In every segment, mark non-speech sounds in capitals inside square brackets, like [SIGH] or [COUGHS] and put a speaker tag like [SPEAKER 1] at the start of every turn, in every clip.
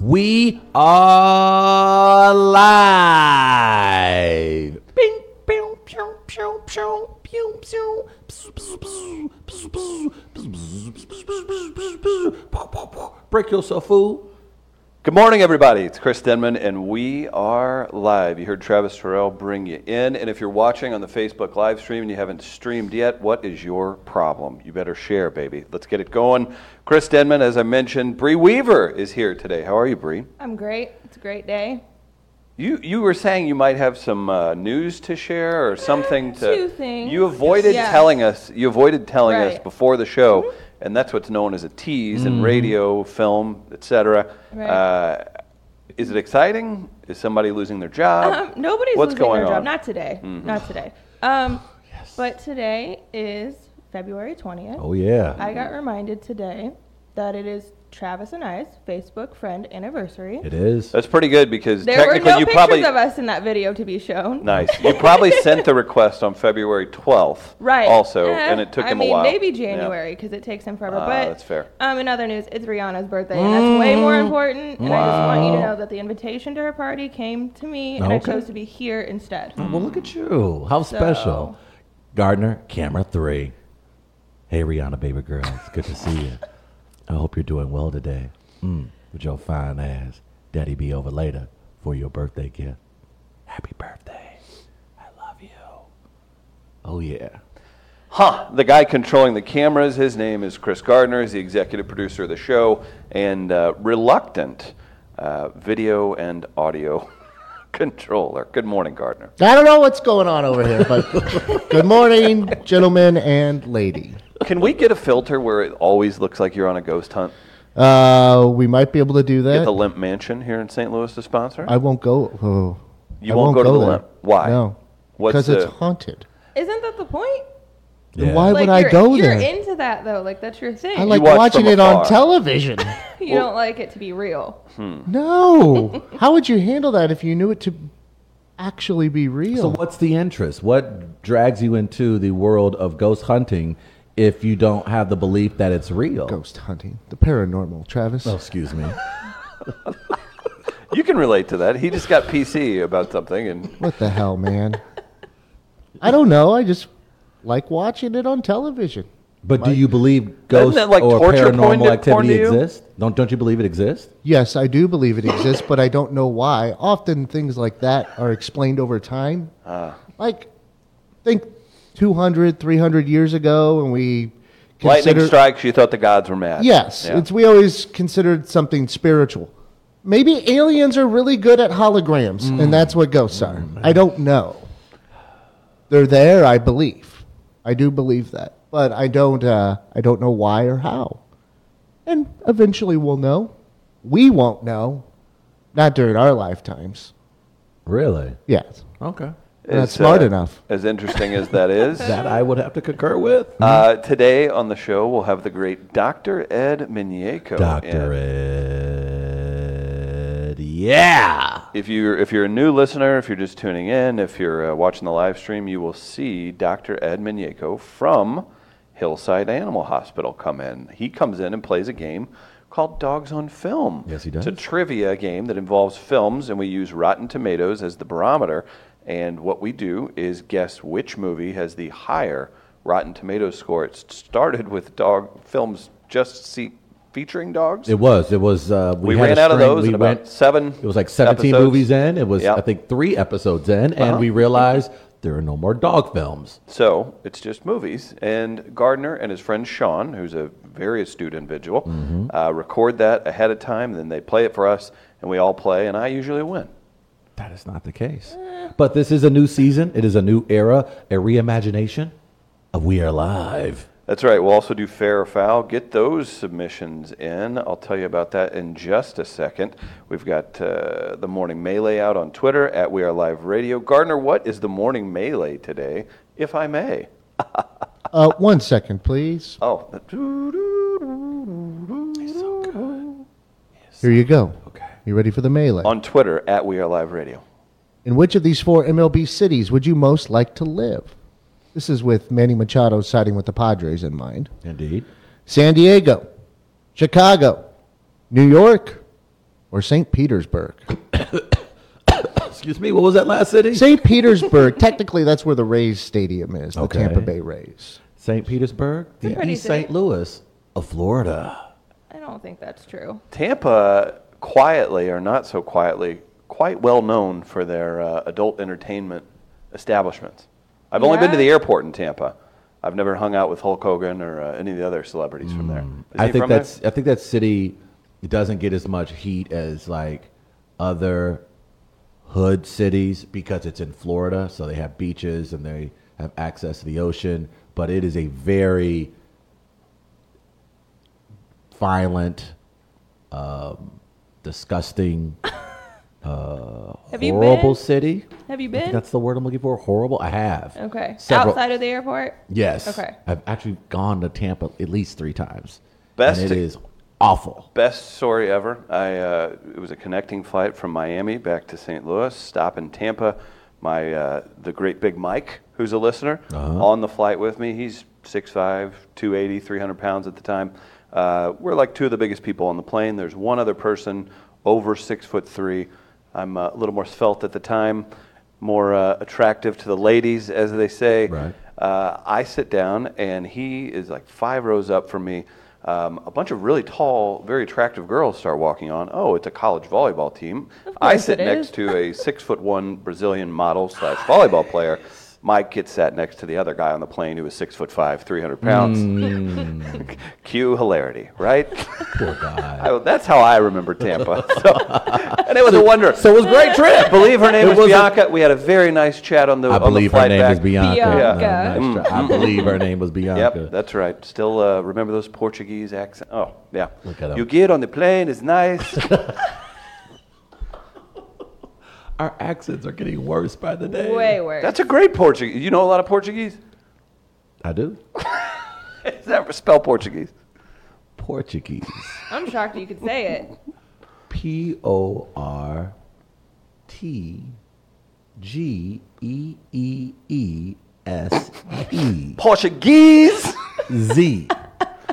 [SPEAKER 1] We are live. Bing, pew, pew, pew, pew, pew, pew. Break yourself, fool.
[SPEAKER 2] Good morning, everybody. It's Chris Denman, and we are live. You heard Travis Terrell bring you in. And if you're watching on the Facebook live stream and you haven't streamed yet, what is your problem? You better share, baby. Let's get it going. Chris Denman, as I mentioned, Bree Weaver is here today. How are you, Bree?
[SPEAKER 3] I'm great. It's a great day.
[SPEAKER 2] You you were saying you might have some uh, news to share or something to.
[SPEAKER 3] Eh, two things.
[SPEAKER 2] You avoided
[SPEAKER 3] Yeah.
[SPEAKER 2] telling us. You avoided telling us
[SPEAKER 3] Right. Mm-hmm.
[SPEAKER 2] before the show, and that's what's known as a tease in radio, film, etc.
[SPEAKER 3] Right.
[SPEAKER 2] Uh, is it exciting? Is somebody losing their job?
[SPEAKER 3] Um, nobody's
[SPEAKER 2] What's
[SPEAKER 3] losing
[SPEAKER 2] going on?
[SPEAKER 3] their
[SPEAKER 2] Mm-hmm. Oh,
[SPEAKER 3] job. Not today. Not today. Um, But today is February 20th.
[SPEAKER 1] Oh, yeah.
[SPEAKER 3] I got
[SPEAKER 2] mm-hmm.
[SPEAKER 3] reminded today that it is Travis and I's Facebook friend anniversary.
[SPEAKER 1] It is.
[SPEAKER 2] That's pretty good because
[SPEAKER 3] There were
[SPEAKER 2] technically
[SPEAKER 3] no
[SPEAKER 2] you
[SPEAKER 3] pictures
[SPEAKER 2] probably
[SPEAKER 3] of us in that video to be shown.
[SPEAKER 2] nice. You probably sent the request on February twelfth.
[SPEAKER 3] [LAUGHS] Right.
[SPEAKER 2] Also,
[SPEAKER 3] Eh,
[SPEAKER 2] and it took
[SPEAKER 3] I
[SPEAKER 2] him
[SPEAKER 3] mean,
[SPEAKER 2] a while.
[SPEAKER 3] Maybe
[SPEAKER 2] Yeah.
[SPEAKER 3] January because it takes him forever.
[SPEAKER 2] Ah,
[SPEAKER 3] but
[SPEAKER 2] that's fair. Mm.
[SPEAKER 3] Um, in other news, it's Rihanna's birthday, and that's way more important. And I just want you to know that the invitation to her party came to me, and
[SPEAKER 1] Okay.
[SPEAKER 3] I chose to be here instead.
[SPEAKER 1] Well, look at you. How special. Gardner, camera three. Hey, Rihanna, baby girl. It's good to see you. I hope you're doing well today. Mm, with your fine ass. Daddy be over later for your birthday gift. Happy birthday. I love you. Oh, yeah.
[SPEAKER 2] Huh. The guy controlling the cameras, his name is Chris Gardner. He's the executive producer of the show and uh, reluctant uh, video and audio [LAUGHS] controller. Good morning, Gardner.
[SPEAKER 4] I don't know what's going on over here, but good morning, gentlemen and lady.
[SPEAKER 2] Can we get a filter where it always looks like you're on a ghost hunt?
[SPEAKER 4] Uh, we might be able to do
[SPEAKER 2] Get the
[SPEAKER 4] that.
[SPEAKER 2] Limp Mansion here in St. Louis to sponsor?
[SPEAKER 4] I won't go. oh,
[SPEAKER 2] You
[SPEAKER 4] I
[SPEAKER 2] won't go to the
[SPEAKER 4] there.
[SPEAKER 2] limp. Why?
[SPEAKER 4] No,
[SPEAKER 2] What's
[SPEAKER 4] because it's
[SPEAKER 2] the-
[SPEAKER 4] haunted.
[SPEAKER 3] Isn't that the point?
[SPEAKER 4] Then Why
[SPEAKER 3] Like
[SPEAKER 4] would I
[SPEAKER 3] you're,
[SPEAKER 4] go
[SPEAKER 3] you're
[SPEAKER 4] there?
[SPEAKER 3] into that though. Like that's your thing.
[SPEAKER 4] I like Oh.
[SPEAKER 2] watch
[SPEAKER 4] watching
[SPEAKER 2] from
[SPEAKER 4] it
[SPEAKER 2] afar. [LAUGHS]
[SPEAKER 4] on television.
[SPEAKER 3] [LAUGHS] you don't like it to be real.
[SPEAKER 4] no, how would you handle that if you knew it to actually be real?
[SPEAKER 1] So, what's the interest? What drags you into the world of ghost hunting if you don't have the belief that it's real?
[SPEAKER 4] Ghost hunting, the paranormal, Travis.
[SPEAKER 1] Oh, excuse me.
[SPEAKER 2] You can relate to that. He just got PC about something, and
[SPEAKER 4] What the hell, man? I don't know. I just like watching it on television.
[SPEAKER 1] But do you believe ghosts
[SPEAKER 2] that like
[SPEAKER 1] or
[SPEAKER 2] torture porn to-
[SPEAKER 1] paranormal
[SPEAKER 2] porn
[SPEAKER 1] activity
[SPEAKER 2] to you?
[SPEAKER 1] exists? Don't don't you believe it exists?
[SPEAKER 4] Yes, I do believe it exists, but I don't know why. Often things like that are explained over time. like, think 200, 300 years ago, and we
[SPEAKER 2] lightning
[SPEAKER 4] considered.
[SPEAKER 2] strikes, you thought the gods were mad.
[SPEAKER 4] Yes,
[SPEAKER 2] Yeah.
[SPEAKER 4] it's we always considered something spiritual. Maybe aliens are really good at holograms, and that's what ghosts are. I don't know. They're there, I believe. I do believe that, but I don't. Uh, I don't know why or how. And eventually, we'll know. We won't know, not during our lifetimes.
[SPEAKER 1] Really?
[SPEAKER 4] Yes,
[SPEAKER 1] Okay.
[SPEAKER 4] we're not
[SPEAKER 2] As,
[SPEAKER 4] smart
[SPEAKER 2] uh,
[SPEAKER 4] enough.
[SPEAKER 2] As interesting as that
[SPEAKER 4] [LAUGHS]
[SPEAKER 2] is.
[SPEAKER 1] That I would have to concur with.
[SPEAKER 2] Uh, today on the show, we'll have the great Dr. Ed Minyeko.
[SPEAKER 1] Doctor
[SPEAKER 2] in.
[SPEAKER 1] Ed. Yeah.
[SPEAKER 2] If you're if you're a new listener, if you're just tuning in, if you're uh, watching the live stream, you will see Dr. Ed Minyeko from Hillside Animal Hospital come in. He comes in and plays a game called Dogs on Film.
[SPEAKER 1] Yes, he
[SPEAKER 2] It's a
[SPEAKER 1] does.
[SPEAKER 2] trivia game that involves films, and we use Rotten Tomatoes as the barometer. And what we do is guess which movie has the higher Rotten Tomatoes score. It started with dog films just see, featuring dogs.
[SPEAKER 1] It was. It was. Uh,
[SPEAKER 2] we
[SPEAKER 1] had a
[SPEAKER 2] ran out of
[SPEAKER 1] string.
[SPEAKER 2] those
[SPEAKER 1] We
[SPEAKER 2] in about
[SPEAKER 1] went-
[SPEAKER 2] seven.
[SPEAKER 1] It was like 17
[SPEAKER 2] episodes. Uh-huh.
[SPEAKER 1] movies in. It was,
[SPEAKER 2] Yeah.
[SPEAKER 1] I think, three episodes in, and we realized there are no more dog films.
[SPEAKER 2] So it's just movies. And Gardner and his friend Sean, who's a very astute individual, uh, record that ahead of time. Then they play it for us, and we all play, and I usually win.
[SPEAKER 1] That is not the case.
[SPEAKER 2] Eh.
[SPEAKER 1] But this is a new season. It is a new era, a reimagination of We Are Live.
[SPEAKER 2] That's right. We'll also do fair or foul. Get those submissions in. I'll tell you about that in just a second. We've got uh, the morning melee out on Twitter at We Are Live Radio. Gardner, what is the morning melee today, if I may?
[SPEAKER 4] Uh, one second, please.
[SPEAKER 2] Oh,
[SPEAKER 4] Here you go.
[SPEAKER 1] Okay.
[SPEAKER 4] You ready for the melee?
[SPEAKER 2] on Twitter at We Are Live Radio.
[SPEAKER 4] In which of these four MLB cities would you most like to live? This is with Manny Machado siding with the Padres in mind.
[SPEAKER 1] Indeed.
[SPEAKER 4] San Diego, Chicago, New York, or St. Petersburg.
[SPEAKER 1] Excuse me. What was that last city?
[SPEAKER 4] St. Petersburg, technically, that's where the Rays Stadium is, the
[SPEAKER 1] Okay.
[SPEAKER 4] Tampa Bay Rays.
[SPEAKER 1] St. Petersburg,
[SPEAKER 3] a
[SPEAKER 1] the
[SPEAKER 3] pretty
[SPEAKER 1] East
[SPEAKER 3] city.
[SPEAKER 1] St. Louis of Florida.
[SPEAKER 3] I don't think that's true.
[SPEAKER 2] Tampa, quietly or not so quietly, quite well known for their uh, adult entertainment establishments. I've only been to
[SPEAKER 3] Yeah.
[SPEAKER 2] the airport in Tampa. I've never hung out with Hulk Hogan or uh, any of the other celebrities from there. Is
[SPEAKER 1] Hmm. I
[SPEAKER 2] he
[SPEAKER 1] think
[SPEAKER 2] from there?
[SPEAKER 1] that's I think that city doesn't get as much heat as like other hood cities because it's in Florida, so they have beaches and they have access to the ocean, but it is a very violent, um, disgusting,
[SPEAKER 3] Have you
[SPEAKER 1] horrible
[SPEAKER 3] been?
[SPEAKER 1] city.
[SPEAKER 3] Have you
[SPEAKER 1] I think
[SPEAKER 3] been?
[SPEAKER 1] that's the word I'm looking for. Horrible. I have.
[SPEAKER 3] Okay.
[SPEAKER 1] Several-
[SPEAKER 3] Outside of the airport?
[SPEAKER 1] Yes.
[SPEAKER 3] Okay.
[SPEAKER 1] I've actually gone to Tampa at least three times.
[SPEAKER 2] Best-
[SPEAKER 1] And it is awful.
[SPEAKER 2] Best story ever. I uh, it was a connecting flight from Miami back to St. Louis. Stop in Tampa. My uh, the great big Mike, who's a listener, on the flight with me. He's 6'5", 280, 300 pounds at the time. Uh, we're like two of the biggest people on the plane. There's one other person over six foot three. I'm uh, a little more svelte at the time, more uh, attractive to the ladies, as they say.
[SPEAKER 1] Right.
[SPEAKER 2] Uh, I sit down, and he is like five rows up from me. Um, a bunch of really tall, very attractive girls start walking on. Oh, it's a college volleyball team. I
[SPEAKER 3] course
[SPEAKER 2] sit
[SPEAKER 3] it
[SPEAKER 2] next
[SPEAKER 3] is.
[SPEAKER 2] to a six foot one Brazilian model slash volleyball player. Mike gets sat next to the other guy on the plane who was six foot five, 300 pounds.
[SPEAKER 1] Mm.
[SPEAKER 2] [LAUGHS] Cue hilarity, right?
[SPEAKER 1] Poor
[SPEAKER 2] [LAUGHS]
[SPEAKER 1] guy.
[SPEAKER 2] I- that's how I remember Tampa. [LAUGHS] So, and it was a wonder.
[SPEAKER 1] So it was a great
[SPEAKER 2] I
[SPEAKER 1] trip.
[SPEAKER 2] believe her name
[SPEAKER 1] It
[SPEAKER 2] was,
[SPEAKER 1] was a-
[SPEAKER 2] Bianca. we had a very nice chat on the,
[SPEAKER 1] I
[SPEAKER 2] on the
[SPEAKER 1] believe her
[SPEAKER 2] flight
[SPEAKER 1] name
[SPEAKER 2] back. Mm.
[SPEAKER 1] is Bianca.
[SPEAKER 3] Bianca.
[SPEAKER 1] No, no, nice try. I believe her name was Bianca.
[SPEAKER 2] Yep, that's right. Still uh, remember those Portuguese accent? Oh, yeah.
[SPEAKER 1] Look at 'em.
[SPEAKER 2] You get on the plane,
[SPEAKER 1] [LAUGHS]
[SPEAKER 2] it's nice.
[SPEAKER 1] Our accents are getting worse by the day.
[SPEAKER 3] Way worse.
[SPEAKER 2] that's a great Portuguese. You know a lot of Portuguese? [LAUGHS]
[SPEAKER 1] I do.
[SPEAKER 2] Is that spell Portuguese?
[SPEAKER 1] Portuguese.
[SPEAKER 3] I'm shocked you could say
[SPEAKER 1] [LAUGHS]
[SPEAKER 3] it.
[SPEAKER 1] P O R T G E E E S E
[SPEAKER 2] Portuguese! [LAUGHS]
[SPEAKER 1] Z.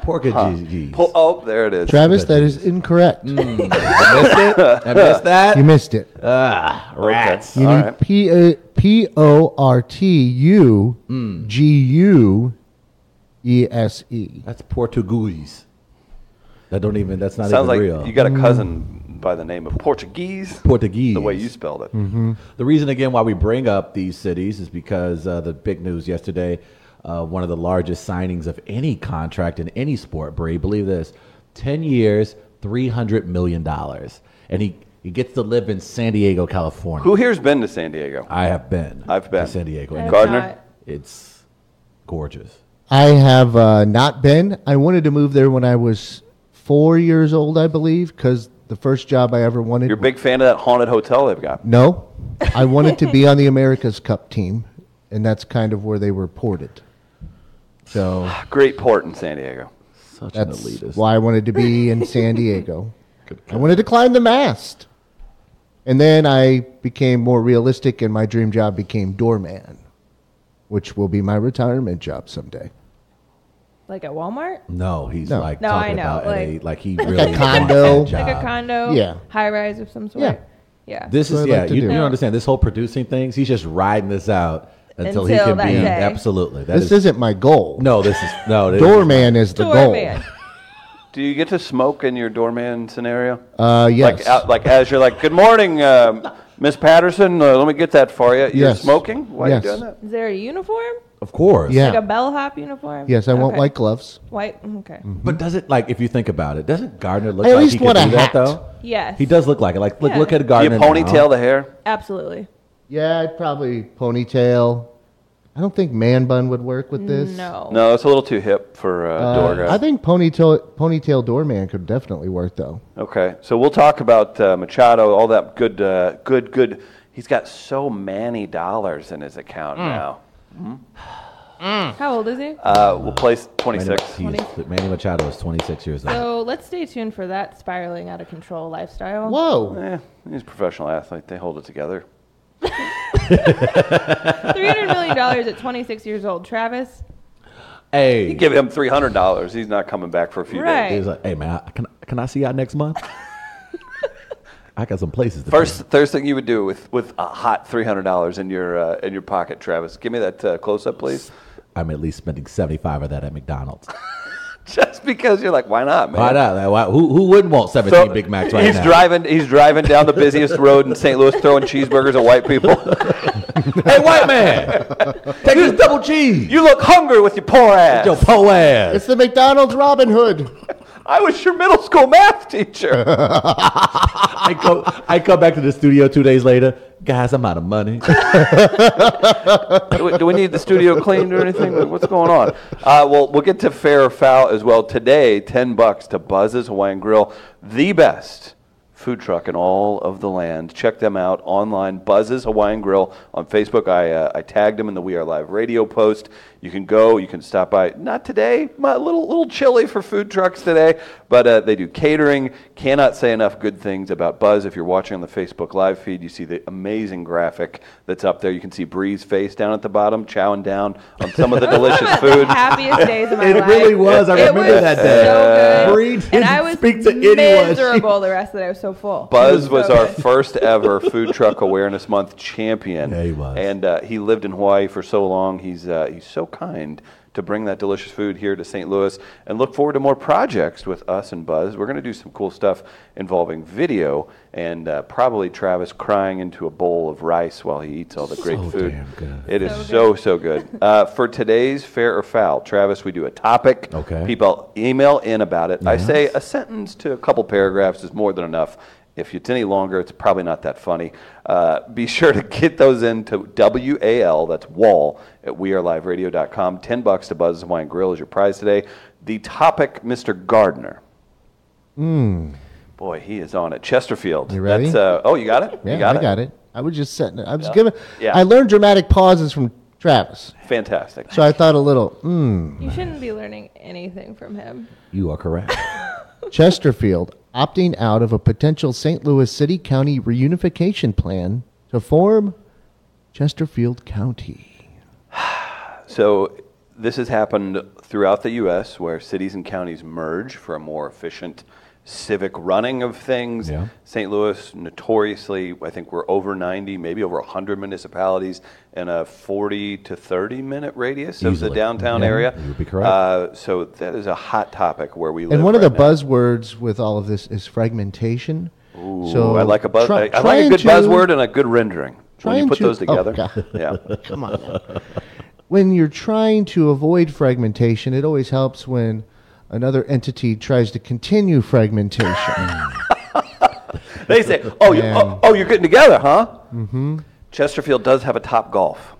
[SPEAKER 1] Portuguese.
[SPEAKER 2] Po- oh, there it is.
[SPEAKER 4] Travis, that is incorrect.
[SPEAKER 1] I missed it. I missed that.
[SPEAKER 4] You missed it.
[SPEAKER 1] Ah, rats.
[SPEAKER 4] You
[SPEAKER 2] All
[SPEAKER 4] need
[SPEAKER 2] right.
[SPEAKER 4] P A- P O R T U G U E S E.
[SPEAKER 1] That's Portuguese. That don't even. That's not
[SPEAKER 2] Sounds
[SPEAKER 1] even
[SPEAKER 2] like
[SPEAKER 1] real. Mm.
[SPEAKER 2] you got a cousin by the name of Portuguese.
[SPEAKER 1] Portuguese. Mm-hmm.
[SPEAKER 2] The way you spelled it.
[SPEAKER 1] The reason, again, why we bring up these cities is because uh, the big news yesterday, uh, one of the largest signings of any contract in any sport, Bree, believe this 10 years, $300 million. And he, he gets to live in San Diego, California.
[SPEAKER 2] Who here's been to San Diego?
[SPEAKER 1] I have been.
[SPEAKER 2] I've been.
[SPEAKER 1] To San Diego.
[SPEAKER 3] I have
[SPEAKER 1] And
[SPEAKER 2] Gardner?
[SPEAKER 3] not.
[SPEAKER 1] it's gorgeous.
[SPEAKER 4] I have uh, not been. I wanted to move there when I was four years old, I believe, because the first job I ever wanted.
[SPEAKER 2] You're a big fan of that haunted hotel they've
[SPEAKER 1] [LAUGHS]
[SPEAKER 2] got.
[SPEAKER 4] No, I wanted to be on the America's Cup team, and that's kind of where they were ported. So
[SPEAKER 2] Great port in San Diego.
[SPEAKER 1] Such an
[SPEAKER 4] that's
[SPEAKER 1] elitist.
[SPEAKER 4] why I wanted to be in San Diego.
[SPEAKER 1] [LAUGHS] Good
[SPEAKER 4] I wanted to climb the mast. And then I became more realistic, and my dream job became doorman, which will be my retirement job someday.
[SPEAKER 3] Like at Walmart?
[SPEAKER 1] No, he's
[SPEAKER 4] No.
[SPEAKER 1] like
[SPEAKER 3] No, I
[SPEAKER 1] talking
[SPEAKER 3] know,
[SPEAKER 1] about
[SPEAKER 3] like-
[SPEAKER 1] LA, like he really wants
[SPEAKER 4] condo.
[SPEAKER 1] that
[SPEAKER 3] Like a
[SPEAKER 1] job.
[SPEAKER 3] condo?
[SPEAKER 4] Yeah.
[SPEAKER 3] High rise of some sort?
[SPEAKER 4] Yeah.
[SPEAKER 3] Yeah.
[SPEAKER 1] This
[SPEAKER 4] That's
[SPEAKER 1] is
[SPEAKER 4] what I
[SPEAKER 1] yeah.
[SPEAKER 4] like to
[SPEAKER 1] you,
[SPEAKER 4] do.
[SPEAKER 1] you don't
[SPEAKER 3] No.
[SPEAKER 1] understand this whole producing thing. He's just riding this out until, he
[SPEAKER 3] Until
[SPEAKER 1] can
[SPEAKER 3] that
[SPEAKER 1] be
[SPEAKER 3] day.
[SPEAKER 1] absolutely. That
[SPEAKER 4] This
[SPEAKER 1] is-
[SPEAKER 4] isn't my goal.
[SPEAKER 1] [LAUGHS] no. This is no. this is-
[SPEAKER 4] doorman is the
[SPEAKER 3] Doorman.
[SPEAKER 2] Do you get to smoke in your doorman scenario?
[SPEAKER 4] goal. Uh, yes.
[SPEAKER 2] Like, out, like as you're like, good morning, um, Miss Patterson. Uh, let me get that for you. You're
[SPEAKER 4] Yes.
[SPEAKER 2] smoking. Why
[SPEAKER 4] Yes.
[SPEAKER 2] are you doing that?
[SPEAKER 3] Is there
[SPEAKER 1] [LAUGHS]
[SPEAKER 3] a uniform?
[SPEAKER 1] of course.
[SPEAKER 4] Yeah.
[SPEAKER 3] Like a bellhop uniform?
[SPEAKER 4] yes, I won't
[SPEAKER 3] Okay.
[SPEAKER 4] like gloves.
[SPEAKER 3] white. Okay.
[SPEAKER 1] But does it like if you think about it? Doesn't Gardner look
[SPEAKER 4] I at
[SPEAKER 1] like
[SPEAKER 4] least
[SPEAKER 1] he could
[SPEAKER 4] want a
[SPEAKER 1] do that
[SPEAKER 4] hat.
[SPEAKER 1] though?
[SPEAKER 3] Yes.
[SPEAKER 1] He does look like it. Like look,
[SPEAKER 3] Yeah.
[SPEAKER 1] look at
[SPEAKER 2] Do you
[SPEAKER 1] Gardner.
[SPEAKER 2] ponytail
[SPEAKER 1] now.
[SPEAKER 2] the hair?
[SPEAKER 3] Absolutely.
[SPEAKER 4] Yeah, I'd probably ponytail. I don't think man bun would work with this.
[SPEAKER 3] No.
[SPEAKER 2] No, it's a little too hip for uh, door guy.
[SPEAKER 4] I think ponytail ponytail doorman could definitely work though.
[SPEAKER 2] okay, so we'll talk about uh, Machado. All that good, uh, good, good. He's got so many dollars in his account now.
[SPEAKER 3] How old is he?
[SPEAKER 2] Uh, we'll place 26.
[SPEAKER 1] Manny, he's, Manny Machado is 26 years old.
[SPEAKER 3] So let's stay tuned for that spiraling out of control lifestyle.
[SPEAKER 4] Whoa.
[SPEAKER 2] Eh, he's a professional athlete. They hold it together.
[SPEAKER 3] Three hundred million dollars at twenty six years old, Travis.
[SPEAKER 1] hey,
[SPEAKER 2] You give him $300. He's not coming back for a few
[SPEAKER 3] Right.
[SPEAKER 2] days.
[SPEAKER 3] [LAUGHS]
[SPEAKER 1] he's like, hey man, I- can can I see y'all next month? I got some places to
[SPEAKER 2] First, first thing you would do with, with a hot three hundred dollars in your uh, in your pocket, Travis. Give me that uh, close up, please. [LAUGHS]
[SPEAKER 1] be. I'm at least spending 75 of that at McDonald's.
[SPEAKER 2] Just because you're like, why not, man?
[SPEAKER 1] Why not? Like, why- who, who wouldn't want 17
[SPEAKER 2] So,
[SPEAKER 1] Big Macs right
[SPEAKER 2] he's
[SPEAKER 1] now?
[SPEAKER 2] driving. He's driving down the busiest road in St. Louis, throwing cheeseburgers at white people.
[SPEAKER 1] hey, white man, take this double cheese.
[SPEAKER 2] [LAUGHS] you look hungry with your poor ass.
[SPEAKER 1] Yo, po ass.
[SPEAKER 4] It's the McDonald's Robin Hood.
[SPEAKER 2] I was your middle school math
[SPEAKER 1] [LAUGHS]
[SPEAKER 2] teacher.
[SPEAKER 1] I go, I come back to the studio two days later. Guys, I'm out of
[SPEAKER 2] [LAUGHS]
[SPEAKER 1] money.
[SPEAKER 2] do, we, do we need the studio cleaned or anything? Like, What's going on? Uh, well, we'll get to fair or foul as well today. Ten bucks to Buzz's Hawaiian Grill, the best food truck in all of the land. Check them out online. Buzz's Hawaiian Grill on Facebook. I uh, I tagged them in the We Are Live radio post. You can go. You can stop by. Not today. My little little chilly for food trucks today, but uh, they do catering. Cannot say enough good things about Buzz. If you're watching on the Facebook live feed, you see the amazing graphic that's up there. You can see Bree's face down at the bottom, chowing down on some of the
[SPEAKER 3] [LAUGHS]
[SPEAKER 2] delicious
[SPEAKER 3] One of
[SPEAKER 2] food. [LAUGHS]
[SPEAKER 3] The happiest days of my
[SPEAKER 1] It
[SPEAKER 3] life.
[SPEAKER 1] really was. I
[SPEAKER 3] It
[SPEAKER 1] remember
[SPEAKER 3] was
[SPEAKER 1] that day.
[SPEAKER 3] So good.
[SPEAKER 1] Bree didn't
[SPEAKER 3] and I was
[SPEAKER 1] speak to anyone.
[SPEAKER 3] miserable the rest of the day. I was so full.
[SPEAKER 2] Buzz was
[SPEAKER 3] so [LAUGHS]
[SPEAKER 2] our
[SPEAKER 3] good.
[SPEAKER 2] first ever Food Truck Awareness Month champion.
[SPEAKER 1] Yeah, he was.
[SPEAKER 2] And uh, he lived in Hawaii for so long. He's, uh, he's so kind to bring that delicious food here to St. Louis and look forward to more projects with us and Buzz. We're going to do some cool stuff involving video and uh, probably Travis crying into a bowl of rice while he eats all the great
[SPEAKER 1] So
[SPEAKER 2] food.
[SPEAKER 1] damn good.
[SPEAKER 2] It is
[SPEAKER 3] So
[SPEAKER 2] so, so good. Uh, for today's fair or foul, Travis, we do a topic.
[SPEAKER 1] Okay.
[SPEAKER 2] People email in about it. I say a sentence to a couple paragraphs is more than enough. If it's any longer, it's probably not that funny. Uh, be [LAUGHS] sure to get those in to WAL, that's wall, at weareliveradio.com. 10 bucks to Buzz's Wine Grill is your prize today. The topic, Mr. Gardner. Boy, he is on it. Chesterfield.
[SPEAKER 4] Hmm. You ready?
[SPEAKER 2] That's, uh, oh, you got it?
[SPEAKER 4] Yeah,
[SPEAKER 2] you got
[SPEAKER 4] I
[SPEAKER 2] it?
[SPEAKER 4] got it. I was just setting it. I was
[SPEAKER 2] Yeah.
[SPEAKER 4] giving.
[SPEAKER 2] Yeah.
[SPEAKER 4] I learned dramatic pauses from Travis,
[SPEAKER 2] Fantastic.
[SPEAKER 4] so I thought a little. Mm,
[SPEAKER 3] You shouldn't be learning anything from him.
[SPEAKER 1] you are correct.
[SPEAKER 4] [LAUGHS] Chesterfield opting out of a potential St. Louis City County reunification plan to form Chesterfield County.
[SPEAKER 2] So this has happened throughout the U.S., where cities and counties merge for a more efficient civic running of things.
[SPEAKER 1] Yeah.
[SPEAKER 2] St. Louis, notoriously, I think we're over 90, maybe over 100 municipalities in a 40 to 30 minute radius of the
[SPEAKER 1] Easily.
[SPEAKER 2] downtown
[SPEAKER 1] Yeah,
[SPEAKER 2] area.
[SPEAKER 1] you would be correct.
[SPEAKER 2] Uh, so that is a hot topic where we live.
[SPEAKER 4] And one of the
[SPEAKER 2] right now.
[SPEAKER 4] buzzwords with all of this is fragmentation. Ooh, so
[SPEAKER 2] Ooh, Oh, I like a buzz. I, I
[SPEAKER 4] try-
[SPEAKER 2] like a
[SPEAKER 4] trying
[SPEAKER 2] good
[SPEAKER 4] to-
[SPEAKER 2] buzzword and a good rendering. When you
[SPEAKER 4] trying
[SPEAKER 2] put
[SPEAKER 4] to-
[SPEAKER 2] those
[SPEAKER 4] oh,
[SPEAKER 2] together,
[SPEAKER 4] God.
[SPEAKER 2] yeah.
[SPEAKER 4] Come on. now. when you're trying to avoid fragmentation, it always helps when another entity tries to continue fragmentation.
[SPEAKER 2] [LAUGHS] They say, "Oh, you,
[SPEAKER 4] And-
[SPEAKER 2] oh, oh, you're getting together, huh?" Mm-hmm. Chesterfield does have a top golf.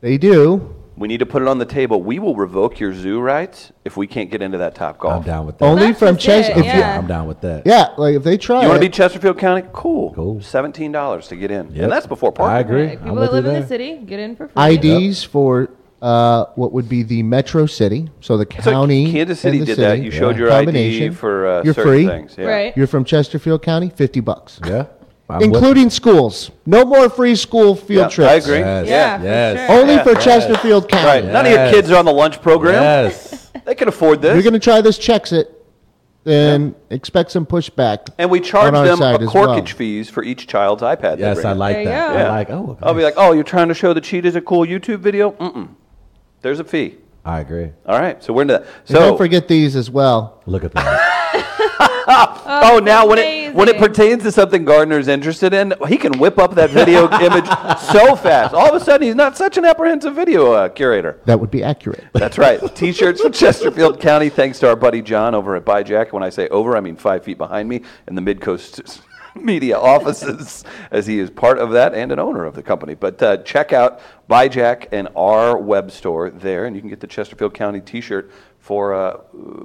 [SPEAKER 4] they do.
[SPEAKER 2] We need to put it on the table. We will revoke your zoo rights if we can't get into that top
[SPEAKER 1] I'm
[SPEAKER 2] golf.
[SPEAKER 1] down with that.
[SPEAKER 4] Only
[SPEAKER 3] that's
[SPEAKER 4] from
[SPEAKER 3] just it,
[SPEAKER 4] Chester.
[SPEAKER 1] I'm,
[SPEAKER 4] if
[SPEAKER 1] down-
[SPEAKER 4] you-
[SPEAKER 3] yeah.
[SPEAKER 1] I'm down with that.
[SPEAKER 4] Yeah, like if they try
[SPEAKER 2] You want
[SPEAKER 4] it,
[SPEAKER 2] to be Chesterfield County? Cool.
[SPEAKER 1] Cool.
[SPEAKER 2] Seventeen dollars to get in,
[SPEAKER 1] Yep.
[SPEAKER 2] and that's before
[SPEAKER 1] I
[SPEAKER 2] parking.
[SPEAKER 1] agree.
[SPEAKER 3] Like,
[SPEAKER 1] I'm
[SPEAKER 3] people
[SPEAKER 1] with
[SPEAKER 3] that
[SPEAKER 1] you
[SPEAKER 3] live in
[SPEAKER 1] there.
[SPEAKER 3] the city get in for free.
[SPEAKER 4] IDs for uh, what would be the metro city, so the
[SPEAKER 2] So
[SPEAKER 4] county.
[SPEAKER 2] Kansas
[SPEAKER 4] and
[SPEAKER 2] City
[SPEAKER 4] the
[SPEAKER 2] did that. You showed your ID
[SPEAKER 4] Combination.
[SPEAKER 2] for uh,
[SPEAKER 4] You're
[SPEAKER 2] certain
[SPEAKER 4] free.
[SPEAKER 2] things. Yeah.
[SPEAKER 3] Right.
[SPEAKER 4] You're from Chesterfield County, fifty bucks,
[SPEAKER 1] Yeah. I'm with-
[SPEAKER 4] including schools. No more free school field
[SPEAKER 2] Yeah,
[SPEAKER 4] trips.
[SPEAKER 2] I agree.
[SPEAKER 1] Yes.
[SPEAKER 3] Yeah, for
[SPEAKER 1] yes.
[SPEAKER 3] sure. Oh,
[SPEAKER 4] Only
[SPEAKER 2] Yeah.
[SPEAKER 4] for
[SPEAKER 2] Yes.
[SPEAKER 4] Chesterfield County.
[SPEAKER 2] Right. None of your
[SPEAKER 1] Yes.
[SPEAKER 2] kids are on the lunch program.
[SPEAKER 3] [LAUGHS]
[SPEAKER 1] Yes.
[SPEAKER 2] They can afford
[SPEAKER 4] You're
[SPEAKER 2] this.
[SPEAKER 4] going to try this, checks it, then expect some pushback.
[SPEAKER 2] and we charge
[SPEAKER 4] on our
[SPEAKER 2] them a
[SPEAKER 4] side as well.
[SPEAKER 2] corkage fees for each child's iPad. they
[SPEAKER 1] yes,
[SPEAKER 2] bring
[SPEAKER 1] I
[SPEAKER 2] in.
[SPEAKER 1] like
[SPEAKER 3] There you
[SPEAKER 1] that.
[SPEAKER 3] go.
[SPEAKER 1] I
[SPEAKER 2] Yeah.
[SPEAKER 1] like, oh,
[SPEAKER 2] I'll be like, oh, you're trying to show the cheetahs a cool YouTube video? Mm-mm. There's a fee.
[SPEAKER 1] I agree.
[SPEAKER 2] All right, so we're into that.
[SPEAKER 4] And
[SPEAKER 2] So,
[SPEAKER 4] don't forget these as well.
[SPEAKER 1] Look at
[SPEAKER 3] [LAUGHS]
[SPEAKER 1] that.
[SPEAKER 2] oh, now when it when it
[SPEAKER 3] amazing.
[SPEAKER 2] pertains to something Gardner's interested in, he can whip up that
[SPEAKER 4] [LAUGHS]
[SPEAKER 2] video image so fast. All of a sudden, he's not such an apprehensive video uh, curator.
[SPEAKER 4] That would be accurate.
[SPEAKER 2] That's right. T-shirts for Chesterfield County. Thanks to our buddy John over at Buy Jack. When I say over, I mean five feet behind me in the Midcoast [LAUGHS] media offices, as he is part of that and an owner of the company. But uh, check out Buy Jack and our web store there, and you can get the Chesterfield County T-shirt for uh,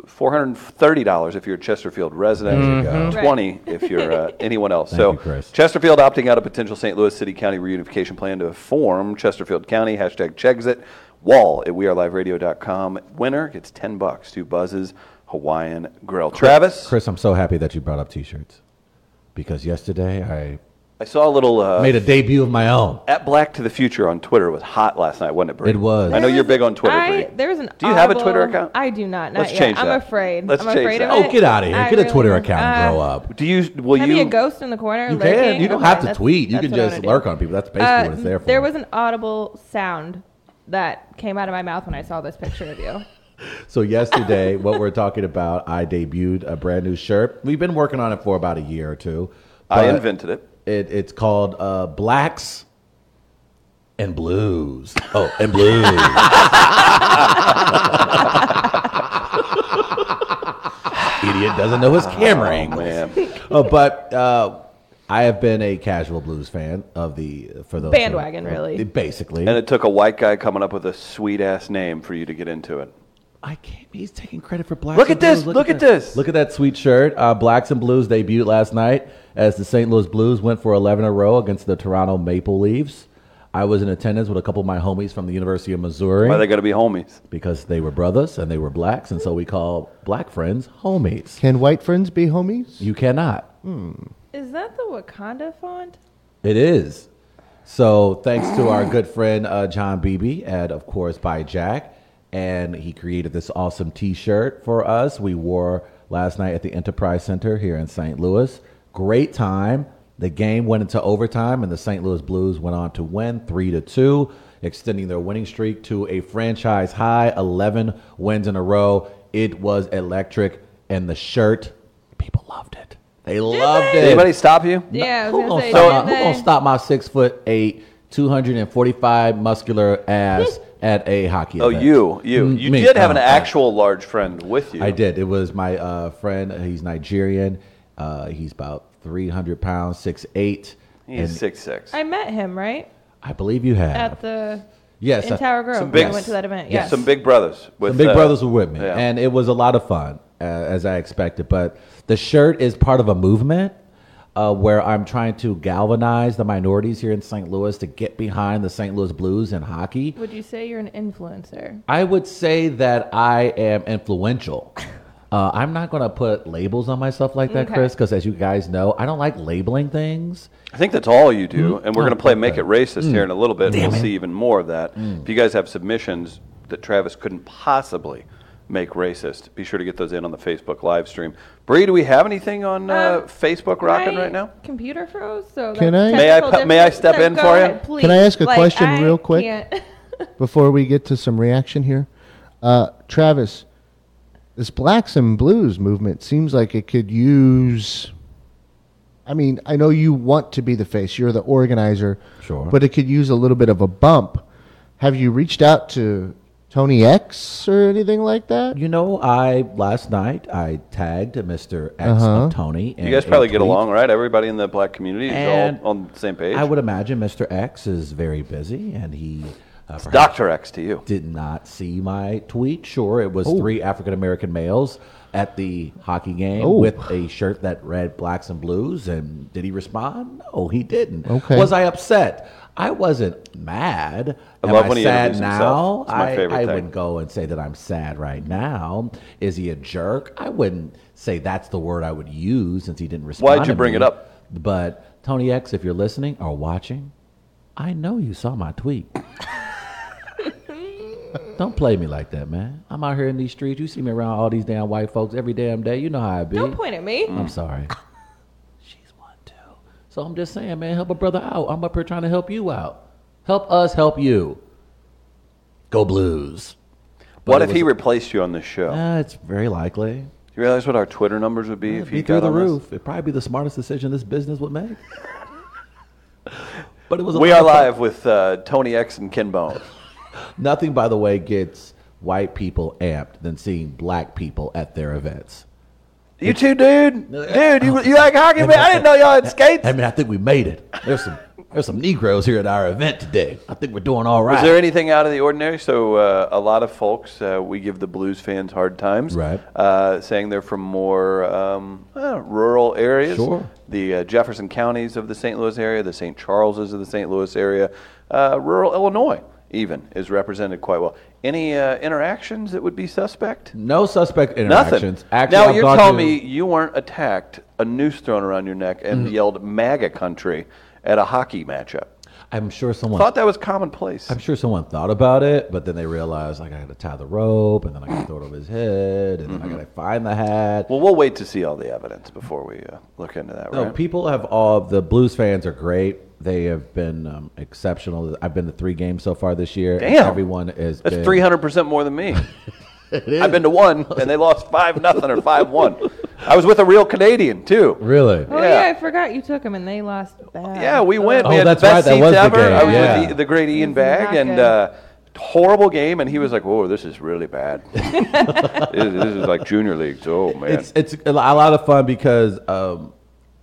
[SPEAKER 2] four hundred thirty dollars if you're a Chesterfield resident,
[SPEAKER 3] Right.
[SPEAKER 2] twenty if
[SPEAKER 1] [LAUGHS]
[SPEAKER 2] you're uh, anyone else.
[SPEAKER 1] Mm-hmm. Thank
[SPEAKER 2] so
[SPEAKER 1] you, Chris.
[SPEAKER 2] Chesterfield opting out of potential St. Louis City County reunification plan to form Chesterfield County. Hashtag Chexit. Wall at weareliveradio.com. Winner gets 10 bucks to Buzz's Hawaiian Grill. Travis,
[SPEAKER 1] Chris, I'm so happy that you brought up t shirts because yesterday I
[SPEAKER 2] I saw a little uh,
[SPEAKER 1] Made a debut of my own.
[SPEAKER 2] at Black to the Future on Twitter was hot last night, wasn't it, Bree?
[SPEAKER 1] It was.
[SPEAKER 2] I know you're big on Twitter,
[SPEAKER 3] I,
[SPEAKER 2] Bree.
[SPEAKER 3] there was an.
[SPEAKER 2] Do you have a
[SPEAKER 3] audible-
[SPEAKER 2] Twitter account?
[SPEAKER 3] I do not. Not
[SPEAKER 2] Let's
[SPEAKER 3] yet.
[SPEAKER 2] change
[SPEAKER 3] I'm
[SPEAKER 2] that.
[SPEAKER 3] afraid.
[SPEAKER 2] Let's
[SPEAKER 3] I'm
[SPEAKER 2] change
[SPEAKER 3] afraid
[SPEAKER 2] that.
[SPEAKER 3] of it.
[SPEAKER 1] Oh, get out of here.
[SPEAKER 3] I
[SPEAKER 1] get a
[SPEAKER 3] really
[SPEAKER 1] Twitter
[SPEAKER 3] am.
[SPEAKER 1] account
[SPEAKER 3] Uh,
[SPEAKER 1] and grow up.
[SPEAKER 2] Do you? Will
[SPEAKER 3] Can I
[SPEAKER 2] you?
[SPEAKER 3] be a ghost in the corner?
[SPEAKER 1] You
[SPEAKER 3] lurking?
[SPEAKER 1] can. You don't
[SPEAKER 3] Okay,
[SPEAKER 1] have to
[SPEAKER 3] that's-
[SPEAKER 1] tweet. You
[SPEAKER 3] that's
[SPEAKER 1] can
[SPEAKER 3] what I'm
[SPEAKER 1] just
[SPEAKER 3] gonna
[SPEAKER 1] lurk
[SPEAKER 3] do.
[SPEAKER 1] on people. That's basically
[SPEAKER 3] Uh,
[SPEAKER 1] what it's there for.
[SPEAKER 3] There was an audible sound that came out of my mouth when I saw this picture of you.
[SPEAKER 1] So yesterday, what we're talking about, I debuted a brand new shirt. We've been working on it for about a year or two.
[SPEAKER 2] I
[SPEAKER 1] but [LAUGHS]
[SPEAKER 2] invented it.
[SPEAKER 1] It, it's called uh, Blacks and Blues. Oh, and Blues. [LAUGHS] Idiot doesn't know his camera
[SPEAKER 2] Oh
[SPEAKER 1] angle.
[SPEAKER 2] man.
[SPEAKER 1] [LAUGHS] Uh, but uh, I have been a casual blues fan of the for those
[SPEAKER 3] Bandwagon, really.
[SPEAKER 1] basically.
[SPEAKER 2] And it took a white guy coming up with a sweet ass name for you to get into it.
[SPEAKER 1] I can't. He's taking credit for Blacks.
[SPEAKER 2] Look
[SPEAKER 1] and
[SPEAKER 2] at this,
[SPEAKER 1] Blues.
[SPEAKER 2] look at this.
[SPEAKER 1] Look at that sweet shirt. Uh, Blacks and Blues debuted last night as the St. Louis Blues went for 11 in a row against the Toronto Maple Leafs. I was in attendance with a couple of my homies from the University of Missouri
[SPEAKER 2] Why they got to be homies?
[SPEAKER 1] because they were brothers and they were blacks, and so we call black friends homies.
[SPEAKER 4] Can white friends be homies?
[SPEAKER 1] You cannot.
[SPEAKER 3] [LAUGHS] Is that the Wakanda font?
[SPEAKER 1] It is. So thanks to our good friend uh, John Beebe and of course by Jack, and he created this awesome T-shirt for us. We wore last night at the Enterprise Center here in St. Louis. Great time. The game went into overtime, and the St. Louis Blues went on to win three to two, extending their winning streak to a franchise high eleven wins in a row. It was electric, and the shirt people loved it. They loved
[SPEAKER 2] Did
[SPEAKER 1] it.
[SPEAKER 2] anybody stop you?
[SPEAKER 3] Yeah, I
[SPEAKER 1] Who
[SPEAKER 3] was gonna
[SPEAKER 1] gonna,
[SPEAKER 3] say.
[SPEAKER 1] stop,
[SPEAKER 3] didn't
[SPEAKER 1] who gonna
[SPEAKER 3] they?
[SPEAKER 1] stop my six foot eight, two hundred and forty five muscular
[SPEAKER 3] [LAUGHS]
[SPEAKER 1] ass at a hockey?
[SPEAKER 2] Oh,
[SPEAKER 1] event?
[SPEAKER 2] you, you,
[SPEAKER 1] Mm,
[SPEAKER 2] you
[SPEAKER 1] me.
[SPEAKER 2] did have
[SPEAKER 1] Oh,
[SPEAKER 2] an
[SPEAKER 1] oh.
[SPEAKER 2] actual large friend with you.
[SPEAKER 1] I did. It was my uh, friend. He's Nigerian. Uh, he's about three hundred pounds, six eight.
[SPEAKER 2] He's
[SPEAKER 1] and
[SPEAKER 2] six six.
[SPEAKER 3] I met him right
[SPEAKER 1] I believe you have.
[SPEAKER 3] at the
[SPEAKER 1] yes,
[SPEAKER 3] in
[SPEAKER 1] uh,
[SPEAKER 3] Tower Grove.
[SPEAKER 2] Some
[SPEAKER 3] when
[SPEAKER 2] big,
[SPEAKER 3] I went to that event.
[SPEAKER 1] yes.
[SPEAKER 3] Yes.
[SPEAKER 2] Some big brothers. With,
[SPEAKER 1] Some big
[SPEAKER 2] uh,
[SPEAKER 1] brothers were with me,
[SPEAKER 2] yeah.
[SPEAKER 1] and it was a lot of fun, uh, as I expected. But the shirt is part of a movement uh, where I'm trying to galvanize the minorities here in St. Louis to get behind the St. Louis Blues in hockey.
[SPEAKER 3] Would you say you're an influencer?
[SPEAKER 1] I would say that I am influential. Uh, I'm not going to put labels on myself like that,
[SPEAKER 3] Okay.
[SPEAKER 1] Chris, because as you guys know, I don't like labeling things.
[SPEAKER 2] I think that's all you do, and we're
[SPEAKER 1] Oh,
[SPEAKER 2] going to play
[SPEAKER 1] okay.
[SPEAKER 2] Make It Racist here in a little bit. and
[SPEAKER 1] Damn it.
[SPEAKER 2] we'll
[SPEAKER 1] Mm.
[SPEAKER 2] see even more of that. If you guys have submissions that Travis couldn't possibly make racist, be sure to get those in on the Facebook live stream. Bree, do we have anything on uh,
[SPEAKER 3] Um,
[SPEAKER 2] Facebook rocking
[SPEAKER 3] My
[SPEAKER 2] right now?
[SPEAKER 3] Computer froze. So
[SPEAKER 4] Can
[SPEAKER 3] that's
[SPEAKER 4] I-
[SPEAKER 2] May I
[SPEAKER 3] technical
[SPEAKER 2] pu- may I
[SPEAKER 3] difficulty.
[SPEAKER 2] step
[SPEAKER 3] No,
[SPEAKER 2] in
[SPEAKER 3] go
[SPEAKER 2] for you?
[SPEAKER 3] ahead,
[SPEAKER 4] Can I
[SPEAKER 3] please.
[SPEAKER 4] ask a
[SPEAKER 3] Like,
[SPEAKER 4] question
[SPEAKER 3] I
[SPEAKER 4] real quick?
[SPEAKER 3] can't- [LAUGHS]
[SPEAKER 4] Before we get to some reaction here, uh, Travis, this blacks and blues movement seems like it could use. I mean, I know you want to be the face, you're the organizer.
[SPEAKER 1] Sure.
[SPEAKER 4] But it could use a little bit of a bump. Have you reached out to Tony X or anything like that?
[SPEAKER 1] You know, I last night I tagged Mr. X of Tony.
[SPEAKER 2] You guys probably get along, right? Everybody in the black community is
[SPEAKER 1] And
[SPEAKER 2] all on the same page.
[SPEAKER 1] I would imagine Mr. X is very busy, and he uh, perhaps
[SPEAKER 2] Dr. X to you.
[SPEAKER 1] did not see my tweet. Sure, it was
[SPEAKER 4] Oh.
[SPEAKER 1] three African American males at the hockey game
[SPEAKER 4] Oh.
[SPEAKER 1] with a shirt that read blacks and blues. And did he respond? No, he didn't.
[SPEAKER 4] Okay.
[SPEAKER 1] Was I upset? I wasn't mad.
[SPEAKER 2] I
[SPEAKER 1] Am
[SPEAKER 2] love when he
[SPEAKER 1] sad
[SPEAKER 2] interviews
[SPEAKER 1] now?
[SPEAKER 2] himself. It's my
[SPEAKER 1] I,
[SPEAKER 2] favorite
[SPEAKER 1] I
[SPEAKER 2] thing.
[SPEAKER 1] would go and say that I'm sad right now. Is he a jerk? I wouldn't say that's the word I would use since he didn't respond.
[SPEAKER 2] Why'd you
[SPEAKER 1] to
[SPEAKER 2] bring
[SPEAKER 1] me.
[SPEAKER 2] it up?
[SPEAKER 1] But Tony X, if you're listening or watching, I know you saw my tweet. Don't play me like that, man. I'm out here in these streets. You see me around all these damn white folks every damn day. You know how I be.
[SPEAKER 3] Don't point at me.
[SPEAKER 2] Mm.
[SPEAKER 1] I'm sorry. She's one too. So I'm just saying, man, help a brother out. I'm up here trying to help you out. Help us help you. Go Blues. But
[SPEAKER 2] What
[SPEAKER 1] it
[SPEAKER 2] if he
[SPEAKER 1] was-
[SPEAKER 2] replaced you on this show?
[SPEAKER 1] Uh, it's very likely.
[SPEAKER 2] Do you realize what our Twitter numbers would be if
[SPEAKER 1] It'd
[SPEAKER 2] he
[SPEAKER 1] be through
[SPEAKER 2] got
[SPEAKER 1] the
[SPEAKER 2] on this?
[SPEAKER 1] roof. It'd probably be the smartest decision this business would make. [LAUGHS] but it was. A
[SPEAKER 2] We
[SPEAKER 1] lot
[SPEAKER 2] are
[SPEAKER 1] of fun.
[SPEAKER 2] live with uh, Tony X and Ken Bone.
[SPEAKER 1] Nothing, by the way, gets white people amped than seeing black people at their events.
[SPEAKER 2] You too, dude. Dude, you, you like hockey, man? I didn't know y'all had skates.
[SPEAKER 1] I mean, I think we made it. There's some there's some Negroes here at our event today. I think we're doing all right.
[SPEAKER 2] Is there anything out of the ordinary? So uh, a lot of folks, uh, we give the blues fans hard times,
[SPEAKER 1] Right.
[SPEAKER 2] Uh, saying they're from more um, uh, rural areas,
[SPEAKER 1] Sure.
[SPEAKER 2] The uh, Jefferson counties of the St. Louis area, the St. Charleses of the St. Louis area, uh, rural Illinois even is represented quite well. Any uh, interactions that would be suspect?
[SPEAKER 1] no suspect
[SPEAKER 2] Nothing.
[SPEAKER 1] interactions. Actually,
[SPEAKER 2] now
[SPEAKER 1] I've
[SPEAKER 2] you're
[SPEAKER 1] gone
[SPEAKER 2] telling
[SPEAKER 1] to- Mm-hmm.
[SPEAKER 2] me you weren't attacked, a noose thrown around your neck, and yelled MAGA country at a hockey matchup.
[SPEAKER 1] I'm sure someone
[SPEAKER 2] Thought that was commonplace.
[SPEAKER 1] I'm sure someone thought about it, but then they realized like I got to tie the rope, and then I got to throw it over his head, and then I got to find the hat.
[SPEAKER 2] Mm-hmm. Well, we'll wait to see all the evidence before we uh, look into that.
[SPEAKER 1] No,
[SPEAKER 2] right?
[SPEAKER 1] people have all the Blues fans are great. They have been um, exceptional. I've been to three games so far this year. and
[SPEAKER 2] Damn.
[SPEAKER 1] everyone is
[SPEAKER 2] That's three hundred percent more
[SPEAKER 1] [LAUGHS]
[SPEAKER 2] than me. I've been to one, and they lost five nothing or five one. I was with a real Canadian too.
[SPEAKER 1] Really?
[SPEAKER 3] Oh
[SPEAKER 2] Yeah.
[SPEAKER 3] yeah. I forgot you took them and they lost bad.
[SPEAKER 2] Yeah, we went.
[SPEAKER 1] Oh,
[SPEAKER 2] we had
[SPEAKER 1] that's
[SPEAKER 2] the best
[SPEAKER 1] right, that
[SPEAKER 2] seats
[SPEAKER 1] was the
[SPEAKER 2] ever.
[SPEAKER 1] game,
[SPEAKER 2] I was
[SPEAKER 1] yeah.
[SPEAKER 2] with the, the great Ian
[SPEAKER 3] It was
[SPEAKER 2] Bag,
[SPEAKER 3] not
[SPEAKER 2] and
[SPEAKER 3] good.
[SPEAKER 2] uh, horrible game. And he was like, "Whoa, this is really
[SPEAKER 3] [LAUGHS]
[SPEAKER 2] bad. this, this is like junior leagues. Oh man."
[SPEAKER 1] It's it's a lo- a lot of fun because um,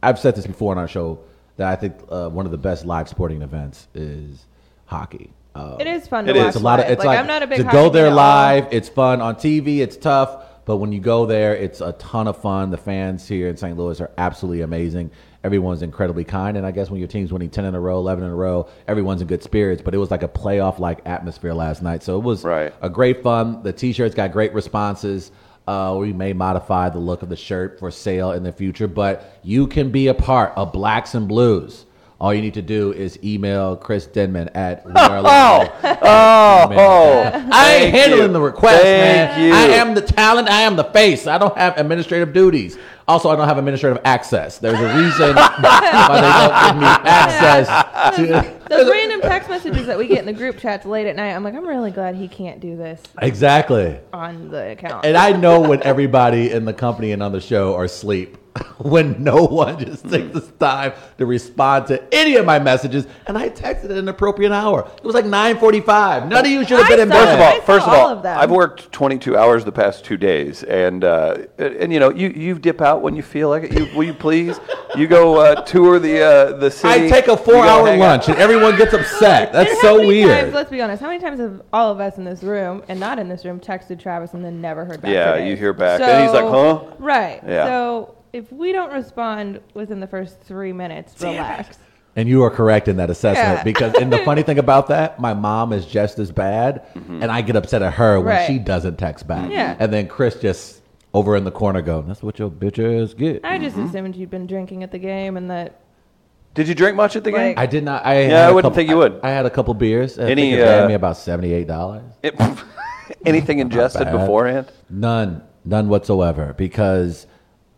[SPEAKER 1] I've said this before on our show that I think uh, one of the best live sporting events is hockey. Um,
[SPEAKER 3] It is fun to
[SPEAKER 2] It
[SPEAKER 3] watch.
[SPEAKER 2] is.
[SPEAKER 1] It's a lot of.
[SPEAKER 3] live.
[SPEAKER 1] It's
[SPEAKER 3] like,
[SPEAKER 1] like,
[SPEAKER 3] I'm not a big
[SPEAKER 1] to
[SPEAKER 3] hockey
[SPEAKER 1] go there
[SPEAKER 3] fan at all.
[SPEAKER 1] live. It's fun on TV. It's tough, but when you go there, it's a ton of fun. The fans here in St. Louis are absolutely amazing. Everyone's incredibly kind, and I guess when your team's winning ten in a row, eleven in a row, everyone's in good spirits. But it was like a playoff like atmosphere last night, so it was
[SPEAKER 2] Right.
[SPEAKER 1] a great fun. The T-shirts got great responses. Uh, we may modify the look of the shirt for sale in the future, but you can be a part of Blacks and Blues. All you need to do is email Chris Denman
[SPEAKER 2] [LAUGHS]
[SPEAKER 1] at We Are Live.
[SPEAKER 2] oh,
[SPEAKER 1] I ain't
[SPEAKER 2] Thank
[SPEAKER 1] handling
[SPEAKER 2] you.
[SPEAKER 1] the request,
[SPEAKER 2] Thank
[SPEAKER 1] man.
[SPEAKER 2] you.
[SPEAKER 1] I am the talent. I am the face. I don't have administrative duties. Also, I don't have administrative access. There's a reason why they don't give me access
[SPEAKER 2] [LAUGHS]
[SPEAKER 1] to.
[SPEAKER 3] Those random text messages that we get in the group chats late at night, I'm like, I'm really glad he can't do this
[SPEAKER 1] Exactly.
[SPEAKER 3] on the account.
[SPEAKER 1] And I know when everybody in the company and on the show are asleep, [LAUGHS] when no one just takes this time to respond to any of my messages, and I texted at an appropriate hour. It was like 9:45. None of you should have
[SPEAKER 3] I
[SPEAKER 1] been in
[SPEAKER 3] saw
[SPEAKER 1] bed.
[SPEAKER 2] First of
[SPEAKER 3] Yeah. I
[SPEAKER 2] all,
[SPEAKER 3] saw
[SPEAKER 2] first of
[SPEAKER 3] all
[SPEAKER 2] all,
[SPEAKER 3] of them.
[SPEAKER 2] I've worked 22 hours the past two days, and uh, and, and, you know, you, you dip out when you feel like it. You, will you please? You go uh, tour the uh, the city.
[SPEAKER 1] I take
[SPEAKER 2] You
[SPEAKER 1] a
[SPEAKER 2] go
[SPEAKER 1] four-hour
[SPEAKER 2] hang out.
[SPEAKER 1] lunch, and everyone gets
[SPEAKER 2] [LAUGHS]
[SPEAKER 1] upset.
[SPEAKER 3] And
[SPEAKER 1] That's
[SPEAKER 3] how
[SPEAKER 1] so
[SPEAKER 3] many
[SPEAKER 1] weird.
[SPEAKER 3] Times, let's be honest. How many times have all of us in this room and not in this room texted Travis and then never heard back?
[SPEAKER 2] Yeah,
[SPEAKER 3] today?
[SPEAKER 2] you hear back, and he's like, "Huh?"
[SPEAKER 3] Right.
[SPEAKER 2] Yeah.
[SPEAKER 3] So if we don't respond within the first three minutes, relax.
[SPEAKER 1] And you are correct in that assessment
[SPEAKER 3] Yeah.
[SPEAKER 1] because, and
[SPEAKER 3] [LAUGHS]
[SPEAKER 1] the funny thing about that, my mom is just as bad, and I get upset at her when
[SPEAKER 3] Mm-hmm. Right.
[SPEAKER 1] she doesn't text back.
[SPEAKER 3] Yeah.
[SPEAKER 1] And then Chris just over in the corner go, "That's what your bitch ass get."
[SPEAKER 3] I just assumed you'd been drinking at the game and that.
[SPEAKER 2] Did you drink much at the game?
[SPEAKER 3] Like-
[SPEAKER 1] I did not. I
[SPEAKER 2] Yeah,
[SPEAKER 1] had
[SPEAKER 2] I
[SPEAKER 1] a
[SPEAKER 2] wouldn't
[SPEAKER 1] couple-
[SPEAKER 2] think you would.
[SPEAKER 1] I, I had a couple beers. I think
[SPEAKER 2] Any,
[SPEAKER 1] it ran
[SPEAKER 2] uh,
[SPEAKER 1] me about seventy-eight dollars.
[SPEAKER 2] It- [LAUGHS] anything ingested
[SPEAKER 1] bad.
[SPEAKER 2] beforehand?
[SPEAKER 1] None, none whatsoever, because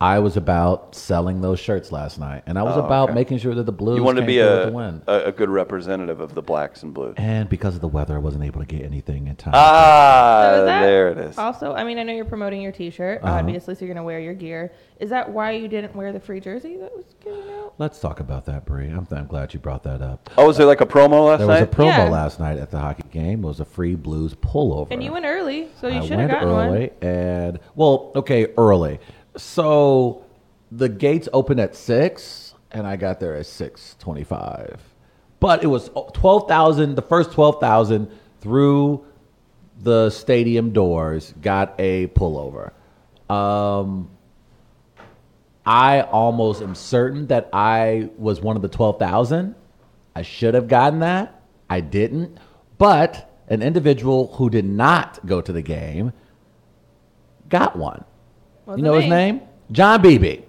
[SPEAKER 1] I was about selling those shirts last night, and I was about
[SPEAKER 2] Oh, okay.
[SPEAKER 1] making sure that the Blues
[SPEAKER 2] You wanted to
[SPEAKER 1] came
[SPEAKER 2] be
[SPEAKER 1] through with
[SPEAKER 2] a,
[SPEAKER 1] the win.
[SPEAKER 2] a a good representative of the blacks and blues.
[SPEAKER 1] and because of the weather, I wasn't able to get anything in time.
[SPEAKER 2] Ah,
[SPEAKER 3] So is that
[SPEAKER 2] there it is. Uh-huh.
[SPEAKER 3] Also, I mean, I know you're promoting your T-shirt, obviously, so you're gonna wear your gear. Is that why you didn't wear the free jersey that was given out?
[SPEAKER 1] Let's talk about that, Bree. I'm, I'm glad you brought that up.
[SPEAKER 2] Oh, was there like a promo last
[SPEAKER 1] There was a
[SPEAKER 2] night?
[SPEAKER 1] promo
[SPEAKER 3] Yeah.
[SPEAKER 1] last night at the hockey game. It was a free Blues pullover.
[SPEAKER 3] And you went early, so you
[SPEAKER 1] I
[SPEAKER 3] should
[SPEAKER 1] went
[SPEAKER 3] have gotten
[SPEAKER 1] early,
[SPEAKER 3] one.
[SPEAKER 1] and well, okay, early. So the gates opened at six, and I got there at six twenty-five. But it was oh, twelve thousand. The first twelve thousand through the stadium doors got a pullover. Um, I almost am certain that I was one of the 12,000. I should have gotten that. I didn't. But an individual who did not go to the game got one.
[SPEAKER 3] Wasn't
[SPEAKER 1] you know his
[SPEAKER 3] me.
[SPEAKER 1] name? John Beebe,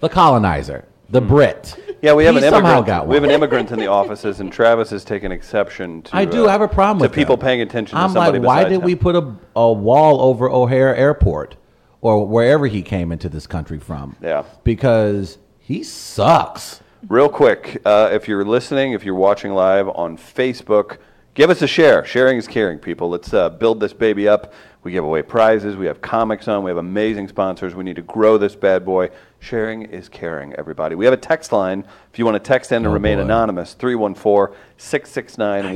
[SPEAKER 1] the colonizer, the Brit.
[SPEAKER 2] Yeah, we have
[SPEAKER 1] he
[SPEAKER 2] an immigrant.
[SPEAKER 1] somehow got one.
[SPEAKER 2] We have an immigrant in the offices, and Travis has taken exception to.
[SPEAKER 1] I do
[SPEAKER 2] uh,
[SPEAKER 1] have a problem
[SPEAKER 2] to
[SPEAKER 1] with
[SPEAKER 2] people
[SPEAKER 1] that.
[SPEAKER 2] paying attention.
[SPEAKER 1] I'm
[SPEAKER 2] to somebody
[SPEAKER 1] like, why
[SPEAKER 2] besides
[SPEAKER 1] did
[SPEAKER 2] him.
[SPEAKER 1] we put a, a wall over O'Hare Airport or wherever he came into this country from?
[SPEAKER 2] Yeah.
[SPEAKER 1] because he sucks.
[SPEAKER 2] Real quick, uh, if you're listening, if you're watching live on Facebook, give us a share. Sharing is caring, people. Let's uh, build this baby up. We give away prizes. We have comics on. We have amazing sponsors. We need to grow this bad boy. Sharing is caring, everybody. We have a text line. If you want to text in and
[SPEAKER 1] Oh,
[SPEAKER 2] remain
[SPEAKER 1] boy.
[SPEAKER 2] anonymous, 314 669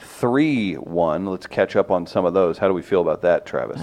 [SPEAKER 2] 1431. Let's catch up on some of those. How do we feel about that, Travis?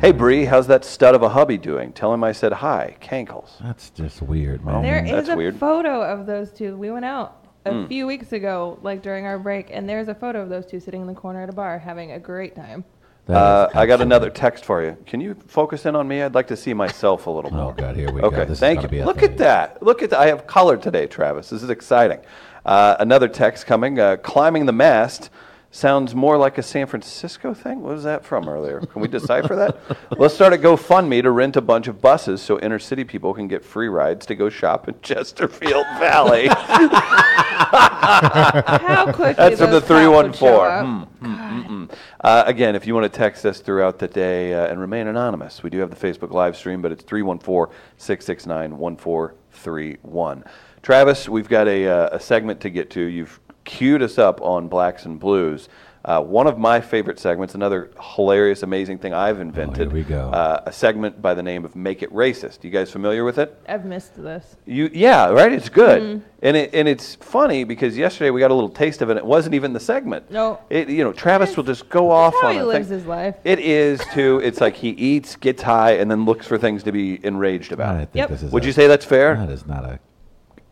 [SPEAKER 2] Hey, Bree, how's that stud of a hubby doing? Tell him I said hi, Cankles.
[SPEAKER 1] That's just weird, man.
[SPEAKER 3] There is
[SPEAKER 2] Mm. That's
[SPEAKER 3] a
[SPEAKER 2] weird. Mm.
[SPEAKER 3] photo of those two. We went out a few weeks ago, like during our break, and there's a photo of those two sitting in the corner at a bar having a great
[SPEAKER 2] [LAUGHS]
[SPEAKER 3] time.
[SPEAKER 1] That is
[SPEAKER 2] Uh, I got
[SPEAKER 1] absolute-
[SPEAKER 2] another text for you. Can you focus in on me? I'd like to see myself a little
[SPEAKER 1] Oh
[SPEAKER 2] more.
[SPEAKER 1] God, here we go.
[SPEAKER 2] Okay,
[SPEAKER 1] This is
[SPEAKER 2] thank
[SPEAKER 1] gonna Be
[SPEAKER 2] you.
[SPEAKER 1] a
[SPEAKER 2] Look
[SPEAKER 1] thing.
[SPEAKER 2] at that. Look at that. I have color today, Travis. This is exciting. Uh, another text coming. Uh, climbing the mast sounds more like a San Francisco thing. What was that from earlier? Can we decipher
[SPEAKER 1] [LAUGHS]
[SPEAKER 2] that? Let's start a GoFundMe to rent a bunch of buses so inner city people can get free rides to go shop in [LAUGHS] Chesterfield Valley.
[SPEAKER 3] How quickly
[SPEAKER 2] That's from the
[SPEAKER 3] those cops would show
[SPEAKER 2] 314.
[SPEAKER 3] up.
[SPEAKER 2] Hmm, hmm, hmm. Uh, again, if you want to text us throughout the day uh, and remain anonymous, we do have the Facebook live stream, but it's 314 669 1431. Travis, we've got a, uh, a segment to get to. You've queued us up on Blacks and Blues. Uh, one of my favorite segments, another hilarious, amazing thing I've invented.
[SPEAKER 1] Oh, we go.
[SPEAKER 2] Uh, a segment by the name of Make It Racist. You guys familiar with it?
[SPEAKER 3] I've missed this.
[SPEAKER 2] You yeah, right. It's good,
[SPEAKER 3] Mm-hmm.
[SPEAKER 2] and it, and it's funny because yesterday we got a little taste of it. and It wasn't even the segment.
[SPEAKER 3] No.
[SPEAKER 2] it you know Travis will just go off
[SPEAKER 3] how
[SPEAKER 2] on
[SPEAKER 3] he
[SPEAKER 2] a
[SPEAKER 3] lives
[SPEAKER 2] thing.
[SPEAKER 3] his life.
[SPEAKER 2] It is too. It's like he eats, gets high, and then looks for things to be enraged
[SPEAKER 1] I
[SPEAKER 2] about.
[SPEAKER 1] think
[SPEAKER 3] Yep.
[SPEAKER 1] this is
[SPEAKER 2] Would
[SPEAKER 1] a-
[SPEAKER 2] you say that's fair?
[SPEAKER 1] That is not a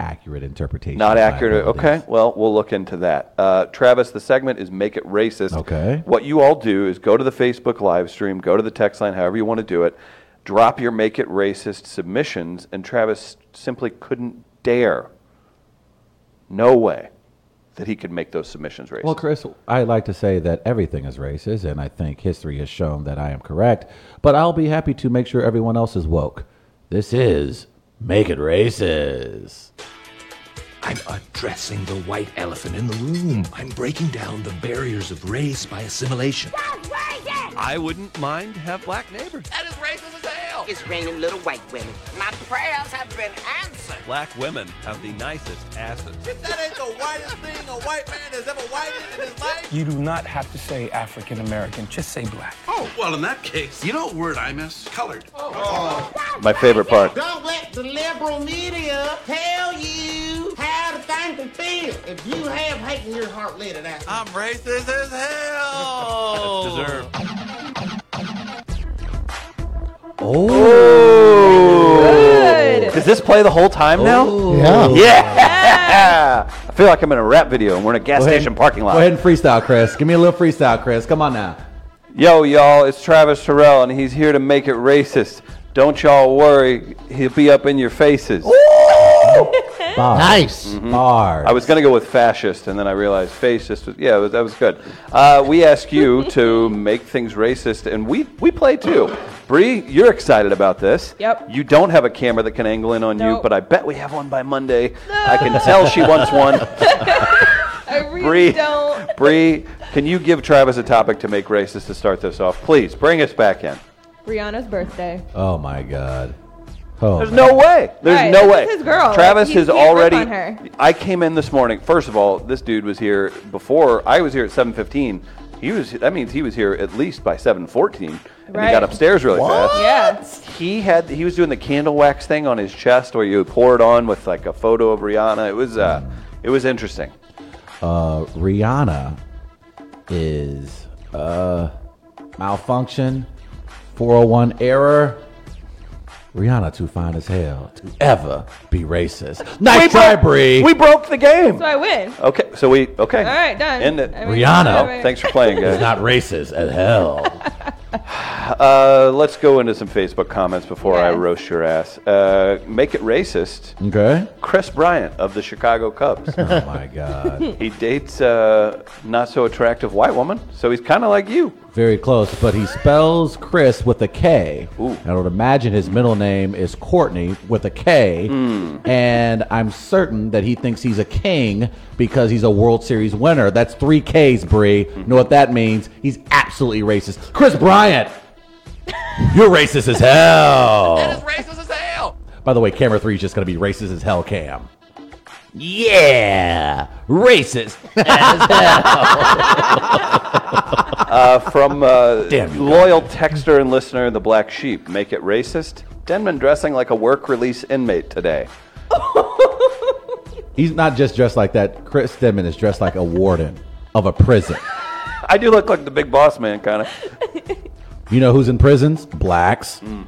[SPEAKER 1] accurate interpretation.
[SPEAKER 2] Not
[SPEAKER 1] of
[SPEAKER 2] accurate.
[SPEAKER 1] liabilities.
[SPEAKER 2] Okay. Well, we'll look into that. Uh, Travis, the segment is Make It Racist.
[SPEAKER 1] Okay.
[SPEAKER 2] What you all do is go to the Facebook live stream, go to the text line, however you want to do it, drop your Make It Racist submissions, and Travis simply couldn't dare, no way, that he could make those submissions racist.
[SPEAKER 1] Well, Chris, I like to say that everything is racist, and I think history has shown that I am correct. But I'll be happy to make sure everyone else is woke. This is make it racist.
[SPEAKER 5] I'm addressing the white elephant in the room. I'm breaking down the barriers of race by assimilation.
[SPEAKER 2] I wouldn't mind have black neighbors.
[SPEAKER 6] That is racist as hell.
[SPEAKER 7] It's raining little white women.
[SPEAKER 6] My prayers have been answered.
[SPEAKER 2] Black women have the nicest asses.
[SPEAKER 6] That ain't the whitest thing a white man has ever whited in his life.
[SPEAKER 8] You do not have to say African American, just say black.
[SPEAKER 9] Oh, well, in that case, you know what word I miss? Colored.
[SPEAKER 2] My favorite part.
[SPEAKER 7] Don't let the liberal media tell you how to think and feel. If you have hate in your heart, let it out.
[SPEAKER 6] I'm racist as hell. That's deserved.
[SPEAKER 3] Good.
[SPEAKER 2] Does this play the whole time now?
[SPEAKER 4] Yeah.
[SPEAKER 2] Yeah! [LAUGHS] I feel like I'm in a rap video and we're in a gas
[SPEAKER 1] Go ahead-
[SPEAKER 2] station parking lot.
[SPEAKER 1] Go ahead and freestyle, Chris. Give me a little freestyle, Chris. Come on now.
[SPEAKER 2] Yo, y'all, it's Travis Terrell, and he's here to make it racist. Don't y'all worry, he'll be up in your faces.
[SPEAKER 1] Bars.
[SPEAKER 4] Nice.
[SPEAKER 1] Bars.
[SPEAKER 2] Mm-hmm. I was gonna go with fascist, and then I realized fascist was yeah, it was, that was good. Uh, we ask you
[SPEAKER 1] [LAUGHS]
[SPEAKER 2] to make things racist, and we we play too. Bree, you're excited about this.
[SPEAKER 3] Yep.
[SPEAKER 2] You don't have a camera that can angle in on you,
[SPEAKER 3] Nope.
[SPEAKER 2] but I bet we have one by Monday. I can tell she wants one.
[SPEAKER 1] [LAUGHS]
[SPEAKER 3] I really
[SPEAKER 2] Bree, [LAUGHS]
[SPEAKER 3] don't.
[SPEAKER 2] Bree, can you give Travis a topic to make racist to start this off, please? Bring us back in.
[SPEAKER 3] Brianna's birthday.
[SPEAKER 1] oh my God. Oh,
[SPEAKER 2] There's
[SPEAKER 1] man.
[SPEAKER 2] no way. There's
[SPEAKER 3] Right,
[SPEAKER 2] no
[SPEAKER 3] this
[SPEAKER 2] way.
[SPEAKER 3] is his girl.
[SPEAKER 2] Travis
[SPEAKER 3] He
[SPEAKER 2] has
[SPEAKER 3] can't rip
[SPEAKER 2] already.
[SPEAKER 3] on her.
[SPEAKER 2] I came in this morning. First of all, this dude was here before I was here at 7:15. He was. That means he was here at least by 7:14, and he
[SPEAKER 3] Right.
[SPEAKER 2] got upstairs really fast.
[SPEAKER 3] Yeah.
[SPEAKER 2] He had. He was doing the candle wax thing on his chest, where you would pour it on with like a photo of Rihanna. It was. Uh, it was interesting.
[SPEAKER 1] Uh, Rihanna is uh, malfunction, 401 error. Rihanna too fine as hell to ever be racist. Nice try,
[SPEAKER 2] broke-
[SPEAKER 1] Bree.
[SPEAKER 2] We broke the game.
[SPEAKER 3] So I win.
[SPEAKER 2] Okay. So we. Okay.
[SPEAKER 3] All right, done.
[SPEAKER 2] End it.
[SPEAKER 3] I mean,
[SPEAKER 1] Rihanna.
[SPEAKER 2] Oh,
[SPEAKER 3] whatever.
[SPEAKER 2] thanks for playing, guys.
[SPEAKER 1] It's not racist as hell.
[SPEAKER 2] Uh, let's go into some Facebook comments before I
[SPEAKER 3] Yes.
[SPEAKER 2] roast your ass. Uh, make it racist.
[SPEAKER 1] Okay.
[SPEAKER 2] Chris Bryant of the
[SPEAKER 1] [LAUGHS]
[SPEAKER 2] Chicago Cubs.
[SPEAKER 1] Oh my God.
[SPEAKER 2] he dates a not so attractive white woman, so he's kind of like you.
[SPEAKER 1] Very close, but he spells Chris with a K.
[SPEAKER 2] Ooh.
[SPEAKER 1] And I would imagine his middle name is Courtney with a K.
[SPEAKER 6] Hmm.
[SPEAKER 1] And I'm certain that he thinks he's a king because he's a World Series winner. That's three Ks, Bree. You know what that means? He's absolutely racist. Chris Bryant, you're racist as
[SPEAKER 6] That is
[SPEAKER 1] hell.
[SPEAKER 6] racist as hell.
[SPEAKER 1] By the way, camera three is just going to be racist as hell, Cam. Yeah, racist.
[SPEAKER 2] Uh, from uh,
[SPEAKER 1] [LAUGHS] Damn you,
[SPEAKER 2] loyal texter and listener, the Black Sheep. Make it racist. Denman dressing like a work release inmate today.
[SPEAKER 1] He's not just dressed like that. Chris Stedman is dressed like a warden of a prison.
[SPEAKER 2] I do look like the big boss man, kind of.
[SPEAKER 1] You know who's in prisons? Blacks.
[SPEAKER 2] Mm.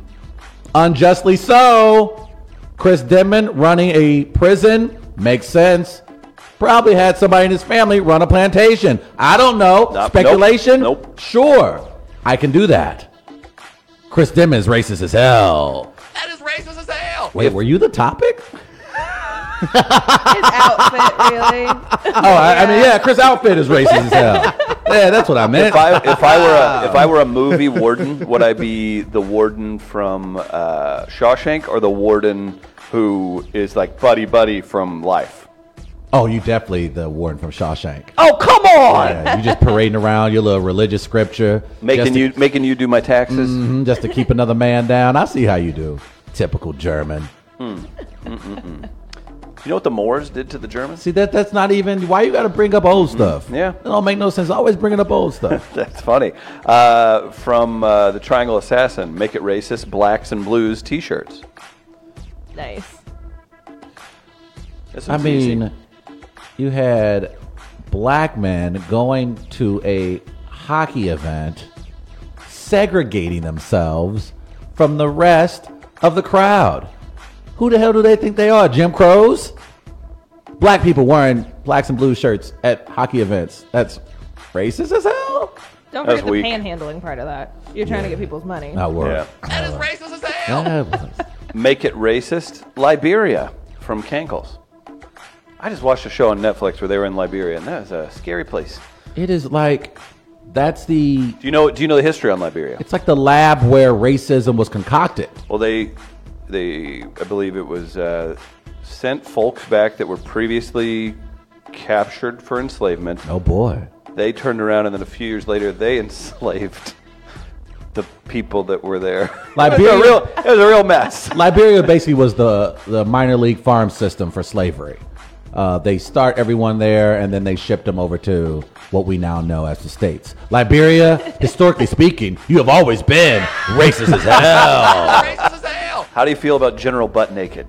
[SPEAKER 1] Unjustly so. Chris Denman running a prison makes sense. Probably had somebody in his family run a plantation. I don't know.
[SPEAKER 2] nope,
[SPEAKER 1] Speculation?
[SPEAKER 2] nope.
[SPEAKER 1] Sure. I can do that. Chris Denman is racist as hell.
[SPEAKER 6] That is racist as hell.
[SPEAKER 1] Wait, were you the
[SPEAKER 2] [LAUGHS]
[SPEAKER 1] topic?
[SPEAKER 3] His outfit, really. [LAUGHS]
[SPEAKER 2] [LAUGHS]
[SPEAKER 1] Oh, I, I mean, yeah, Chris' outfit is racist as hell. Yeah, that's what I meant.
[SPEAKER 2] If I if I were a, if I were a movie warden, would I be the warden from uh, Shawshank or the warden who is like buddy buddy from Life?
[SPEAKER 1] oh, you definitely the warden from Shawshank.
[SPEAKER 2] Oh come on!
[SPEAKER 1] Yeah, you
[SPEAKER 2] [LAUGHS]
[SPEAKER 1] just parading around your little religious scripture,
[SPEAKER 2] Making
[SPEAKER 1] just to,
[SPEAKER 2] you making you do my taxes.
[SPEAKER 1] Mhm, just to keep another man down. I see how you do. Typical German.
[SPEAKER 2] You know what the Moors did to the Germans? [LAUGHS]
[SPEAKER 1] See that that's not even why you got to bring up old stuff.
[SPEAKER 2] yeah.
[SPEAKER 1] it don't make no sense. Always bringing up old stuff.
[SPEAKER 2] That's funny. Uh, from uh, the Triangle Assassin, make it racist, blacks and blues T-shirts.
[SPEAKER 3] Nice.
[SPEAKER 2] This
[SPEAKER 1] I
[SPEAKER 2] is
[SPEAKER 1] mean,
[SPEAKER 2] easy.
[SPEAKER 1] you had black men going to a hockey event, segregating themselves from the rest of the crowd. Who the hell do they think they are? Jim Crows? Black people wearing blacks and blue shirts at hockey events. That's racist as hell.
[SPEAKER 3] Don't
[SPEAKER 2] That's
[SPEAKER 3] forget the
[SPEAKER 2] weak.
[SPEAKER 3] panhandling part of that. You're trying to get people's money.
[SPEAKER 1] Not
[SPEAKER 2] yeah.
[SPEAKER 1] work.
[SPEAKER 6] That is racist as hell.
[SPEAKER 1] Yeah, it was.
[SPEAKER 2] Make It Racist, Liberia from Cankles. I just watched a show on Netflix where they were in Liberia, and that was a scary place.
[SPEAKER 1] it is like that's the
[SPEAKER 2] Do you know? Do you know the history on Liberia?
[SPEAKER 1] It's like the lab where racism was concocted.
[SPEAKER 2] Well, they, they, I believe it was uh, sent folks back that were previously captured for enslavement.
[SPEAKER 1] Oh boy.
[SPEAKER 2] They turned around, and then a few years later, they [LAUGHS] enslaved the people that were there. [LAUGHS] it,
[SPEAKER 1] Liberia-
[SPEAKER 2] was a real, it was a real mess.
[SPEAKER 1] Liberia basically was the, the minor league farm system for slavery. Uh, they start everyone there and then they shipped them over to what we now know as the States. Liberia, historically speaking, you have always been racist as hell.
[SPEAKER 6] Racist as hell.
[SPEAKER 2] How do you feel about General Butt Naked?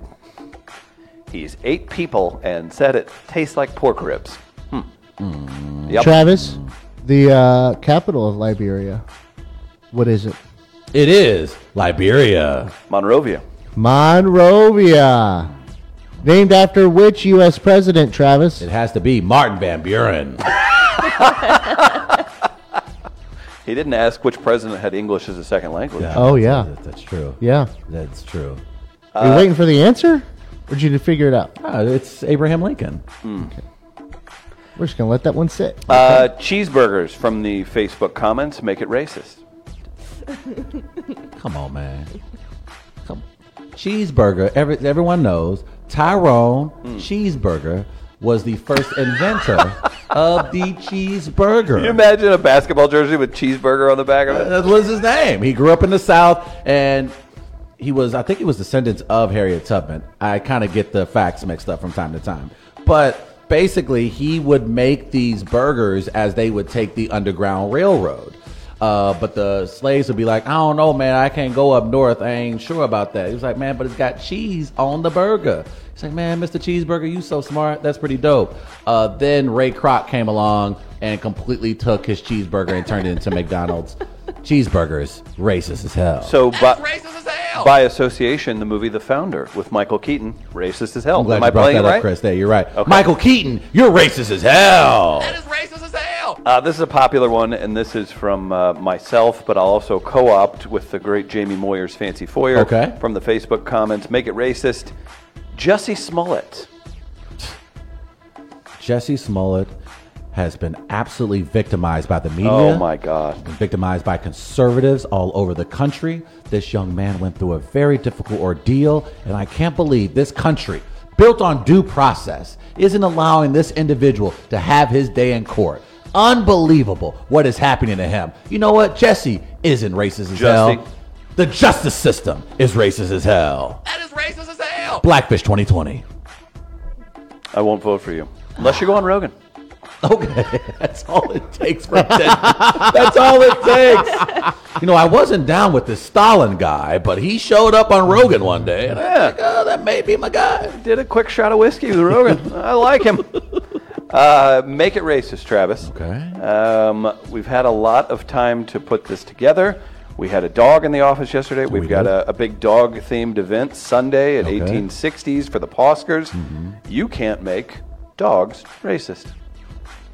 [SPEAKER 2] He's ate people and said it tastes like pork ribs. Hmm. Yep.
[SPEAKER 4] Travis, the uh, capital of Liberia. What is it?
[SPEAKER 1] It is Liberia.
[SPEAKER 2] Monrovia.
[SPEAKER 4] Monrovia. Named after which U.S. president, Travis?
[SPEAKER 1] It has to be Martin Van Buren.
[SPEAKER 2] He didn't ask which president had English as a second language.
[SPEAKER 4] Oh, yeah.
[SPEAKER 1] That- that's true.
[SPEAKER 4] Yeah.
[SPEAKER 1] That's true.
[SPEAKER 4] Are you waiting for the answer? Or did you figure it out?
[SPEAKER 1] Ah, it's Abraham Lincoln.
[SPEAKER 4] We're just going to let that one sit.
[SPEAKER 2] Uh, cheeseburgers from the Facebook comments make it racist.
[SPEAKER 1] Come on, man. Come. Cheeseburger. Every, everyone knows Tyrone Cheeseburger was the first inventor of the cheeseburger.
[SPEAKER 2] Can you imagine a basketball jersey with cheeseburger on the back of it?
[SPEAKER 1] that was his name. He grew up in the South, and he was, I think, he was descendants of Harriet Tubman. I kind of get the facts mixed up from time to time, but basically, he would make these burgers as they would take the Underground Railroad. Uh, but the slaves would be like, I don't know, man. I can't go up north. I ain't sure about that. He was like, man, but it's got cheese on the burger. He's like, man, Mr. Cheeseburger, you so smart. That's pretty dope. Uh, then Ray Kroc came along and completely took his cheeseburger and turned it into [LAUGHS] McDonald's cheeseburgers. Racist as hell.
[SPEAKER 2] So,
[SPEAKER 6] That's
[SPEAKER 2] by,
[SPEAKER 6] racist as hell.
[SPEAKER 2] by association, the movie The Founder with Michael Keaton, racist as hell.
[SPEAKER 1] I'm glad
[SPEAKER 2] Am
[SPEAKER 1] you
[SPEAKER 2] I
[SPEAKER 1] brought
[SPEAKER 2] playing
[SPEAKER 1] that
[SPEAKER 2] it
[SPEAKER 1] up,
[SPEAKER 2] right?
[SPEAKER 1] Chris. Yeah, you're right.
[SPEAKER 2] Okay.
[SPEAKER 1] Michael Keaton, you're racist as hell.
[SPEAKER 6] That is racist as hell.
[SPEAKER 2] Uh, this is a popular one, and this is from uh, myself, but I'll also co opt with the great Jamie Moyer's Fancy Foyer
[SPEAKER 1] Okay.
[SPEAKER 2] from the Facebook comments. Make it racist. Jussie Smollett.
[SPEAKER 1] Jesse Smollett has been absolutely victimized by the media.
[SPEAKER 2] Oh, my God.
[SPEAKER 1] victimized by conservatives all over the country. This young man went through a very difficult ordeal, and I can't believe this country, built on due process, isn't allowing this individual to have his day in court. Unbelievable what is happening to him. You know what? Jesse isn't racist as
[SPEAKER 2] Jesse.
[SPEAKER 1] hell. The justice system is racist as hell.
[SPEAKER 6] That is racist as hell.
[SPEAKER 1] Blackfish 2020.
[SPEAKER 2] I won't vote for you. Unless you go on Rogan.
[SPEAKER 1] [LAUGHS] Okay, that's all it takes for Ted. that's all it takes. You know, I wasn't down with this Stalin guy, but he showed up on Rogan one day, and I was like, oh, that may be my guy.
[SPEAKER 2] Did a quick shot of whiskey with [LAUGHS] Rogan. I like him. Uh, make it racist, Travis.
[SPEAKER 1] Okay.
[SPEAKER 2] Um, we've had a lot of time to put this together. We had a dog in the office yesterday. We've got
[SPEAKER 1] did.
[SPEAKER 2] a, a big dog themed event Sunday at
[SPEAKER 1] Okay. Mm-hmm.
[SPEAKER 2] 1860s for the Poskers. You can't make dogs racist.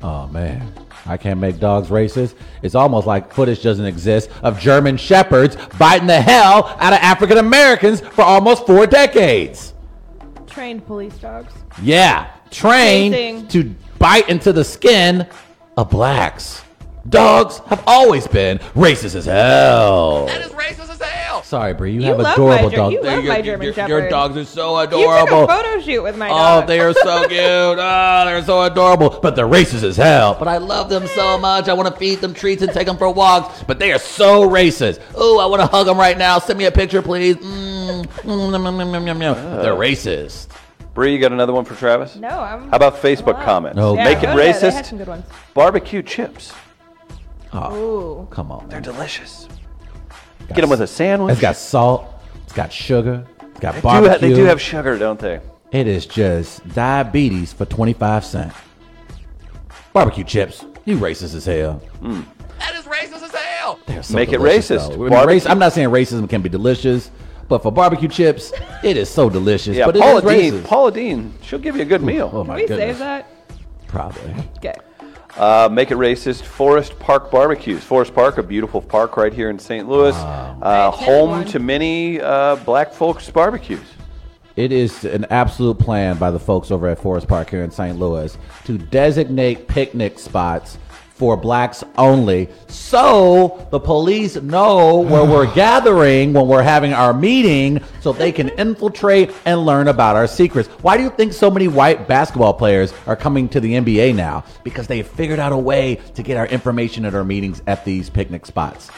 [SPEAKER 1] Oh man, I can't make dogs racist. It's almost like footage doesn't exist of German shepherds biting the hell out of African Americans for almost four decades.
[SPEAKER 3] Trained police dogs.
[SPEAKER 1] Yeah, trained
[SPEAKER 3] Amazing.
[SPEAKER 1] to bite into the skin of blacks. Dogs have always been racist as hell.
[SPEAKER 5] That is racist as hell.
[SPEAKER 1] Sorry, Brie. You,
[SPEAKER 3] You
[SPEAKER 1] have
[SPEAKER 3] love my
[SPEAKER 1] adorable
[SPEAKER 3] Ger-
[SPEAKER 1] dogs.
[SPEAKER 3] you
[SPEAKER 1] There
[SPEAKER 3] love
[SPEAKER 1] go.
[SPEAKER 3] my
[SPEAKER 1] Your-
[SPEAKER 3] German
[SPEAKER 1] your, Your
[SPEAKER 3] Shepherd.
[SPEAKER 1] dogs are so
[SPEAKER 3] You took a
[SPEAKER 1] adorable.
[SPEAKER 3] photo shoot with my
[SPEAKER 1] Oh,
[SPEAKER 3] dog.
[SPEAKER 1] they are so cute.
[SPEAKER 3] [LAUGHS]
[SPEAKER 1] Oh, they're so adorable. But they're racist as hell. But I love them so much. I want to feed them treats and take them for walks. But they are so racist. Oh, I want to hug them right now. Send me a picture, please. Mm. Mm, nom, nom, nom, nom, nom, nom. They're racist.
[SPEAKER 2] Bree, you got another one for Travis?
[SPEAKER 3] No, I'm.
[SPEAKER 2] How about Facebook
[SPEAKER 3] I'm-
[SPEAKER 2] comments?
[SPEAKER 1] No.
[SPEAKER 3] Yeah,
[SPEAKER 2] Make it
[SPEAKER 3] oh, yeah, They had
[SPEAKER 2] racist.
[SPEAKER 3] some good ones.
[SPEAKER 2] Barbecue chips.
[SPEAKER 1] Oh,
[SPEAKER 3] Ooh.
[SPEAKER 1] come on, man.
[SPEAKER 2] Delicious. Get them with a sandwich.
[SPEAKER 1] It's got salt. It's got sugar. It's got
[SPEAKER 2] They do, have,
[SPEAKER 1] barbecue.
[SPEAKER 2] they do have sugar, don't they?
[SPEAKER 1] It is just diabetes for 25 cents. Barbecue chips. You racist as hell.
[SPEAKER 5] That is racist as hell.
[SPEAKER 1] They're so
[SPEAKER 2] Mm. Make it
[SPEAKER 1] delicious,
[SPEAKER 2] racist.
[SPEAKER 1] though. I mean,
[SPEAKER 2] Barbecue-
[SPEAKER 1] race- I'm not saying racism can be delicious, but for barbecue chips, it is so delicious.
[SPEAKER 2] Yeah,
[SPEAKER 1] but it
[SPEAKER 2] Paula
[SPEAKER 1] is
[SPEAKER 2] Dean.
[SPEAKER 1] racist.
[SPEAKER 2] Paula Dean. She'll give you a good meal.
[SPEAKER 1] oh
[SPEAKER 3] Can
[SPEAKER 1] my
[SPEAKER 3] we
[SPEAKER 1] goodness.
[SPEAKER 3] save that?
[SPEAKER 1] Probably.
[SPEAKER 3] Okay.
[SPEAKER 2] Uh, make it racist. Forest Park barbecues. Forest Park, a beautiful park right here in St. Louis, uh,
[SPEAKER 3] Nice, there's
[SPEAKER 2] home
[SPEAKER 3] one.
[SPEAKER 2] to many uh, black folks' barbecues.
[SPEAKER 1] It is an absolute plan by the folks over at Forest Park here in St. Louis to designate picnic spots for blacks only so the police know where we're gathering when we're having our meeting so they can infiltrate and learn about our secrets. Why do you think so many white basketball players are coming to the NBA now? Because they figured out a way to get our information at our meetings at these picnic spots.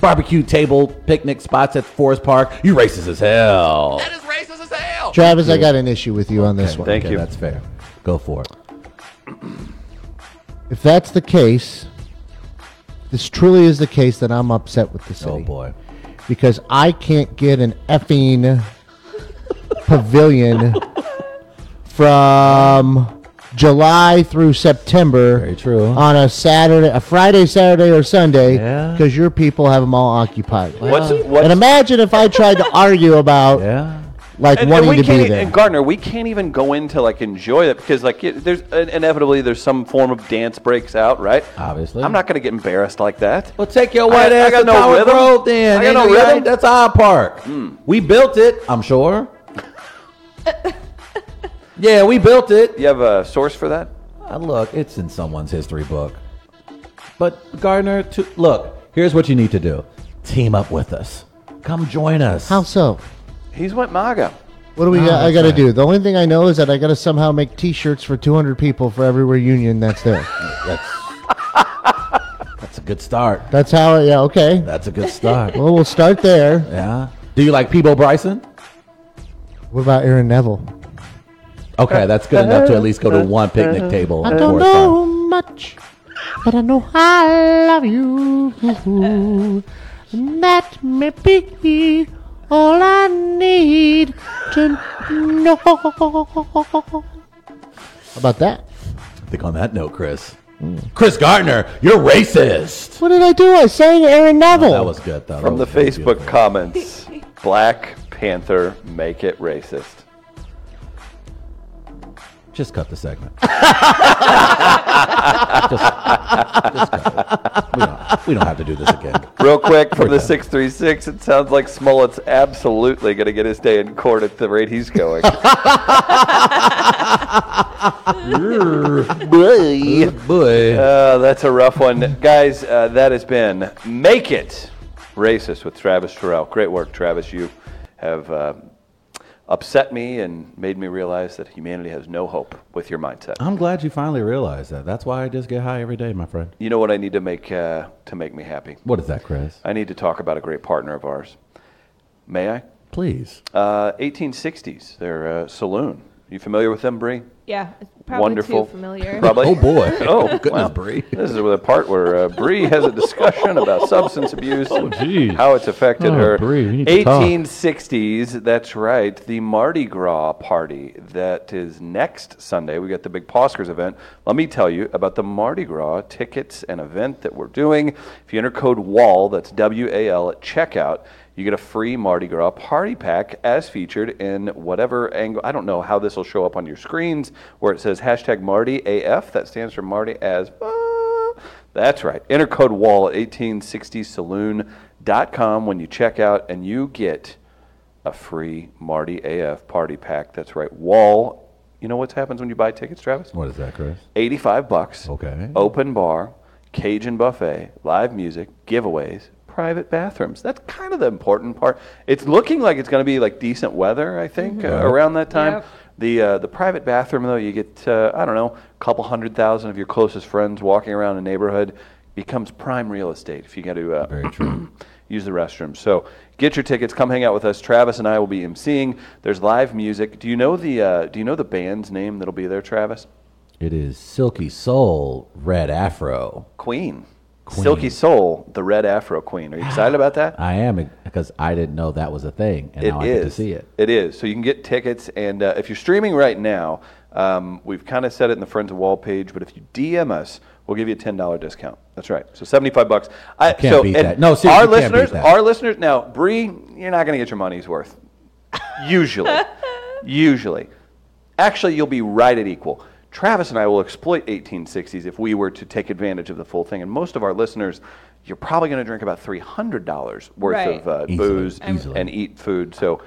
[SPEAKER 1] Barbecue table picnic spots at Forest Park. You racist as hell.
[SPEAKER 5] That is racist as hell.
[SPEAKER 4] Travis, I got an issue with you on this one.
[SPEAKER 2] Thank
[SPEAKER 1] Okay,
[SPEAKER 2] you.
[SPEAKER 1] That's fair. Go for it.
[SPEAKER 4] If that's the case, this truly is the case, then I'm upset with the city.
[SPEAKER 1] Oh boy.
[SPEAKER 4] Because I can't get an effing pavilion from July through September.
[SPEAKER 1] Very true.
[SPEAKER 4] On a Saturday, a Friday, Saturday, or Sunday,
[SPEAKER 1] Yeah.
[SPEAKER 4] because your people have them all occupied.
[SPEAKER 2] What's,
[SPEAKER 4] and
[SPEAKER 2] what's,
[SPEAKER 4] imagine if I tried to argue about
[SPEAKER 1] Yeah.
[SPEAKER 4] like
[SPEAKER 2] and, and
[SPEAKER 4] wanting
[SPEAKER 2] we
[SPEAKER 4] to be
[SPEAKER 2] can't, e-,
[SPEAKER 4] there.
[SPEAKER 2] and Gardner, we can't even go in to like enjoy that because like it, there's uh, inevitably there's some form of dance breaks out, right?
[SPEAKER 1] Obviously.
[SPEAKER 2] I'm not going to get embarrassed like that.
[SPEAKER 1] Well, take your
[SPEAKER 2] I
[SPEAKER 1] white
[SPEAKER 2] got- I
[SPEAKER 1] ass
[SPEAKER 2] got
[SPEAKER 1] to
[SPEAKER 2] no
[SPEAKER 1] Tower
[SPEAKER 2] rhythm.
[SPEAKER 1] Grove then.
[SPEAKER 2] I got
[SPEAKER 1] Ain't
[SPEAKER 2] no
[SPEAKER 1] no-
[SPEAKER 2] rhythm. Hmm.
[SPEAKER 1] ain't- That's our park. We built it, I'm
[SPEAKER 2] [LAUGHS]
[SPEAKER 1] sure. yeah, we built it.
[SPEAKER 2] You have a source for that?
[SPEAKER 1] Uh, look, it's in someone's history book. But Gardner, to, look, here's what you need to do. Team up with us. Come join us.
[SPEAKER 4] How so?
[SPEAKER 2] He's went MAGA.
[SPEAKER 4] What do we? got, I
[SPEAKER 1] that's
[SPEAKER 4] got to
[SPEAKER 1] right.
[SPEAKER 4] do. The only thing I know is that I got to somehow make T-shirts for 200 people for every reunion that's there.
[SPEAKER 1] That's, that's a good start.
[SPEAKER 4] that's how. Yeah. Okay.
[SPEAKER 1] That's a good start. [LAUGHS]
[SPEAKER 4] Well, we'll start there.
[SPEAKER 1] yeah. Do you like Peebo Bryson?
[SPEAKER 4] What about Aaron Neville?
[SPEAKER 1] Okay, that's good enough to at least go
[SPEAKER 2] [LAUGHS]
[SPEAKER 1] to one picnic table.
[SPEAKER 4] I
[SPEAKER 1] at
[SPEAKER 4] don't
[SPEAKER 1] Forest Farm.
[SPEAKER 4] know much, but I know I love you. And that may be all I need to know. How about that?
[SPEAKER 1] I think on that note, Chris. Chris Gardner, you're racist.
[SPEAKER 4] What did I do? I sang Aaron Neville.
[SPEAKER 1] Oh, That was good, though.
[SPEAKER 2] Oh. From the
[SPEAKER 1] That was really
[SPEAKER 2] Facebook
[SPEAKER 1] beautiful.
[SPEAKER 2] comments, Black Panther make it racist.
[SPEAKER 1] Just cut the
[SPEAKER 2] [LAUGHS]
[SPEAKER 1] segment. just, just cut it. We don't, we don't have to do this
[SPEAKER 2] [LAUGHS]
[SPEAKER 1] again.
[SPEAKER 2] Real quick from the 636, it sounds like Smollett's absolutely going to get his day in court at the rate he's going.
[SPEAKER 1] Yeah, boy.
[SPEAKER 2] Uh, that's a rough one. Guys, uh, that has been Make It Racist with Travis Terrell. Great work, Travis. You have uh, upset me and made me realize that humanity has no hope with your mindset.
[SPEAKER 1] I'm glad you finally realized that. That's why I just get high every day, my friend.
[SPEAKER 2] You know what I need to make uh, to make me happy?
[SPEAKER 1] What is that, Chris?
[SPEAKER 2] I need to talk about a great partner of ours. May I?
[SPEAKER 1] Please.
[SPEAKER 2] Uh, 1860s, their uh, saloon. You familiar with them, Bree?
[SPEAKER 3] Yeah. It's probably
[SPEAKER 2] Wonderful.
[SPEAKER 3] too
[SPEAKER 2] [LAUGHS]
[SPEAKER 3] familiar.
[SPEAKER 2] Probably.
[SPEAKER 1] Oh, boy.
[SPEAKER 2] Oh,
[SPEAKER 1] Goodness,
[SPEAKER 2] wow.
[SPEAKER 1] Bree.
[SPEAKER 2] This is the part where uh, Bree has a discussion about substance abuse and how it's affected
[SPEAKER 1] Oh,
[SPEAKER 2] her.
[SPEAKER 1] Bree, we need to talk.
[SPEAKER 2] 1860s, that's right. The Mardi Gras party that is next Sunday. We got the big Poskers event. Let me tell you about the Mardi Gras tickets and event that we're doing. If you enter code WAL, that's W A L, at checkout, you get a free Mardi Gras party pack as featured in whatever angle. I don't know how this will show up on your screens where it says hashtag Marty AF. That stands for Marty as. uh, That's right. Enter code WALL at 1860saloon.com when you check out, and you get a free Marty AF party pack. That's right. WALL. You know what happens when you buy tickets, Travis?
[SPEAKER 1] What is that, Chris?
[SPEAKER 2] 85 bucks.
[SPEAKER 1] Okay.
[SPEAKER 2] Open bar. Cajun buffet, live music, giveaways, private bathrooms. That's kind of the important part. It's looking like it's going to be like decent weather, I think, uh,
[SPEAKER 1] Mm-hmm.
[SPEAKER 2] around that time.
[SPEAKER 3] Yep.
[SPEAKER 2] The uh, the private bathroom though, you get uh, I don't know, a couple hundred thousand of your closest friends walking around a neighborhood becomes prime real estate if you got to uh,
[SPEAKER 1] Very true.
[SPEAKER 2] [CLEARS THROAT] use the restroom. So get your tickets. Come hang out with us. Travis and I will be emceeing. There's live music. Do you know the uh, Do you know the band's name that'll be there, Travis?
[SPEAKER 1] It is Silky Soul Red Afro.
[SPEAKER 2] Queen. Silky Soul, the Red Afro Queen. Are you excited about that?
[SPEAKER 1] I am because I didn't know that was a thing, and
[SPEAKER 2] It is.
[SPEAKER 1] now I get to see it.
[SPEAKER 2] It is. So you can get tickets, and uh, if you're streaming right now, um, we've kind of said it in the Friends of Wall page, but if you DM us, we'll give you a ten dollar discount. That's right. So seventy five bucks. I
[SPEAKER 1] can't
[SPEAKER 2] so,
[SPEAKER 1] beat
[SPEAKER 2] and
[SPEAKER 1] that. No, seriously,
[SPEAKER 2] our
[SPEAKER 1] you can't beat
[SPEAKER 2] listeners,
[SPEAKER 1] that.
[SPEAKER 2] our listeners. Now, Bree, you're not going to get your money's worth. Usually, usually, actually, you'll be right at equal. Travis and I will exploit 1860s if we were to take advantage of the full thing. And most of our listeners, you're probably going to drink about $300 worth
[SPEAKER 3] Right.
[SPEAKER 2] of uh,
[SPEAKER 1] Easily,
[SPEAKER 2] booze
[SPEAKER 1] easily.
[SPEAKER 2] and eat food. So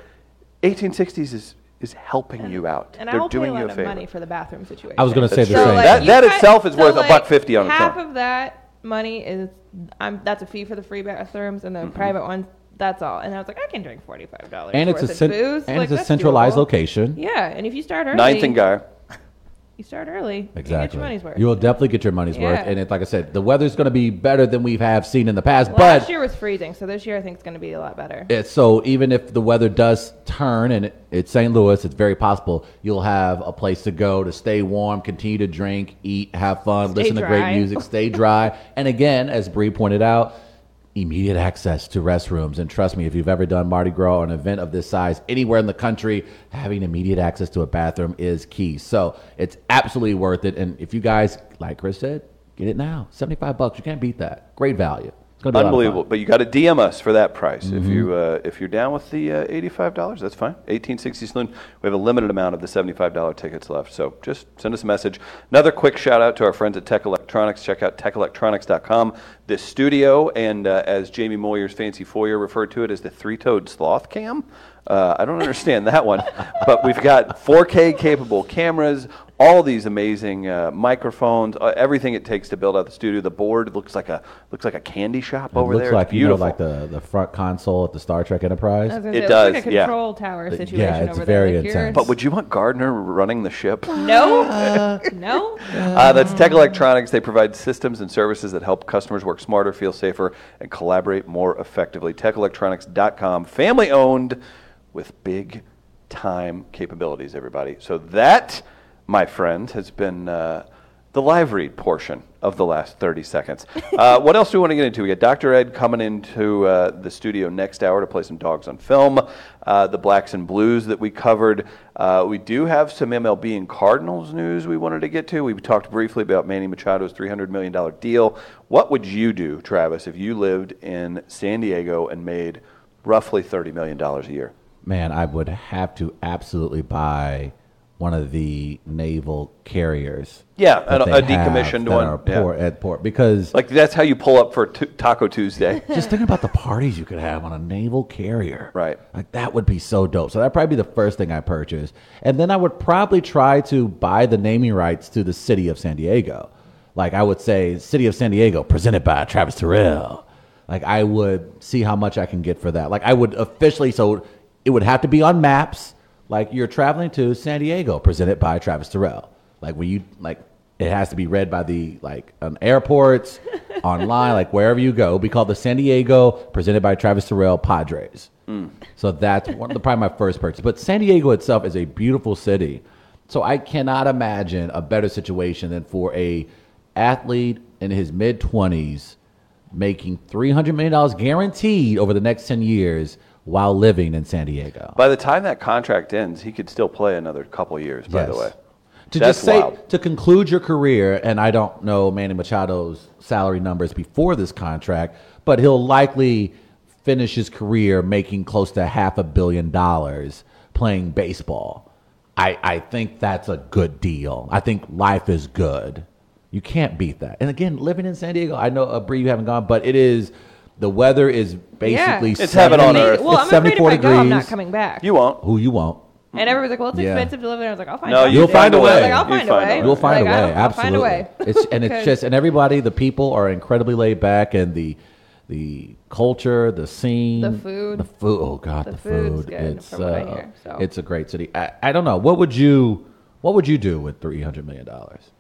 [SPEAKER 2] 1860s is, is helping you out.
[SPEAKER 3] And I
[SPEAKER 2] They're
[SPEAKER 3] will pay
[SPEAKER 2] doing
[SPEAKER 3] a
[SPEAKER 2] you
[SPEAKER 3] lot
[SPEAKER 2] a
[SPEAKER 3] of
[SPEAKER 2] favor.
[SPEAKER 3] money for the bathroom situation.
[SPEAKER 1] I was going to say
[SPEAKER 2] That's
[SPEAKER 1] the
[SPEAKER 2] true.
[SPEAKER 1] same.
[SPEAKER 2] That-
[SPEAKER 3] you
[SPEAKER 2] that
[SPEAKER 3] cut-
[SPEAKER 2] itself is worth a buck 50 on its
[SPEAKER 3] half
[SPEAKER 2] own.
[SPEAKER 3] of that money is I'm that's a fee for the free bathrooms and the private ones. That's all. And I was like, I can drink forty five dollars.
[SPEAKER 1] and it's a cen-
[SPEAKER 3] booze.
[SPEAKER 1] and
[SPEAKER 3] Like,
[SPEAKER 1] it's a
[SPEAKER 3] that's
[SPEAKER 1] centralized
[SPEAKER 3] doable.
[SPEAKER 1] location.
[SPEAKER 3] Yeah, and if you start early,
[SPEAKER 2] Ninth and Guy.
[SPEAKER 3] you start early. You get
[SPEAKER 1] Exactly.
[SPEAKER 3] your money's worth.
[SPEAKER 1] You will definitely get your money's worth,
[SPEAKER 3] Yeah.
[SPEAKER 1] and it, like I said, the weather's going to be better than we have seen in the past.
[SPEAKER 3] Well,
[SPEAKER 1] but
[SPEAKER 3] last year was freezing, so this year I think it's going to be a lot better.
[SPEAKER 1] Yeah, so even if the weather does turn and it, it's St. Louis, it's very possible you'll have a place to go to stay warm, continue to drink, eat, have fun,
[SPEAKER 3] Stay
[SPEAKER 1] listen to great
[SPEAKER 3] dry.
[SPEAKER 1] music, stay dry.
[SPEAKER 3] [LAUGHS]
[SPEAKER 1] And again, as Bree pointed out, immediate access to restrooms. And trust me, if you've ever done Mardi Gras or an event of this size anywhere in the country, having immediate access to a bathroom is key. So it's absolutely worth it. And if you guys, like Chris said, get it now. 75 bucks. You can't beat that. Great value. It's gonna be a lot of fun.
[SPEAKER 2] Unbelievable. But you got to DM us for that price. If you uh, if you're down with the uh, eighty-five dollars, that's fine. Eighteen sixty saloon. We have a limited amount of the seventy-five dollar tickets left, so just send us a message. Another quick shout out to our friends at Tech Electronics. Check out techelectronics.com. This studio, and uh, as Jamie Moyer's fancy foyer referred to it, as the three-toed sloth cam. Uh, I don't understand that one, but we've got 4K capable cameras, all these amazing uh, microphones, uh, everything it takes to build out the studio. The board looks like a looks like a candy shop
[SPEAKER 1] It
[SPEAKER 2] over
[SPEAKER 1] looks
[SPEAKER 2] there.
[SPEAKER 1] like
[SPEAKER 2] it's beautiful.
[SPEAKER 1] you know, like the, the front console at the Star Trek Enterprise.
[SPEAKER 3] I was
[SPEAKER 1] It
[SPEAKER 3] gonna say,
[SPEAKER 2] It
[SPEAKER 3] it's like
[SPEAKER 2] does,
[SPEAKER 3] a
[SPEAKER 2] yeah.
[SPEAKER 3] control tower
[SPEAKER 1] yeah,
[SPEAKER 3] situation
[SPEAKER 1] it's
[SPEAKER 3] over
[SPEAKER 1] very
[SPEAKER 3] there.
[SPEAKER 1] intense.
[SPEAKER 2] but would you want Gardner running the ship?
[SPEAKER 3] no,
[SPEAKER 2] [LAUGHS]
[SPEAKER 3] [LAUGHS] no.
[SPEAKER 2] Uh, that's Tech Electronics. They provide systems and services that help customers work smarter, feel safer, and collaborate more effectively. TechElectronics.com, family owned with big time capabilities, everybody. So that, my friend, has been uh, the live read portion of the last 30 seconds. Uh, [LAUGHS] what else do we want to get into? We got Dr. Ed coming into uh, the studio next hour to play some dogs on film, uh, the blacks and blues that we covered. Uh, we do have some MLB and Cardinals news we wanted to get to. We talked briefly about Manny Machado's $300 million deal. What would you do, Travis, if you lived in San Diego and made roughly $30 million a year?
[SPEAKER 1] man, I would have to absolutely buy one of the naval carriers.
[SPEAKER 2] Yeah,
[SPEAKER 1] that
[SPEAKER 2] a-
[SPEAKER 1] they
[SPEAKER 2] a
[SPEAKER 1] have
[SPEAKER 2] decommissioned
[SPEAKER 1] that
[SPEAKER 2] one,
[SPEAKER 1] Are
[SPEAKER 2] yeah.
[SPEAKER 1] port, At port because
[SPEAKER 2] Like, that's how you pull up for t- Taco Tuesday.
[SPEAKER 1] just thinking about the parties you could have on a naval carrier.
[SPEAKER 2] Right.
[SPEAKER 1] Like that would be so dope. So that'd probably be the first thing I purchase. And then I would probably try to buy the naming rights to the city of San Diego. Like I would say, City of San Diego, presented by Travis Terrell. Like I would see how much I can get for that. Like I would officially so it would have to be on maps. Like you're traveling to San Diego, presented by Travis Terrell. Like when you like it has to be read by the like on airports, [LAUGHS] online, like wherever you go, be called the San Diego, presented by Travis Terrell Padres. So that's one of the, probably my first purchase. But San Diego itself is a beautiful city. So I cannot imagine a better situation than for a athlete in his mid 20s making $300 million guaranteed over the next 10 years while living in San Diego.
[SPEAKER 2] By the time that contract ends, he could still play another couple years, by the
[SPEAKER 1] Yes.
[SPEAKER 2] way.
[SPEAKER 1] To
[SPEAKER 2] That's
[SPEAKER 1] just say
[SPEAKER 2] wild.
[SPEAKER 1] to conclude your career, and I don't know Manny Machado's salary numbers before this contract, but he'll likely finish his career making close to half a billion dollars playing baseball. I, I think that's a good deal. I think life is good. You can't beat that. And again, living in San Diego, I know uh, Bree, you haven't gone, but it is the weather is basically
[SPEAKER 3] It's
[SPEAKER 2] heaven on
[SPEAKER 1] 70
[SPEAKER 2] earth.
[SPEAKER 3] Well,
[SPEAKER 1] it's
[SPEAKER 3] I'm afraid if I
[SPEAKER 1] 74
[SPEAKER 3] go, I'm not
[SPEAKER 1] degrees.
[SPEAKER 3] coming back.
[SPEAKER 2] You won't.
[SPEAKER 1] Who you won't?
[SPEAKER 3] And everybody's like, well, it's
[SPEAKER 1] Yeah.
[SPEAKER 3] expensive to live there. I was like, I'll find
[SPEAKER 2] No,
[SPEAKER 3] out.
[SPEAKER 2] you'll
[SPEAKER 3] I was
[SPEAKER 1] find a
[SPEAKER 3] like,
[SPEAKER 1] way.
[SPEAKER 3] I'll
[SPEAKER 2] You'll
[SPEAKER 3] find a
[SPEAKER 2] find a
[SPEAKER 3] way.
[SPEAKER 2] way.
[SPEAKER 1] You'll find a
[SPEAKER 3] Like,
[SPEAKER 1] way.
[SPEAKER 3] I'll, I'll
[SPEAKER 1] absolutely.
[SPEAKER 3] find a way. [LAUGHS]
[SPEAKER 1] it's and it's
[SPEAKER 3] Because-
[SPEAKER 1] just and everybody, the people are incredibly laid back, and the the culture, the scene,
[SPEAKER 3] The food.
[SPEAKER 1] the food. Oh God,
[SPEAKER 3] The
[SPEAKER 1] the,
[SPEAKER 3] food's
[SPEAKER 1] food.
[SPEAKER 3] good,
[SPEAKER 1] it's
[SPEAKER 3] from what I
[SPEAKER 1] uh,
[SPEAKER 3] hear, so.
[SPEAKER 1] it's a great city. I, I don't know. What would you What would you do with three hundred million dollars?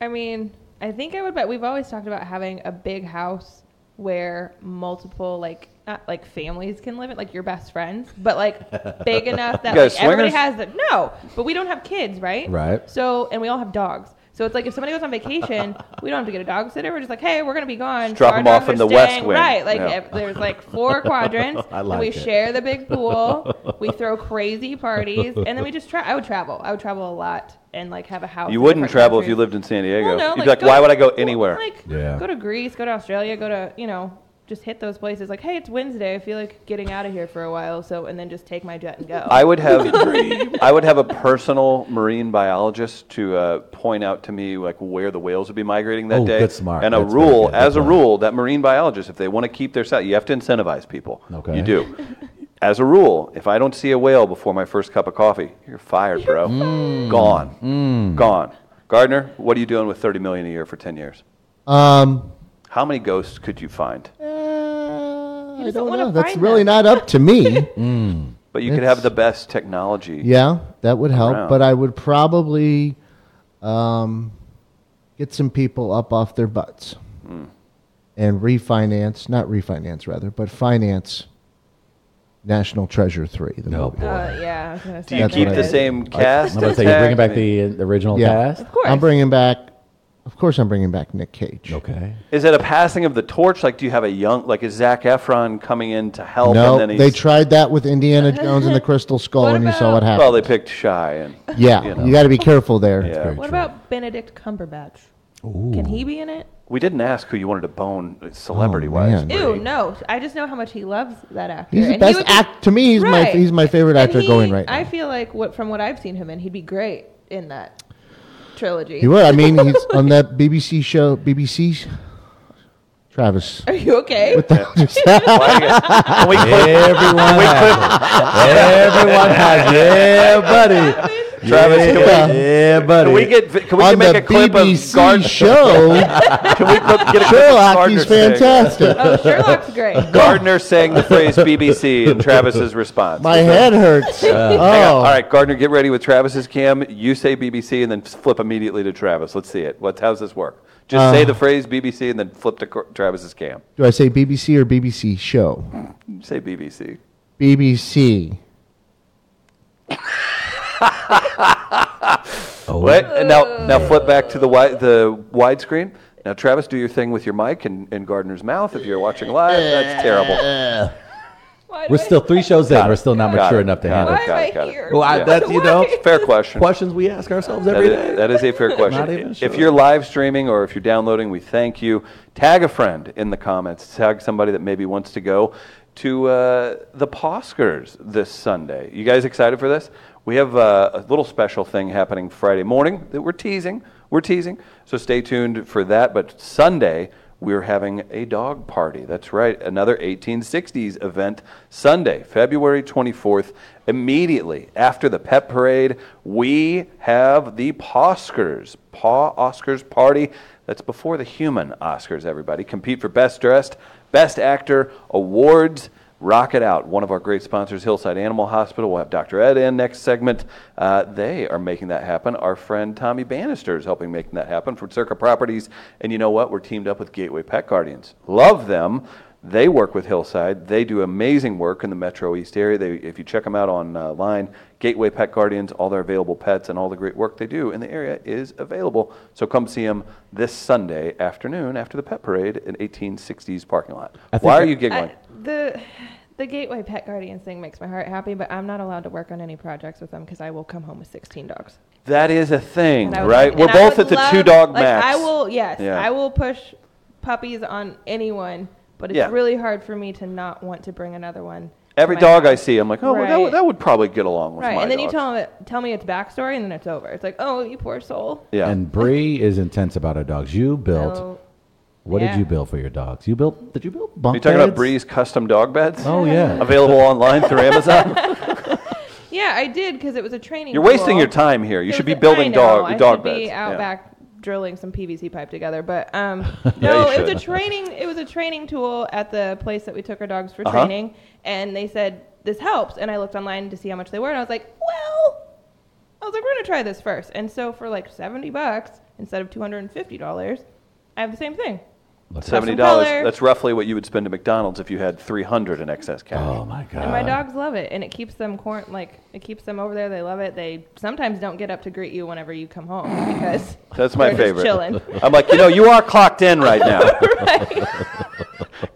[SPEAKER 3] I mean, I think I would bet we've always talked about having a big house where multiple like not like families can live in, like your best friends, but like
[SPEAKER 2] [LAUGHS]
[SPEAKER 3] big enough that
[SPEAKER 2] You guys
[SPEAKER 3] like, everybody
[SPEAKER 2] swingers?
[SPEAKER 3] has them. No, but we don't have kids, right?
[SPEAKER 1] Right.
[SPEAKER 3] So and we all have dogs. So it's like if somebody goes on
[SPEAKER 2] [LAUGHS]
[SPEAKER 3] vacation, we don't have to get a dog sitter. We're just like, hey, we're gonna be gone.
[SPEAKER 2] Just drop
[SPEAKER 3] Our
[SPEAKER 2] 'em off
[SPEAKER 3] dogs
[SPEAKER 2] in
[SPEAKER 3] are
[SPEAKER 2] the west wing.
[SPEAKER 3] Right. Like
[SPEAKER 2] Yeah.
[SPEAKER 3] if there's like
[SPEAKER 2] [LAUGHS]
[SPEAKER 3] four quadrants.
[SPEAKER 1] I
[SPEAKER 3] and
[SPEAKER 1] like
[SPEAKER 3] we
[SPEAKER 1] it.
[SPEAKER 3] share the big pool. we throw crazy parties, and then we just try. I would travel. I would travel a lot and like have a house.
[SPEAKER 2] You
[SPEAKER 3] in
[SPEAKER 2] wouldn't
[SPEAKER 3] different
[SPEAKER 2] travel if
[SPEAKER 3] countries.
[SPEAKER 2] you lived in San Diego.
[SPEAKER 3] Well, Oh, no,
[SPEAKER 2] You'd be like,
[SPEAKER 3] go-
[SPEAKER 2] why would I go
[SPEAKER 3] well,
[SPEAKER 2] anywhere?
[SPEAKER 3] Like,
[SPEAKER 1] Yeah.
[SPEAKER 3] go to Greece, go to Australia, go to you know, just hit those places. Like, hey, it's Wednesday. I feel like getting out of here for a while, so and then just take my jet and go.
[SPEAKER 2] I would have I would have a personal marine biologist to uh, point out to me like where the whales would be migrating that
[SPEAKER 1] Oh,
[SPEAKER 2] day.
[SPEAKER 1] good smart.
[SPEAKER 2] And a
[SPEAKER 1] That's very
[SPEAKER 2] rule,
[SPEAKER 1] good.
[SPEAKER 2] as
[SPEAKER 1] Good
[SPEAKER 2] a
[SPEAKER 1] point.
[SPEAKER 2] rule, that marine biologist, if they want to keep their side, you have to incentivize people.
[SPEAKER 1] Okay.
[SPEAKER 2] You do. As a rule, if I don't see a whale before my first cup of coffee, you're fired, bro.
[SPEAKER 1] Mm.
[SPEAKER 2] Gone. Gone. Gardner, what are you doing with 30 million a year for 10 years?
[SPEAKER 4] Um,
[SPEAKER 2] How many ghosts could you find?
[SPEAKER 4] uh, I
[SPEAKER 3] just
[SPEAKER 4] don't
[SPEAKER 3] wanna
[SPEAKER 4] know. That's
[SPEAKER 3] find
[SPEAKER 4] really
[SPEAKER 3] them.
[SPEAKER 4] not up to me.
[SPEAKER 2] But you could
[SPEAKER 4] It's-
[SPEAKER 2] have the best technology.
[SPEAKER 4] yeah, that would help.
[SPEAKER 2] Around.
[SPEAKER 4] But I would probably um, get some people up off their butts
[SPEAKER 2] Hmm.
[SPEAKER 4] and refinance, not refinance rather, but finance National Treasure 3. The
[SPEAKER 1] No
[SPEAKER 4] movie.
[SPEAKER 1] boy.
[SPEAKER 3] Uh, yeah. I was gonna say
[SPEAKER 2] Do you
[SPEAKER 4] That's
[SPEAKER 2] keep
[SPEAKER 4] what I
[SPEAKER 2] the
[SPEAKER 4] did.
[SPEAKER 2] same cast?
[SPEAKER 1] I'm gonna say you're
[SPEAKER 2] intact?
[SPEAKER 1] bringing
[SPEAKER 2] I
[SPEAKER 1] back
[SPEAKER 2] mean,
[SPEAKER 1] the, the original
[SPEAKER 4] Yeah.
[SPEAKER 1] cast.
[SPEAKER 3] Of course.
[SPEAKER 4] I'm bringing back, of course, I'm bringing back Nick Cage.
[SPEAKER 2] [LAUGHS]
[SPEAKER 1] Okay.
[SPEAKER 2] Is it a passing of the torch? Like, do you have a young, like, is Zach Efron coming in to help?
[SPEAKER 4] No,
[SPEAKER 2] and then he's,
[SPEAKER 4] they tried that with Indiana
[SPEAKER 3] [LAUGHS]
[SPEAKER 4] Jones and the Crystal Skull,
[SPEAKER 3] What
[SPEAKER 4] and you saw
[SPEAKER 3] about-
[SPEAKER 4] what happened.
[SPEAKER 2] Well, they picked Shy, and
[SPEAKER 4] yeah,
[SPEAKER 2] you
[SPEAKER 4] you,
[SPEAKER 2] know.
[SPEAKER 4] got to be careful there.
[SPEAKER 2] yeah,
[SPEAKER 3] What about Benedict Cumberbatch? Can he be in it?
[SPEAKER 2] we didn't ask who you wanted to bone uh, celebrity-wise.
[SPEAKER 4] Oh, man.
[SPEAKER 3] Ew, no. I just know how much he loves that actor.
[SPEAKER 4] He's
[SPEAKER 3] and
[SPEAKER 4] the
[SPEAKER 3] he
[SPEAKER 4] best
[SPEAKER 3] would be-
[SPEAKER 4] act. To me, he's my
[SPEAKER 3] Right.
[SPEAKER 4] he's my favorite
[SPEAKER 3] And
[SPEAKER 4] actor
[SPEAKER 3] he-
[SPEAKER 4] going right now.
[SPEAKER 3] I feel like what from what I've seen him in, he'd be great in that trilogy.
[SPEAKER 4] he would. I mean, he's on that BBC show, BBC. Travis,
[SPEAKER 3] Are you okay?
[SPEAKER 2] Can we clip-
[SPEAKER 1] Everyone has it. Everyone has it. Yeah, buddy.
[SPEAKER 2] [LAUGHS] Travis,
[SPEAKER 1] yeah,
[SPEAKER 2] can
[SPEAKER 1] yeah, buddy.
[SPEAKER 2] Can we get? Can we
[SPEAKER 4] on
[SPEAKER 2] make
[SPEAKER 4] the
[SPEAKER 2] a clip
[SPEAKER 4] BBC
[SPEAKER 2] of Gard?
[SPEAKER 4] show,
[SPEAKER 2] [LAUGHS] Can we clip, get a clip of
[SPEAKER 4] Sherlock,
[SPEAKER 2] Gardner
[SPEAKER 4] he's
[SPEAKER 2] saying-
[SPEAKER 4] fantastic.
[SPEAKER 3] oh, Sherlock's
[SPEAKER 4] [LAUGHS]
[SPEAKER 3] great.
[SPEAKER 2] Gardner saying the phrase BBC and Travis's response. [LAUGHS]
[SPEAKER 4] My head hurts.
[SPEAKER 2] Hang on.
[SPEAKER 4] oh,
[SPEAKER 2] All right, Gardner, get ready with Travis's cam. You say BBC and then flip immediately to Travis. Let's see it. What? How's this work? Just say
[SPEAKER 1] Uh.
[SPEAKER 2] the phrase BBC and then flip to Cor- Travis's cam.
[SPEAKER 4] do I say BBC or BBC show?
[SPEAKER 2] Say BBC.
[SPEAKER 4] BBC.
[SPEAKER 1] Oh,
[SPEAKER 2] Wait, and now now flip back to the wide the widescreen. Now Travis, do your thing with your mic and, and Gardner's mouth if you're watching live. That's terrible.
[SPEAKER 3] [LAUGHS] Why do
[SPEAKER 1] We're
[SPEAKER 3] I-
[SPEAKER 1] still three shows in.
[SPEAKER 2] Got it.
[SPEAKER 1] We're still not
[SPEAKER 2] Got
[SPEAKER 1] mature
[SPEAKER 2] it.
[SPEAKER 1] enough to
[SPEAKER 2] Got
[SPEAKER 1] handle
[SPEAKER 3] Why
[SPEAKER 1] it.
[SPEAKER 3] am I
[SPEAKER 2] Got it.
[SPEAKER 3] here?
[SPEAKER 1] Well, I,
[SPEAKER 2] Yeah.
[SPEAKER 1] that you know,
[SPEAKER 2] Fair question.
[SPEAKER 1] questions we ask ourselves
[SPEAKER 2] That
[SPEAKER 1] every day.
[SPEAKER 2] is, that is a fair
[SPEAKER 1] [LAUGHS]
[SPEAKER 2] question.
[SPEAKER 1] Not even
[SPEAKER 2] If
[SPEAKER 1] sure.
[SPEAKER 2] you're live streaming or if you're downloading, we thank you. Tag a friend in the comments. Tag somebody that maybe wants to go to uh, the Poskers this Sunday. You guys excited for this? We have uh, a little special thing happening Friday morning that we're teasing. We're teasing. So stay tuned for that. But Sunday, we're having a dog party. That's right, another 1860s event Sunday, February 24th. Immediately after the pet parade, we have the Poskers, Paw Oscars party. That's before the human Oscars, everybody. Compete for Best Dressed, Best Actor, Awards. Rock it out. One of our great sponsors, Hillside Animal Hospital. We'll have Dr. Ed in next segment. Uh, they are making that happen. Our friend Tommy Bannister is helping making that happen from Circa Properties. And you know what? We're teamed up with Gateway Pet Guardians. Love them. They work with Hillside. They do amazing work in the Metro East area. They, if you check them out online, Gateway Pet Guardians, all their available pets and all the great work they do in the area is available. So come see them this Sunday afternoon after the pet parade in 1860s parking lot.
[SPEAKER 1] I think
[SPEAKER 2] Why are
[SPEAKER 1] that-
[SPEAKER 2] you giggling?
[SPEAKER 3] I, the the Gateway Pet Guardians thing makes my heart happy, but I'm not allowed to work on any projects with them because I will come home with 16 dogs.
[SPEAKER 2] That is a thing,
[SPEAKER 3] And I would-
[SPEAKER 2] right?
[SPEAKER 3] and
[SPEAKER 2] We're
[SPEAKER 3] I
[SPEAKER 2] both
[SPEAKER 3] would
[SPEAKER 2] at the
[SPEAKER 3] love-
[SPEAKER 2] two dog
[SPEAKER 3] like,
[SPEAKER 2] max.
[SPEAKER 3] I will, yes,
[SPEAKER 2] Yeah.
[SPEAKER 3] I will push puppies on anyone, but it's
[SPEAKER 2] Yeah.
[SPEAKER 3] really hard for me to not want to bring another one. to
[SPEAKER 2] Every
[SPEAKER 3] my
[SPEAKER 2] dog I
[SPEAKER 3] house.
[SPEAKER 2] see, I'm like, oh, well, that, would,
[SPEAKER 3] Right.
[SPEAKER 2] that would probably get along with
[SPEAKER 3] Right,
[SPEAKER 2] my
[SPEAKER 3] and then you
[SPEAKER 2] dogs.
[SPEAKER 3] tell them, tell me its backstory, and then it's over. It's like, oh, you poor soul.
[SPEAKER 2] Yeah.
[SPEAKER 1] And Bree is intense about her dogs. You built.
[SPEAKER 3] So,
[SPEAKER 1] what
[SPEAKER 3] yeah.
[SPEAKER 1] did you build for your dogs? You built. Did you build bunk
[SPEAKER 2] Are you talking about
[SPEAKER 1] beds?
[SPEAKER 2] Bree's custom dog beds?
[SPEAKER 1] Oh yeah.
[SPEAKER 3] [LAUGHS]
[SPEAKER 2] Available online through Amazon?
[SPEAKER 3] Yeah, I did because it was a training.
[SPEAKER 2] You're wasting
[SPEAKER 3] tool.
[SPEAKER 2] your time here. You
[SPEAKER 3] It
[SPEAKER 2] should be
[SPEAKER 3] was-
[SPEAKER 2] building
[SPEAKER 3] I know,
[SPEAKER 2] dog
[SPEAKER 3] I
[SPEAKER 2] dog
[SPEAKER 3] should
[SPEAKER 2] beds.
[SPEAKER 3] be out
[SPEAKER 2] Yeah.
[SPEAKER 3] back drilling some PVC pipe together,
[SPEAKER 2] [LAUGHS]
[SPEAKER 3] but um, no,
[SPEAKER 2] you
[SPEAKER 3] it was
[SPEAKER 2] should.
[SPEAKER 3] a training. It was a training tool at the place that we took our dogs for
[SPEAKER 2] Uh-huh.
[SPEAKER 3] training, and they said this helps. And I looked online to see how much they were, and I was like, well, I was like, we're gonna try this first. And so for like seventy bucks instead of two hundred and fifty dollars, I have the same thing.
[SPEAKER 2] Seventy dollars.
[SPEAKER 3] color.
[SPEAKER 2] That's roughly what you would spend at McDonald's if you had three hundred in excess cash.
[SPEAKER 1] Oh my god.
[SPEAKER 3] And my
[SPEAKER 2] Uh.
[SPEAKER 3] dogs love it, and it keeps them cor- like it keeps them over there. They love it. They sometimes don't get up to greet you whenever you come home because
[SPEAKER 2] That's my
[SPEAKER 3] they're
[SPEAKER 2] favorite. [LAUGHS]
[SPEAKER 3] Just chilling.
[SPEAKER 2] I'm like, you know, you are clocked in right
[SPEAKER 3] [LAUGHS]
[SPEAKER 2] now. [LAUGHS]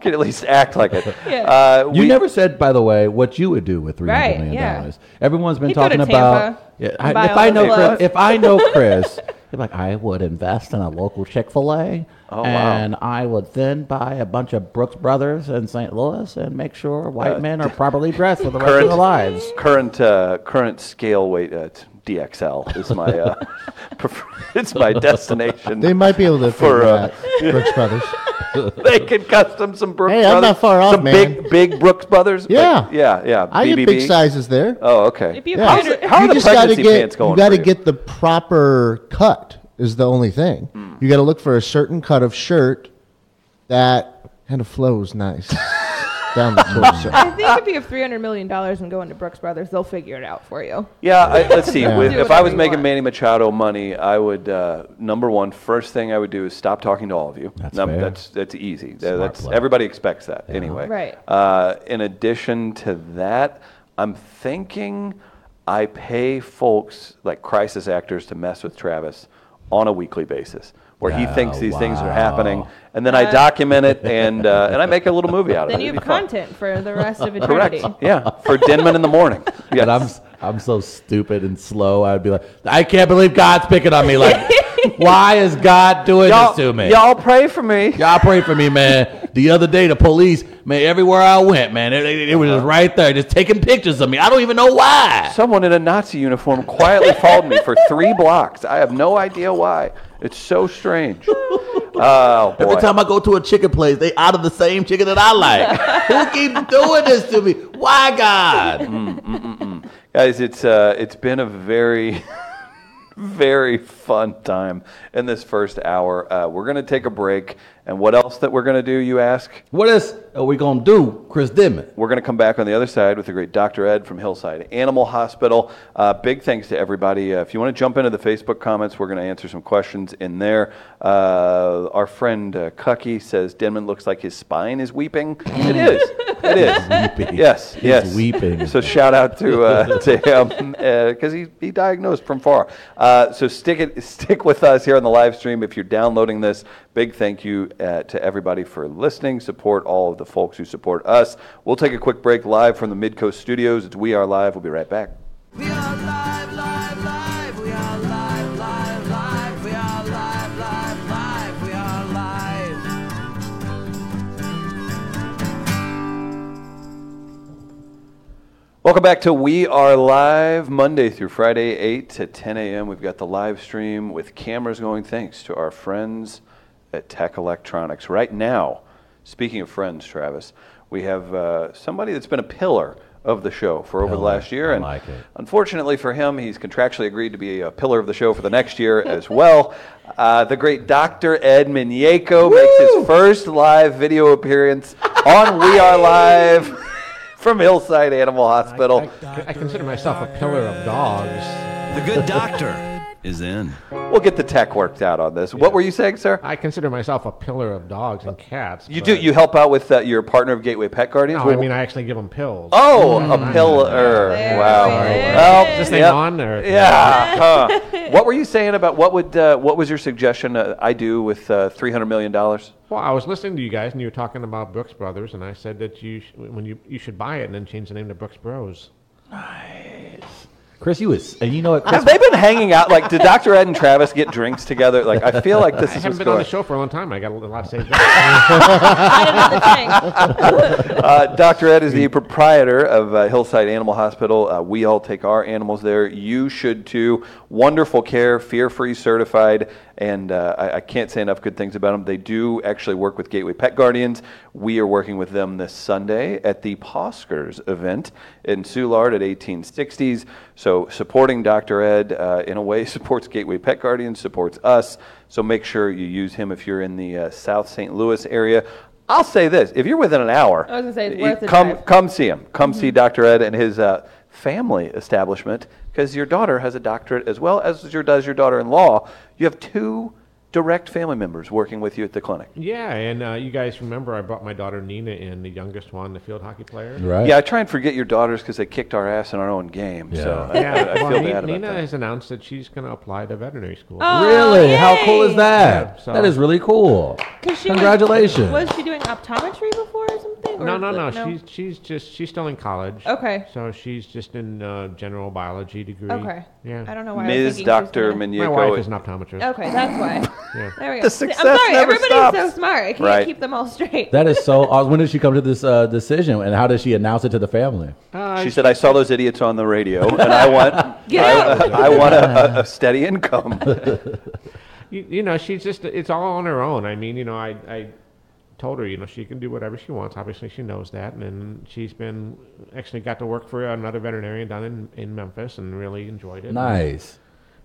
[SPEAKER 2] Can at least act like it.
[SPEAKER 3] Yeah.
[SPEAKER 2] Uh,
[SPEAKER 1] You
[SPEAKER 2] we-
[SPEAKER 1] never said, by dollars what you would do with three
[SPEAKER 3] Right,
[SPEAKER 1] hundred million
[SPEAKER 3] yeah.
[SPEAKER 1] dollars. Everyone's been
[SPEAKER 3] He'd go to
[SPEAKER 1] talking about.
[SPEAKER 3] Tampa
[SPEAKER 1] Yeah,
[SPEAKER 3] and
[SPEAKER 1] I,
[SPEAKER 3] buy
[SPEAKER 1] if
[SPEAKER 3] all
[SPEAKER 1] I
[SPEAKER 3] the
[SPEAKER 1] know Chris,
[SPEAKER 3] clubs.
[SPEAKER 1] if I know
[SPEAKER 3] [LAUGHS]
[SPEAKER 1] Chris, he'd be like I would invest in a local Chick Fil A,
[SPEAKER 2] Oh, wow.
[SPEAKER 1] and I would then buy a bunch of Brooks Brothers in St. Louis and make sure white
[SPEAKER 2] [LAUGHS]
[SPEAKER 1] men are properly dressed for the rest of
[SPEAKER 2] Uh, current
[SPEAKER 1] their lives.
[SPEAKER 2] Current uh, current scale weight at DXL is my uh, [LAUGHS] prefer- it's my destination.
[SPEAKER 4] They might be able to
[SPEAKER 2] For,
[SPEAKER 4] figure
[SPEAKER 2] uh,
[SPEAKER 4] out Brooks Brothers.
[SPEAKER 2] [LAUGHS] they can custom some Brooks
[SPEAKER 4] Hey,
[SPEAKER 2] Brothers.
[SPEAKER 4] I'm not far off,
[SPEAKER 2] some
[SPEAKER 4] man.
[SPEAKER 2] Big big Brooks Brothers. like-
[SPEAKER 4] Yeah.
[SPEAKER 2] yeah, yeah.
[SPEAKER 4] I get
[SPEAKER 2] BBB.
[SPEAKER 4] big sizes there.
[SPEAKER 2] Oh, okay.
[SPEAKER 3] If you
[SPEAKER 4] Yeah.
[SPEAKER 3] find it-
[SPEAKER 2] How are
[SPEAKER 4] you
[SPEAKER 2] the
[SPEAKER 4] just gotta
[SPEAKER 2] pregnancy
[SPEAKER 4] get,
[SPEAKER 2] pants going
[SPEAKER 4] You got to
[SPEAKER 2] for you?
[SPEAKER 4] get the proper cut is the only thing.
[SPEAKER 2] Hmm.
[SPEAKER 4] You got to look for a certain cut of shirt that kind of
[SPEAKER 2] [LAUGHS]
[SPEAKER 4] flows nice down the torso.
[SPEAKER 3] I
[SPEAKER 1] Uh,
[SPEAKER 3] think if you have three hundred million dollars and go into Brooks Brothers, they'll figure it out for you.
[SPEAKER 2] Yeah, I, let's see.
[SPEAKER 4] Yeah.
[SPEAKER 2] With,
[SPEAKER 3] Do
[SPEAKER 2] if I
[SPEAKER 3] whatever
[SPEAKER 2] was
[SPEAKER 3] you
[SPEAKER 2] making
[SPEAKER 3] want.
[SPEAKER 2] Manny Machado money, I would uh, number one, first thing I would do is stop talking to all of you.
[SPEAKER 1] That's
[SPEAKER 2] Num-
[SPEAKER 1] fair.
[SPEAKER 2] that's that's easy. That-
[SPEAKER 1] Smart
[SPEAKER 2] that's
[SPEAKER 1] play.
[SPEAKER 2] everybody expects that anyway.
[SPEAKER 3] Right.
[SPEAKER 2] Uh, in addition to that, I'm thinking I pay folks like crisis actors to mess with Travis on a weekly basis, where he
[SPEAKER 1] Oh,
[SPEAKER 2] thinks these things are
[SPEAKER 1] wow.
[SPEAKER 2] happening, and then I document it and uh, and I make a little movie out of
[SPEAKER 3] Uh, Then
[SPEAKER 2] it.
[SPEAKER 3] you
[SPEAKER 2] It'd
[SPEAKER 3] have
[SPEAKER 2] be fun.
[SPEAKER 3] content for the
[SPEAKER 1] [LAUGHS]
[SPEAKER 3] rest of eternity.
[SPEAKER 2] Correct. Yeah, for Denman in the morning. Yes.
[SPEAKER 1] But I'm s- I'm so stupid and slow. I'd be like, I can't believe God's picking on me. Like, why is God doing this to me?
[SPEAKER 2] Y'all pray for me.
[SPEAKER 1] Y'all pray for me, man. The other day, the police, man, everywhere I went, man, they, they, they were just right there, just taking pictures of me. I don't even know why.
[SPEAKER 2] Someone in a Nazi uniform quietly followed me for three blocks. I have no idea why. It's so strange. Oh boy.
[SPEAKER 1] Every time I go to a chicken place, they out of the same chicken that I like. Who keeps doing this to me? Why, God?
[SPEAKER 2] Guys, it's uh, it's been a very, [LAUGHS] very fun time in this first hour. Uh, we're gonna take a break, and what else that we're gonna do? You ask.
[SPEAKER 1] What is are we gonna do, Chris Dimon?
[SPEAKER 2] We're going to come back on the other side with the great Dr. Ed from Hillside Animal Hospital. Uh, big thanks to everybody. Uh, if you want to jump into the Facebook comments, we're going to answer some questions in there. Uh, our friend uh, Cucky says Denman looks like his spine is weeping. it is. It is.
[SPEAKER 1] Weeping.
[SPEAKER 2] Yes.
[SPEAKER 1] He's
[SPEAKER 2] yes.
[SPEAKER 1] weeping.
[SPEAKER 2] So shout out
[SPEAKER 1] [LAUGHS]
[SPEAKER 2] to uh, to him because he, he diagnosed from far. Uh, so stick it [LAUGHS] stick with us here on the live stream. If you're downloading this, big thank you uh, to everybody for listening, support all of the folks who support us. We'll take a quick break live from the Midcoast Studios. It's We Are Live. We'll be right back.
[SPEAKER 6] We are live, live, live. We are live, live, live. We are live, live, live. We are live.
[SPEAKER 2] Welcome back to We Are Live, Monday through Friday, 8 to 10 a.m. We've got the live stream with cameras going, thanks to our friends at Tech Electronics. Right now, speaking of friends, Travis, we have uh, somebody that's been a pillar of the show for over the
[SPEAKER 1] Pillar.
[SPEAKER 2] last year.
[SPEAKER 1] I
[SPEAKER 2] and
[SPEAKER 1] like it.
[SPEAKER 2] Unfortunately for him, he's contractually agreed to be a pillar of the show for the
[SPEAKER 1] [LAUGHS]
[SPEAKER 2] next year as well. Uh, the great Dr. Ed Minieko makes his first live video appearance on We Are Live
[SPEAKER 1] [LAUGHS]
[SPEAKER 2] from Hillside Animal Hospital.
[SPEAKER 10] I consider myself a pillar of dogs.
[SPEAKER 9] The good doctor is in.
[SPEAKER 2] We'll get the tech worked out on this. What were you saying, sir?
[SPEAKER 10] I consider myself a pillar of dogs and cats.
[SPEAKER 2] You
[SPEAKER 10] but-
[SPEAKER 2] do you help out with uh, your partner of Gateway Pet Guardians?
[SPEAKER 10] No, I Mm, mean I actually give them pills.
[SPEAKER 2] Oh, a pillar.
[SPEAKER 3] There
[SPEAKER 2] Wow.
[SPEAKER 3] it is.
[SPEAKER 2] Well,
[SPEAKER 10] Is this thing
[SPEAKER 2] yep.
[SPEAKER 10] on or?
[SPEAKER 2] Yeah.
[SPEAKER 10] [LAUGHS]
[SPEAKER 2] huh. What were you saying about what would uh, what was your suggestion uh, I do with uh, three hundred million dollars?
[SPEAKER 10] Well, I was listening to you guys, and you were talking about Brooks Brothers, and I said that you sh- when you you should buy it and then change the name to Brooks Bros.
[SPEAKER 1] Chris, you was, and you know what? Chris,
[SPEAKER 2] Have they been hanging out? Like, did Dr. Ed and Travis get drinks together? Like, I feel like this
[SPEAKER 11] I
[SPEAKER 2] is
[SPEAKER 11] haven't
[SPEAKER 2] what's
[SPEAKER 11] been on
[SPEAKER 2] going
[SPEAKER 11] the show for a long time. I got a lot saved
[SPEAKER 2] [LAUGHS]
[SPEAKER 11] up.
[SPEAKER 3] I didn't have the
[SPEAKER 1] [LAUGHS]
[SPEAKER 3] tank.
[SPEAKER 2] Uh, Dr. Ed is the proprietor of uh, Hillside Animal Hospital. Uh, we all take our animals there. You should too. Wonderful care, fear free certified, and uh, I, I can't say enough good things about them. They do actually work with Gateway Pet Guardians. We are working with them this Sunday at the Poskers event in Soulard at 1860s. So supporting Dr. Ed uh, in a way [LAUGHS] supports Gateway Pet Guardians, supports us. So make sure you use him if you're in the uh, South St. Louis area. I'll say this: if you're within an hour,
[SPEAKER 3] I was gonna say, it's
[SPEAKER 2] you-
[SPEAKER 3] worth Mm-hmm. the
[SPEAKER 2] come
[SPEAKER 3] drive.
[SPEAKER 2] come see him. Come see Dr. Ed and his uh, family establishment because your daughter has a doctorate as well as your does your daughter-in-law. You have two direct family members working with you at the clinic.
[SPEAKER 11] yeah, and uh, you guys remember I brought my daughter Nina in, the youngest one, the field hockey player.
[SPEAKER 1] right?
[SPEAKER 2] Yeah, I try and forget your daughters because they kicked our ass in our own game. So I, [LAUGHS]
[SPEAKER 11] Yeah,
[SPEAKER 2] I, I feel
[SPEAKER 11] well, Ni-
[SPEAKER 2] bad about
[SPEAKER 11] Nina
[SPEAKER 2] that.
[SPEAKER 11] has announced that she's going to apply to veterinary school.
[SPEAKER 3] Oh,
[SPEAKER 1] Really? How cool
[SPEAKER 3] yay!
[SPEAKER 1] is that?
[SPEAKER 11] Yeah, so-
[SPEAKER 1] That is really cool.
[SPEAKER 3] 'Cause she was-
[SPEAKER 1] Congratulations.
[SPEAKER 3] Was, she doing optometry before or something? Or
[SPEAKER 11] No, no,
[SPEAKER 3] is
[SPEAKER 11] no.
[SPEAKER 3] it-
[SPEAKER 11] She's she's just she's still in college.
[SPEAKER 3] Okay.
[SPEAKER 11] So she's just in uh, general biology degree.
[SPEAKER 3] Okay.
[SPEAKER 11] Yeah.
[SPEAKER 3] Oh, I don't know why. I was
[SPEAKER 2] Ms.
[SPEAKER 3] thinking
[SPEAKER 2] Dr.
[SPEAKER 3] she was gonna-
[SPEAKER 11] My wife
[SPEAKER 2] Minyeko.
[SPEAKER 11] is an optometrist.
[SPEAKER 3] Okay, that's why.
[SPEAKER 11] Yeah.
[SPEAKER 3] There we go.
[SPEAKER 2] The
[SPEAKER 3] See,
[SPEAKER 2] success
[SPEAKER 3] I'm sorry,
[SPEAKER 2] never
[SPEAKER 3] everybody's so
[SPEAKER 2] stops.
[SPEAKER 3] smart. I can't
[SPEAKER 2] Right.
[SPEAKER 3] keep them all straight.
[SPEAKER 1] That is so awesome. When did she come to this uh, decision, and how did she announce it to the family?
[SPEAKER 11] Uh,
[SPEAKER 2] She said, "I saw those idiots on the radio, and I want,
[SPEAKER 3] Get
[SPEAKER 2] I, I want a, a- a steady income."
[SPEAKER 11] you, you know, she's just, it's all on her own. I mean, you know, I, I told her, you know, she can do whatever she wants. Obviously, she knows that. And then she's been, actually got to work for another veterinarian down in, in Memphis and really enjoyed it.
[SPEAKER 1] Nice.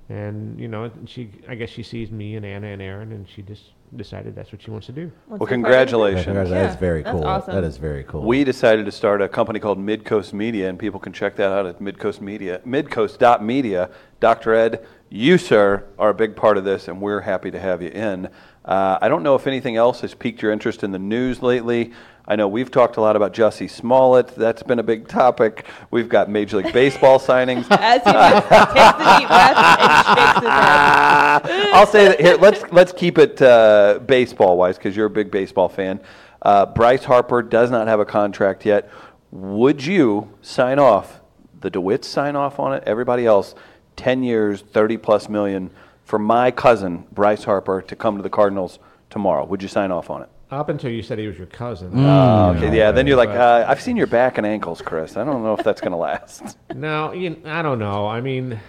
[SPEAKER 11] And, you know, she, I guess she sees me and Anna and Aaron, and she just decided that's what she wants to do.
[SPEAKER 3] Once
[SPEAKER 2] well,
[SPEAKER 3] they're
[SPEAKER 2] congratulations.
[SPEAKER 1] Congratulations. that is
[SPEAKER 3] Yeah,
[SPEAKER 1] very
[SPEAKER 3] that's
[SPEAKER 1] cool.
[SPEAKER 3] awesome.
[SPEAKER 1] That is very cool.
[SPEAKER 2] We decided to start a company called Midcoast Media, and people can check that out at Midcoast Media, midcoast.media. Dr. Ed, you, sir, are a big part of this, and we're happy to have you in. Uh, I don't know if anything else has piqued your interest in the news lately. I know we've talked a lot about Jussie Smollett. That's been a big topic. We've got Major League Baseball [LAUGHS] signings.
[SPEAKER 3] As he just takes a deep breath and shakes his
[SPEAKER 1] [LAUGHS]
[SPEAKER 3] head.
[SPEAKER 2] Ah, [LAUGHS] I'll say that here. Let's let's keep it uh, baseball wise because you're a big baseball fan. Uh, Bryce Harper does not have a contract yet. Would you sign off? The DeWitts sign off on it. Everybody else, ten years, thirty plus million for my cousin Bryce Harper to come to the Cardinals tomorrow. Would you sign off on it?
[SPEAKER 11] Up until you said he was your cousin.
[SPEAKER 2] okay, yeah. Then you're like, uh, I've seen your back and ankles, Chris. I don't know if that's going to last. [LAUGHS]
[SPEAKER 11] No, you, I don't know. I mean,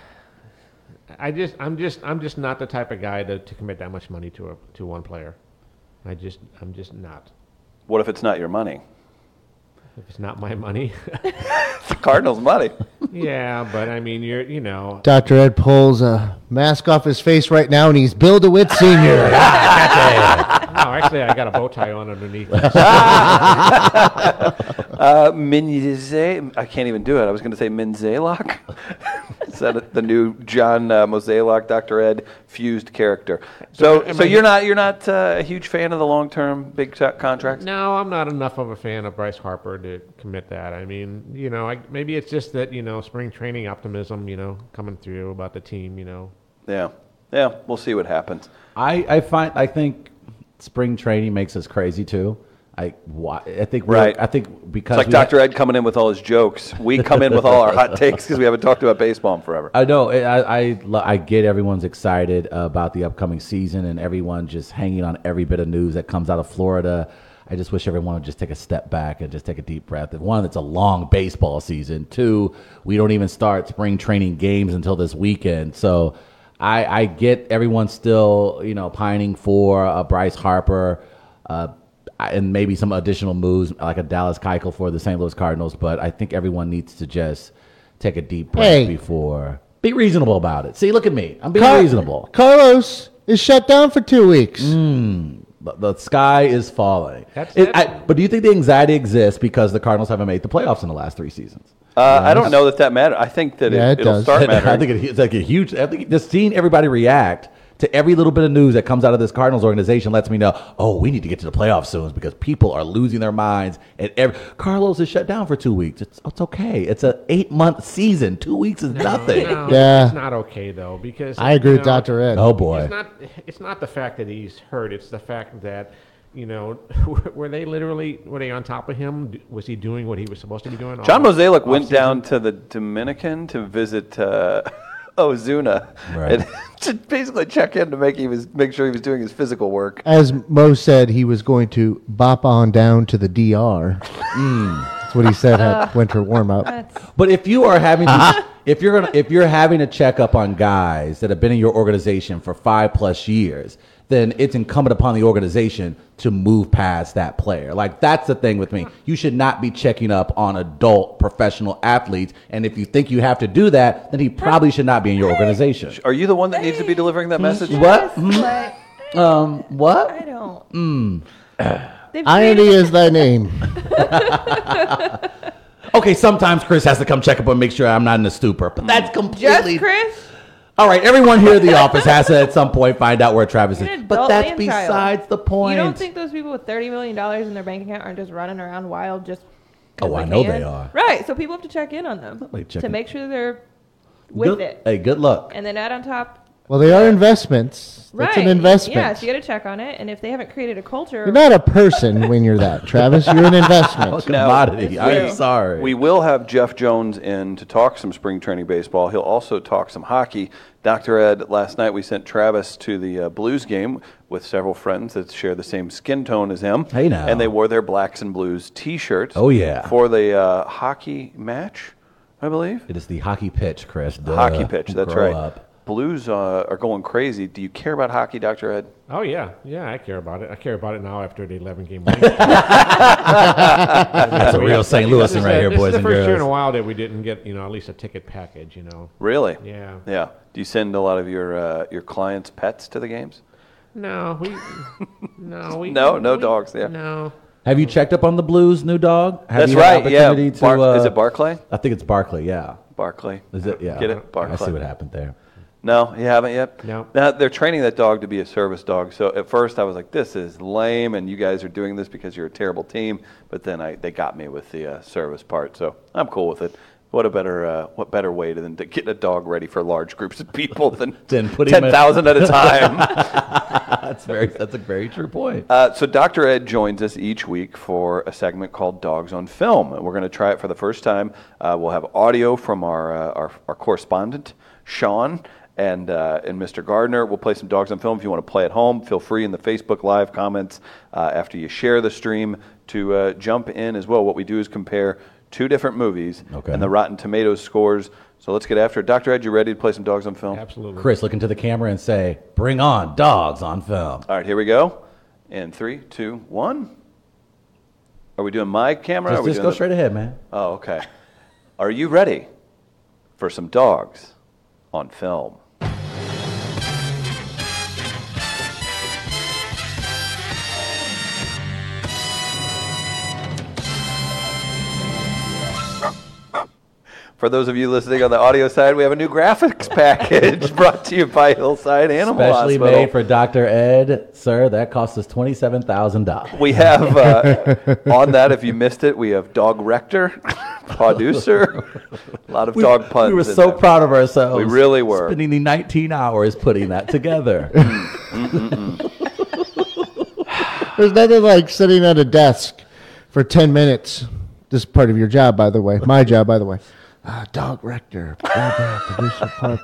[SPEAKER 11] I just, I'm just, I'm just not the type of guy to, to commit that much money to a, to one player. I just, I'm just not.
[SPEAKER 2] What if it's not your money?
[SPEAKER 11] If it's not my money, [LAUGHS]
[SPEAKER 2] It's the Cardinals' money.
[SPEAKER 11] yeah. But I mean, you're, you know,
[SPEAKER 4] Dr. Ed pulls a mask off his face right now, and he's Bill
[SPEAKER 1] [LAUGHS]
[SPEAKER 4] DeWitt Sr.
[SPEAKER 11] no, actually, I got a bow tie
[SPEAKER 4] [LAUGHS]
[SPEAKER 11] on underneath.
[SPEAKER 2] Uh, Minze, I can't even do it. I was going to say Minzelock. [LAUGHS] Is that the new John uh, Moselock, Dr. Ed fused character? So, so, you're not you're not uh, a huge fan of the long term big t- contracts.
[SPEAKER 11] no, I'm not enough of a fan of Bryce Harper to commit that. I mean, you know, I, maybe it's just that you know, spring training optimism, you know, coming through about the team, you know.
[SPEAKER 2] Yeah, yeah. We'll see what happens.
[SPEAKER 1] I, I find I think spring training makes us crazy too. I why, I think we're-
[SPEAKER 2] Right.
[SPEAKER 1] I think
[SPEAKER 2] It's
[SPEAKER 1] because
[SPEAKER 2] like
[SPEAKER 1] we have-
[SPEAKER 2] Dr. Ed coming in with all his jokes. We come in with all our hot takes because we haven't talked about baseball in forever.
[SPEAKER 1] I know. I, I- I, lo- I get everyone's excited about the upcoming season and everyone just hanging on every bit of news that comes out of Florida. I just wish everyone would just take a step back and just take a deep breath. And One, it's a long baseball season. Two, we don't even start spring training games until this weekend. So I, I get everyone still, you know, pining for a Bryce Harper. Uh, I- and maybe some additional moves like a Dallas Keuchel for the St. Louis Cardinals. But I think everyone needs to just take a deep breath
[SPEAKER 4] Hey.
[SPEAKER 1] before be reasonable about it. See, look at me. I'm being
[SPEAKER 4] Car-
[SPEAKER 1] reasonable. Mm.
[SPEAKER 4] Carlos is shut down for two weeks.
[SPEAKER 1] The, the sky is falling.
[SPEAKER 11] That's-
[SPEAKER 1] It-
[SPEAKER 11] that's-
[SPEAKER 1] I- but do you think the anxiety exists because the Cardinals haven't made the playoffs in the last three seasons?
[SPEAKER 2] Uh, I don't know that that matters. I think that
[SPEAKER 4] Yeah,
[SPEAKER 2] it,
[SPEAKER 4] it
[SPEAKER 2] will
[SPEAKER 4] does.
[SPEAKER 2] start mattering.
[SPEAKER 1] I think it- it's like a huge. I think just seeing everybody react to every little bit of news that comes out of this Cardinals organization lets me know, oh, we need to get to the playoffs soon because people are losing their minds. And every, Carlos is shut down for two weeks. It's it's okay. It's a eight month season. Two weeks is nothing.
[SPEAKER 11] No,
[SPEAKER 4] Yeah.
[SPEAKER 11] it's not okay though because
[SPEAKER 4] I agree
[SPEAKER 11] you
[SPEAKER 4] with
[SPEAKER 11] know,
[SPEAKER 4] Dr. Ed.
[SPEAKER 1] Oh boy.
[SPEAKER 11] It's not. It's not the fact that he's hurt. It's the fact that
[SPEAKER 10] you know, [LAUGHS] were they literally were they on top of him? D- Was he doing what he was supposed to be
[SPEAKER 1] Oh,
[SPEAKER 10] doing?
[SPEAKER 2] John
[SPEAKER 10] all-
[SPEAKER 2] Mozeliak
[SPEAKER 10] all
[SPEAKER 2] went
[SPEAKER 10] season?
[SPEAKER 2] down to the Dominican to visit uh, [LAUGHS] Ozuna
[SPEAKER 1] Right.
[SPEAKER 2] and [LAUGHS] to basically check in to make he was make sure he was doing his physical work.
[SPEAKER 4] As Mo said, he was going to bop on down to the DR.
[SPEAKER 1] Mm.
[SPEAKER 4] That's what he
[SPEAKER 3] [LAUGHS]
[SPEAKER 4] said at winter warm up.
[SPEAKER 1] But if you are having to, if you're gonna if you're having a checkup on guys that have been in your organization for five plus years, then it's incumbent upon the organization to move past that player. Like that's the thing with me. You should not be checking up on adult professional athletes. And if you think you have to do that, then he probably should not be in your organization.
[SPEAKER 2] Are you the one that needs to be delivering that message?
[SPEAKER 1] What?
[SPEAKER 3] Just, like,
[SPEAKER 1] Um,
[SPEAKER 3] I
[SPEAKER 1] what?
[SPEAKER 3] don't.
[SPEAKER 1] Hmm.
[SPEAKER 3] They've
[SPEAKER 4] Irony
[SPEAKER 3] created-
[SPEAKER 4] is thy name.
[SPEAKER 1] Okay, sometimes Chris has to come check up and make sure I'm not in a stupor. But that's completely
[SPEAKER 3] Just Chris.
[SPEAKER 1] All right, everyone here at the office has to at some point find out where Travis
[SPEAKER 3] You're
[SPEAKER 1] is.
[SPEAKER 3] an
[SPEAKER 1] But
[SPEAKER 3] adult
[SPEAKER 1] that's
[SPEAKER 3] man
[SPEAKER 1] besides
[SPEAKER 3] child.
[SPEAKER 1] the point.
[SPEAKER 3] You don't think those people with thirty million dollars in their bank account aren't just running around wild? Just 'cause
[SPEAKER 1] Oh, I
[SPEAKER 3] they
[SPEAKER 1] know
[SPEAKER 3] can?
[SPEAKER 1] they are.
[SPEAKER 3] Right. So people have to check in on them
[SPEAKER 1] Like check
[SPEAKER 3] to
[SPEAKER 1] in.
[SPEAKER 3] make sure they're with
[SPEAKER 1] good,
[SPEAKER 3] it,
[SPEAKER 1] Hey, good luck.
[SPEAKER 3] and then add on top.
[SPEAKER 4] Well, they are investments.
[SPEAKER 3] Right.
[SPEAKER 4] That's an investment.
[SPEAKER 3] Yeah. So you got to check on it, and if they haven't created a culture,
[SPEAKER 4] You're not a person when you're that, Travis.
[SPEAKER 1] [LAUGHS]
[SPEAKER 4] You're an
[SPEAKER 1] A
[SPEAKER 4] investment.
[SPEAKER 1] commodity. I'm
[SPEAKER 2] We-
[SPEAKER 1] sorry.
[SPEAKER 2] We will have Jeff Jones in to talk some spring training baseball. He'll also talk some hockey. Dr. Ed, last night we sent Travis to the uh, Blues game with several friends that share the same skin tone as him.
[SPEAKER 1] Hey, now.
[SPEAKER 2] And they wore their Blacks and Blues t shirts.
[SPEAKER 1] Oh, yeah.
[SPEAKER 2] For the uh, hockey match, I believe.
[SPEAKER 1] it is the hockey pitch, Chris. Duh.
[SPEAKER 2] hockey pitch, that's
[SPEAKER 1] Uh, Grow
[SPEAKER 2] right.
[SPEAKER 1] up.
[SPEAKER 2] Blues uh, are going crazy. Do you care about hockey, Dr. Ed?
[SPEAKER 10] Oh yeah, yeah. I care about it. I care about it now after the eleven game.
[SPEAKER 2] [LAUGHS]
[SPEAKER 10] That's
[SPEAKER 1] a real St. Louis right here,
[SPEAKER 10] this
[SPEAKER 1] boys
[SPEAKER 10] is the
[SPEAKER 1] and
[SPEAKER 10] first year in
[SPEAKER 1] girls.
[SPEAKER 10] a while that we didn't get you know at least a ticket package. You know.
[SPEAKER 2] Really?
[SPEAKER 10] Yeah.
[SPEAKER 2] Yeah. Do you send a lot of your uh, your clients' pets to the games?
[SPEAKER 10] No, we. No,
[SPEAKER 2] [LAUGHS]
[SPEAKER 10] we.
[SPEAKER 2] No, no
[SPEAKER 10] we-
[SPEAKER 2] dogs there.
[SPEAKER 10] No.
[SPEAKER 1] Have you checked up on the Blues' new dog? Have
[SPEAKER 2] That's
[SPEAKER 1] you had
[SPEAKER 2] right,
[SPEAKER 1] an
[SPEAKER 2] yeah.
[SPEAKER 1] opportunity to,
[SPEAKER 2] Bar-
[SPEAKER 1] uh,
[SPEAKER 2] is it Barclay?
[SPEAKER 1] I think it's Barclay. Yeah.
[SPEAKER 2] Barclay.
[SPEAKER 1] Is it? Yeah.
[SPEAKER 2] Get it?
[SPEAKER 1] I see
[SPEAKER 2] Barclay.
[SPEAKER 1] what happened there.
[SPEAKER 2] No, you haven't yet.
[SPEAKER 10] No.
[SPEAKER 2] Now they're training that dog to be a service dog. So at first I was like, "This is lame," and you guys are doing this because you're a terrible team. But then I, they got me with the uh, service part, so I'm cool with it. What a better uh, what better way to, than to get a dog ready for large groups of people than
[SPEAKER 1] Than put him in-
[SPEAKER 2] ten thousand at a time.
[SPEAKER 1] That's very. That's a very true point.
[SPEAKER 2] Uh, so Dr. Ed joins us each week for a segment called Dogs on Film. And we're going to try it for the first time. Uh, we'll have audio from our, uh, our, our correspondent, Sean, and, uh, and Mr. Gardner. We'll play some Dogs on Film. If you want to play at home, feel free in the Facebook Live comments uh, after you share the stream to uh, jump in as well. What we do is compare two different movies
[SPEAKER 1] Okay.
[SPEAKER 2] and the Rotten Tomatoes scores. So let's get after it. Dr. Ed, you ready to play some Dogs on Film?
[SPEAKER 10] Absolutely.
[SPEAKER 1] Chris, look into the camera and say, "Bring on dogs on film."
[SPEAKER 2] All right, here we go. In three, two, one. Are we doing my camera?
[SPEAKER 1] Just,
[SPEAKER 2] Are we
[SPEAKER 1] just
[SPEAKER 2] doing
[SPEAKER 1] go
[SPEAKER 2] the-
[SPEAKER 1] straight ahead, man.
[SPEAKER 2] Oh, okay. Are you ready for some dogs on film? For those of you listening on the audio side, we have a new graphics [LAUGHS] package brought to you by Hillside Animal
[SPEAKER 1] Specially
[SPEAKER 2] Hospital.
[SPEAKER 1] made for Dr. Ed, sir. That cost us twenty-seven thousand dollars.
[SPEAKER 2] We have uh, on that. If you missed it, we have dog rector, producer, a lot of dog puns.
[SPEAKER 1] We were
[SPEAKER 2] in
[SPEAKER 1] so
[SPEAKER 2] there.
[SPEAKER 1] proud of ourselves.
[SPEAKER 2] We really were.
[SPEAKER 1] Spending the 19 hours putting that
[SPEAKER 2] [LAUGHS]
[SPEAKER 1] together.
[SPEAKER 4] There's nothing like sitting at a desk for 10 minutes. This is part of your job, by the way. My job, by the way. Uh, dog rector, blah, blah, producer, paw,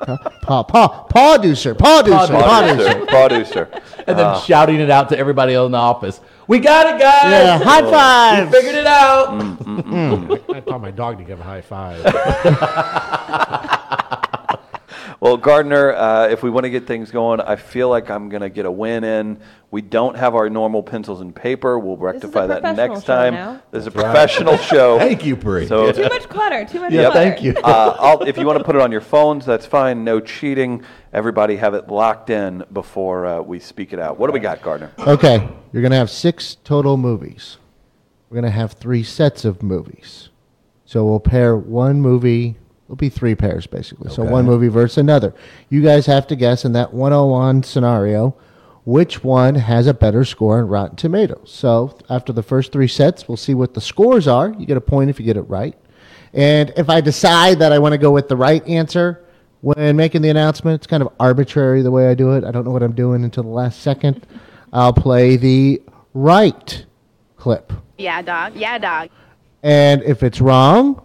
[SPEAKER 4] paw, paw, paw, producer, producer, producer.
[SPEAKER 2] Producer, producer.
[SPEAKER 1] and
[SPEAKER 2] Ah.
[SPEAKER 1] then shouting it out to everybody else in the office. We got it, guys.
[SPEAKER 4] Yeah,
[SPEAKER 2] Oh.
[SPEAKER 4] high
[SPEAKER 1] We
[SPEAKER 4] five.
[SPEAKER 1] figured it out.
[SPEAKER 2] Mm.
[SPEAKER 10] I taught my dog to give a high five. [LAUGHS]
[SPEAKER 2] Well, Gardner, uh, if we want to get things going, I feel like I'm going to get a win in. We don't have our normal pencils and paper. We'll
[SPEAKER 3] is a
[SPEAKER 2] rectify that
[SPEAKER 3] professional
[SPEAKER 2] next
[SPEAKER 3] show
[SPEAKER 2] time.
[SPEAKER 3] now.
[SPEAKER 2] This is a professional show.
[SPEAKER 1] Thank you, Bree.
[SPEAKER 2] So,
[SPEAKER 3] too much clutter. Too much
[SPEAKER 1] yeah,
[SPEAKER 3] clutter.
[SPEAKER 1] thank you.
[SPEAKER 2] uh, I'll, if you want to put it on your phones, that's fine. No cheating. Everybody have it locked in before uh, we speak it out. What do we got, Gardner?
[SPEAKER 4] Okay, you're going to have six total movies. We're going to have three sets of movies. So we'll pair one movie. It'll be three pairs, basically. So
[SPEAKER 1] Okay.
[SPEAKER 4] one movie versus another. You guys have to guess in that 101 scenario which one has a better score in Rotten Tomatoes. So after the first three sets, we'll see what the scores are. You get a point if you get it right. And if I decide that I want to go with the right answer when making the announcement, it's kind of arbitrary the way I do it. I don't know what I'm doing until the last second. I'll play the right clip.
[SPEAKER 12] Yeah, dog. Yeah, dog.
[SPEAKER 4] And if it's wrong,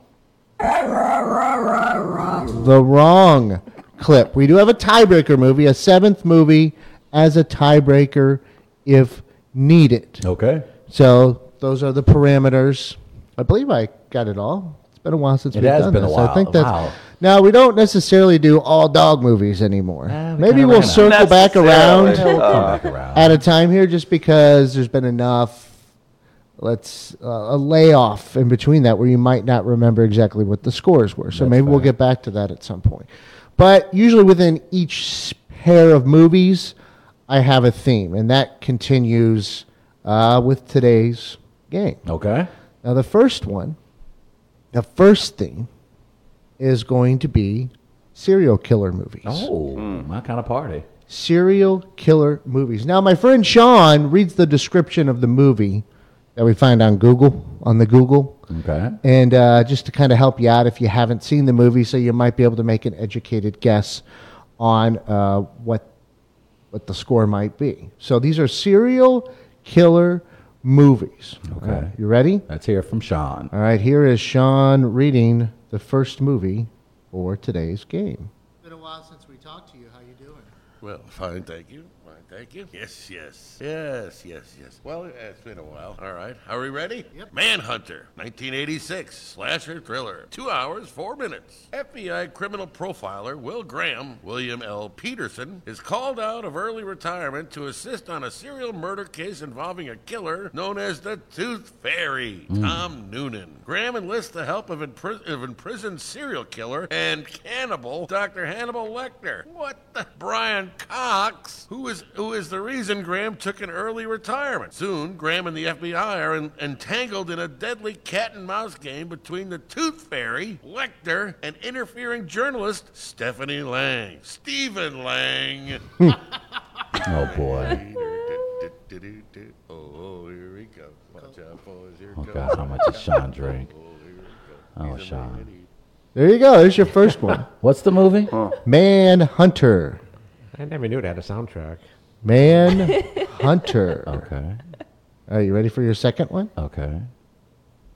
[SPEAKER 4] the wrong clip. We do have a tiebreaker movie, a seventh movie as a tiebreaker if needed.
[SPEAKER 1] Okay.
[SPEAKER 4] So those are the parameters. I believe I got it all. It's been a while since
[SPEAKER 1] It
[SPEAKER 4] we've
[SPEAKER 1] has
[SPEAKER 4] done
[SPEAKER 1] been a
[SPEAKER 4] this. I
[SPEAKER 1] while.
[SPEAKER 4] think that's
[SPEAKER 1] Wow.
[SPEAKER 4] now we don't necessarily do all dog movies anymore.
[SPEAKER 1] Uh, we
[SPEAKER 4] Maybe
[SPEAKER 1] kinda Uh,
[SPEAKER 4] we'll
[SPEAKER 1] ran out.
[SPEAKER 4] circle back around,
[SPEAKER 1] Necessarily. Yeah, we'll
[SPEAKER 2] Uh.
[SPEAKER 1] come back around.
[SPEAKER 4] at a time here, just because there's been enough. Let's uh, a layoff in between that where you might not remember exactly what the scores were. So maybe we'll get back to that at some point. But usually within each s- pair of movies, I have a theme, and that continues uh, with today's game.
[SPEAKER 1] Okay.
[SPEAKER 4] Now the first one, the first theme, is going to be serial killer movies.
[SPEAKER 2] Mm.
[SPEAKER 1] Oh, my kind of party.
[SPEAKER 4] Serial killer movies. Now my friend Sean reads the description of the movie that we find on Google on the Google.
[SPEAKER 1] Okay.
[SPEAKER 4] And uh, just to kind of help you out if you haven't seen the movie, so you might be able to make an educated guess on uh, what what the score might be. So these are serial killer movies.
[SPEAKER 1] Okay.
[SPEAKER 4] All right, you ready?
[SPEAKER 1] Let's hear from Sean.
[SPEAKER 4] All right, here is Sean reading the first movie for today's game.
[SPEAKER 13] Been a while since we talked to you. How you doing?
[SPEAKER 11] Well, [LAUGHS] fine, thank you. Fine, thank you. Yes, yes. Yes, yes, yes. Well, yeah, it's been a while. All right. Are we ready? Yep. Manhunter, 1986, slasher thriller. Two hours, four minutes. FBI criminal profiler Will Graham, William L. Peterson, is called out of early retirement to assist on a serial murder case involving a killer known as the Tooth Fairy,
[SPEAKER 5] Mm.
[SPEAKER 11] Tom Noonan. Graham enlists the help of, impris- of imprisoned serial killer and cannibal Dr. Hannibal Lecter. What the? Brian Cox, who is who is the reason Graham took an early retirement. Soon, Graham and the FBI are en- entangled in a deadly cat and mouse game between the Tooth Fairy, Lecter, and interfering journalist Stephanie Lang.
[SPEAKER 1] [LAUGHS]
[SPEAKER 11] Stephen Lang. [LAUGHS]
[SPEAKER 1] Oh, boy.
[SPEAKER 11] Oh, here we go. Watch out, boys. Here
[SPEAKER 1] Oh,
[SPEAKER 11] goes.
[SPEAKER 1] God, how much does Sean drink? Oh, Sean.
[SPEAKER 4] There you go. There's your
[SPEAKER 1] [LAUGHS]
[SPEAKER 4] first one.
[SPEAKER 1] What's the movie?
[SPEAKER 4] Manhunter.
[SPEAKER 10] I never knew it had a soundtrack.
[SPEAKER 4] Manhunter.
[SPEAKER 1] okay.
[SPEAKER 4] Are you ready for your second one?
[SPEAKER 1] Okay.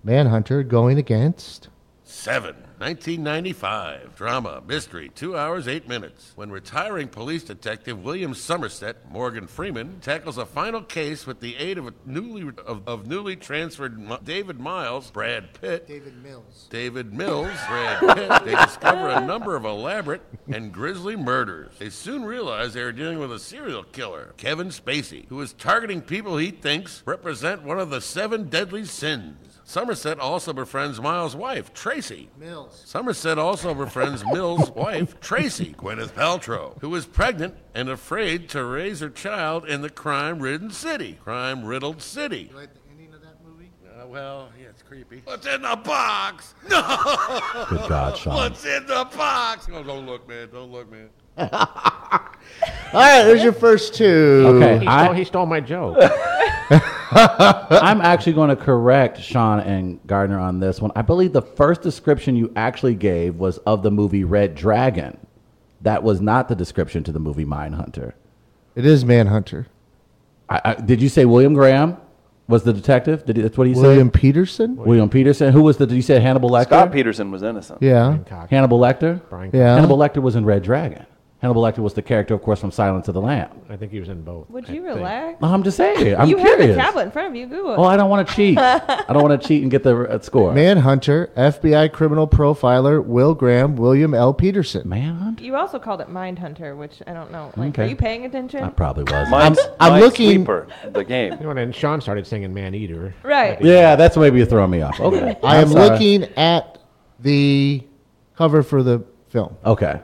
[SPEAKER 4] Manhunter going against
[SPEAKER 11] 7. 1995. Drama, mystery, 2 hours, 8 minutes. When retiring police detective William Somerset, Morgan Freeman, tackles a final case with the aid of a newly of, of newly transferred Mi- David Miles, Brad Pitt,
[SPEAKER 13] David Mills.
[SPEAKER 11] David Mills, Brad Pitt, they discover a number of elaborate and grisly murders. They soon realize they are dealing with a serial killer, Kevin Spacey, who is targeting people he thinks represent one of the seven deadly sins. Somerset also befriends Miles' wife, Tracy.
[SPEAKER 13] Mills.
[SPEAKER 11] Somerset also befriends Mills' wife, Tracy, Gwyneth Paltrow, who is pregnant and afraid to raise her child in the crime-ridden city. Crime-riddled city. You
[SPEAKER 13] like the ending of that movie?
[SPEAKER 11] Uh, well, yeah, it's creepy. What's in the box? [LAUGHS] No.
[SPEAKER 1] Good God, Sean.
[SPEAKER 11] What's in the box? No, don't look, man. Don't look, man.
[SPEAKER 4] All right, there's your first two.
[SPEAKER 1] Okay,
[SPEAKER 10] He,
[SPEAKER 1] I-
[SPEAKER 10] stole, he stole my joke.
[SPEAKER 1] I'm actually going to correct Sean and Gardner on this one. I believe the first description you actually gave was of the movie Red Dragon. That was not the description to the movie Mindhunter.
[SPEAKER 4] It is Manhunter.
[SPEAKER 1] I, I, did you say William Graham was the detective? Did, that's what he
[SPEAKER 4] William
[SPEAKER 1] said?
[SPEAKER 4] Peterson.
[SPEAKER 1] William Peterson. Who was the, did you say Hannibal Lecter?
[SPEAKER 2] Scott Peterson was innocent.
[SPEAKER 4] Yeah.
[SPEAKER 1] Hannibal Lecter?
[SPEAKER 10] Brian
[SPEAKER 4] Yeah. Cox.
[SPEAKER 1] Hannibal Lecter was in Red Dragon. Hannibal Lecter was the character, of course, from Silence of the Lamb.
[SPEAKER 10] I think he was in both.
[SPEAKER 3] Would you relax?
[SPEAKER 1] Well, I'm just saying. I'm
[SPEAKER 3] you
[SPEAKER 1] curious.
[SPEAKER 3] have a tablet in front of you. Google. it.
[SPEAKER 1] Oh, I don't want to
[SPEAKER 3] [LAUGHS]
[SPEAKER 1] cheat. I don't want to cheat and get the uh, score.
[SPEAKER 4] Manhunter, FBI criminal profiler Will Graham, William L. Peterson.
[SPEAKER 1] Manhunter.
[SPEAKER 3] You also called it Mindhunter, which I don't know. Like,
[SPEAKER 4] Okay.
[SPEAKER 3] are you paying attention?
[SPEAKER 1] probably was.
[SPEAKER 2] Mine's,
[SPEAKER 4] I'm
[SPEAKER 2] mine's
[SPEAKER 4] looking-
[SPEAKER 2] Sleeper, the game.
[SPEAKER 4] [LAUGHS]
[SPEAKER 10] You know, and Sean started singing Man Eater.
[SPEAKER 3] Right.
[SPEAKER 1] Yeah, that's maybe you're throwing me off.
[SPEAKER 4] [LAUGHS]
[SPEAKER 1] Okay.
[SPEAKER 4] I
[SPEAKER 1] I'm
[SPEAKER 4] am
[SPEAKER 1] sorry.
[SPEAKER 4] looking at the cover for the film.
[SPEAKER 1] Okay.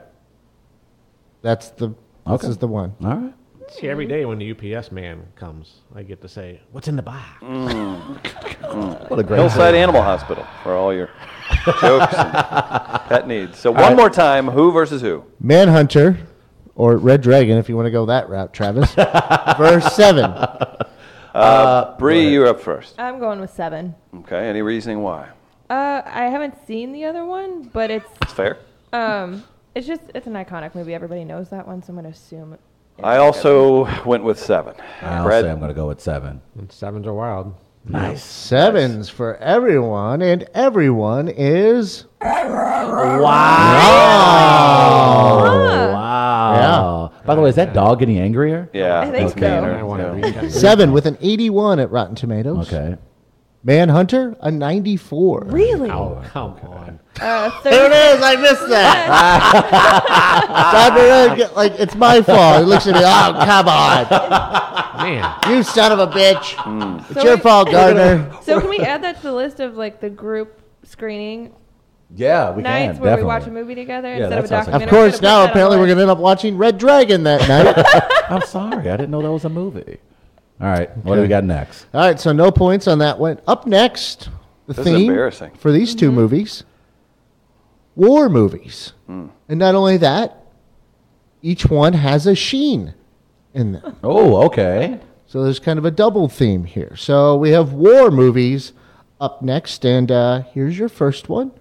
[SPEAKER 4] That's the. This
[SPEAKER 10] Okay.
[SPEAKER 4] is the one.
[SPEAKER 1] All right.
[SPEAKER 10] See, every day when the UPS man comes, I get to say, "What's in the box?"
[SPEAKER 1] What a great
[SPEAKER 2] Hillside
[SPEAKER 1] idea.
[SPEAKER 2] Animal Hospital for all
[SPEAKER 4] [LAUGHS]
[SPEAKER 2] your jokes and pet needs. So one more time, who versus who?
[SPEAKER 4] Manhunter, or Red Dragon, if you want to go that route, [LAUGHS] Travis. Verse seven.
[SPEAKER 2] Uh, Bree, you're up first.
[SPEAKER 3] I'm going with seven.
[SPEAKER 2] Okay, any reasoning why?
[SPEAKER 3] Uh, I haven't seen the other one, but it's
[SPEAKER 2] It's fair.
[SPEAKER 3] um, it's just it's an iconic movie. Everybody knows that one, so I'm gonna assume
[SPEAKER 2] I also went with seven.
[SPEAKER 1] I'll
[SPEAKER 2] Brad,
[SPEAKER 1] say I'm going to go with seven.
[SPEAKER 10] Sevens are wild.
[SPEAKER 1] Nice.
[SPEAKER 4] Sevens for everyone, and everyone is.
[SPEAKER 1] Wow.
[SPEAKER 4] Huh.
[SPEAKER 1] Oh, Wow. By the way, is that dog getting angrier?
[SPEAKER 2] Yeah. I
[SPEAKER 4] think so.
[SPEAKER 1] all right,
[SPEAKER 4] I
[SPEAKER 1] so-
[SPEAKER 4] Seven with an 81 at Rotten Tomatoes.
[SPEAKER 1] Okay.
[SPEAKER 4] Manhunter, a 94.
[SPEAKER 3] Really?
[SPEAKER 10] Oh, come on.
[SPEAKER 3] Uh,
[SPEAKER 4] There [LAUGHS] it is. I missed
[SPEAKER 3] [LAUGHS]
[SPEAKER 4] that. [LAUGHS] Cyber Ed, like, it's my fault. He looks at me, oh, come on.
[SPEAKER 10] Man.
[SPEAKER 4] You son of a bitch.
[SPEAKER 3] Mm.
[SPEAKER 4] It's
[SPEAKER 3] So
[SPEAKER 4] your
[SPEAKER 3] we- [LAUGHS]
[SPEAKER 4] fault, Gardner.
[SPEAKER 3] so can we add that to the list of like the group screening
[SPEAKER 1] Yeah, we
[SPEAKER 3] nights
[SPEAKER 1] can.
[SPEAKER 3] where
[SPEAKER 1] definitely.
[SPEAKER 3] we watch a movie together
[SPEAKER 1] Yeah,
[SPEAKER 3] instead of a
[SPEAKER 1] that sounds like-
[SPEAKER 3] documentary?
[SPEAKER 4] Of
[SPEAKER 3] I'm
[SPEAKER 4] course,
[SPEAKER 3] gonna
[SPEAKER 4] now
[SPEAKER 3] put that on
[SPEAKER 4] apparently
[SPEAKER 3] the
[SPEAKER 4] we're
[SPEAKER 3] list.
[SPEAKER 4] going to end up watching Red Dragon that night.
[SPEAKER 1] I'm sorry. I didn't know that was a movie. All right. What do we
[SPEAKER 4] Okay.
[SPEAKER 1] got next?
[SPEAKER 4] All right, so no points on that one. Up next, the
[SPEAKER 2] This is
[SPEAKER 4] theme
[SPEAKER 2] embarrassing.
[SPEAKER 4] for these two movies war movies.
[SPEAKER 2] Hmm.
[SPEAKER 4] And not only that, each one has a sheen in them.
[SPEAKER 1] Oh, okay.
[SPEAKER 4] So there's kind of a double theme here. So we have war movies up next, and uh, here's your first one.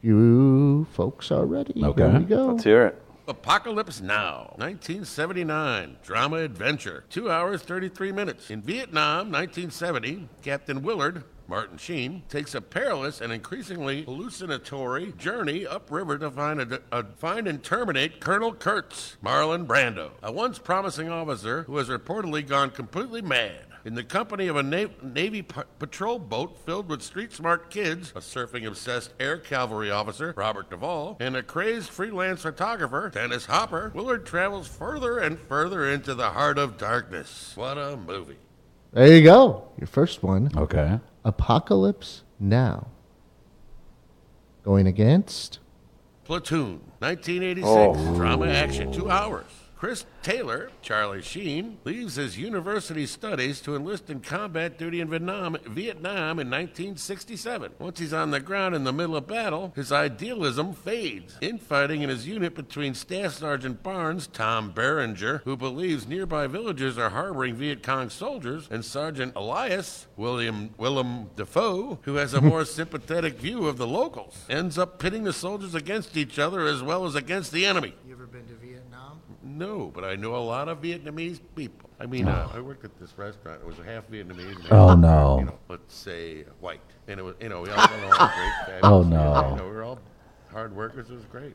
[SPEAKER 4] You folks are ready. Here
[SPEAKER 1] Okay.
[SPEAKER 4] we go.
[SPEAKER 2] Let's hear it.
[SPEAKER 11] Apocalypse Now, 1979, drama adventure, 2 hours 33 minutes. In Vietnam, 1970, Captain Willard, Martin Sheen, takes a perilous and increasingly hallucinatory journey upriver to find, a, a- find and terminate Colonel Kurtz, Marlon Brando, a once promising officer who has reportedly gone completely mad. In the company of a na- Navy pa- patrol boat filled with street smart kids, a surfing obsessed air cavalry officer, Robert Duvall, and a crazed freelance photographer, Dennis Hopper, Willard travels further and further into the heart of darkness. What a movie.
[SPEAKER 4] There you go. Your first one
[SPEAKER 1] Okay.
[SPEAKER 4] Apocalypse Now. Going against.
[SPEAKER 11] Platoon, 1986, drama action, two hours. Chris Taylor, Charlie Sheen, leaves his university studies to enlist in combat duty in Vietnam, Vietnam in 1967. Once he's on the ground in the middle of battle, his idealism fades. Infighting in his unit between Staff Sergeant Barnes, Tom Berenger, who believes nearby villagers are harboring Viet Cong soldiers, and Sergeant Elias, William Willem Defoe, who
[SPEAKER 1] [LAUGHS]
[SPEAKER 11] has a more sympathetic view of the locals, ends up pitting the soldiers against each other as well as against the enemy.
[SPEAKER 13] You ever been to Vietnam?
[SPEAKER 11] No, but I know a lot of Vietnamese people. I mean, uh, I worked at this restaurant. It was half Vietnamese. and
[SPEAKER 1] Oh,
[SPEAKER 11] half,
[SPEAKER 1] no.
[SPEAKER 11] You know, let's say white, and it was you know we all got
[SPEAKER 1] [LAUGHS]
[SPEAKER 11] along great.
[SPEAKER 1] Oh,
[SPEAKER 11] fabulous, you know,
[SPEAKER 1] no.
[SPEAKER 11] You know, we were all hard workers. It was great.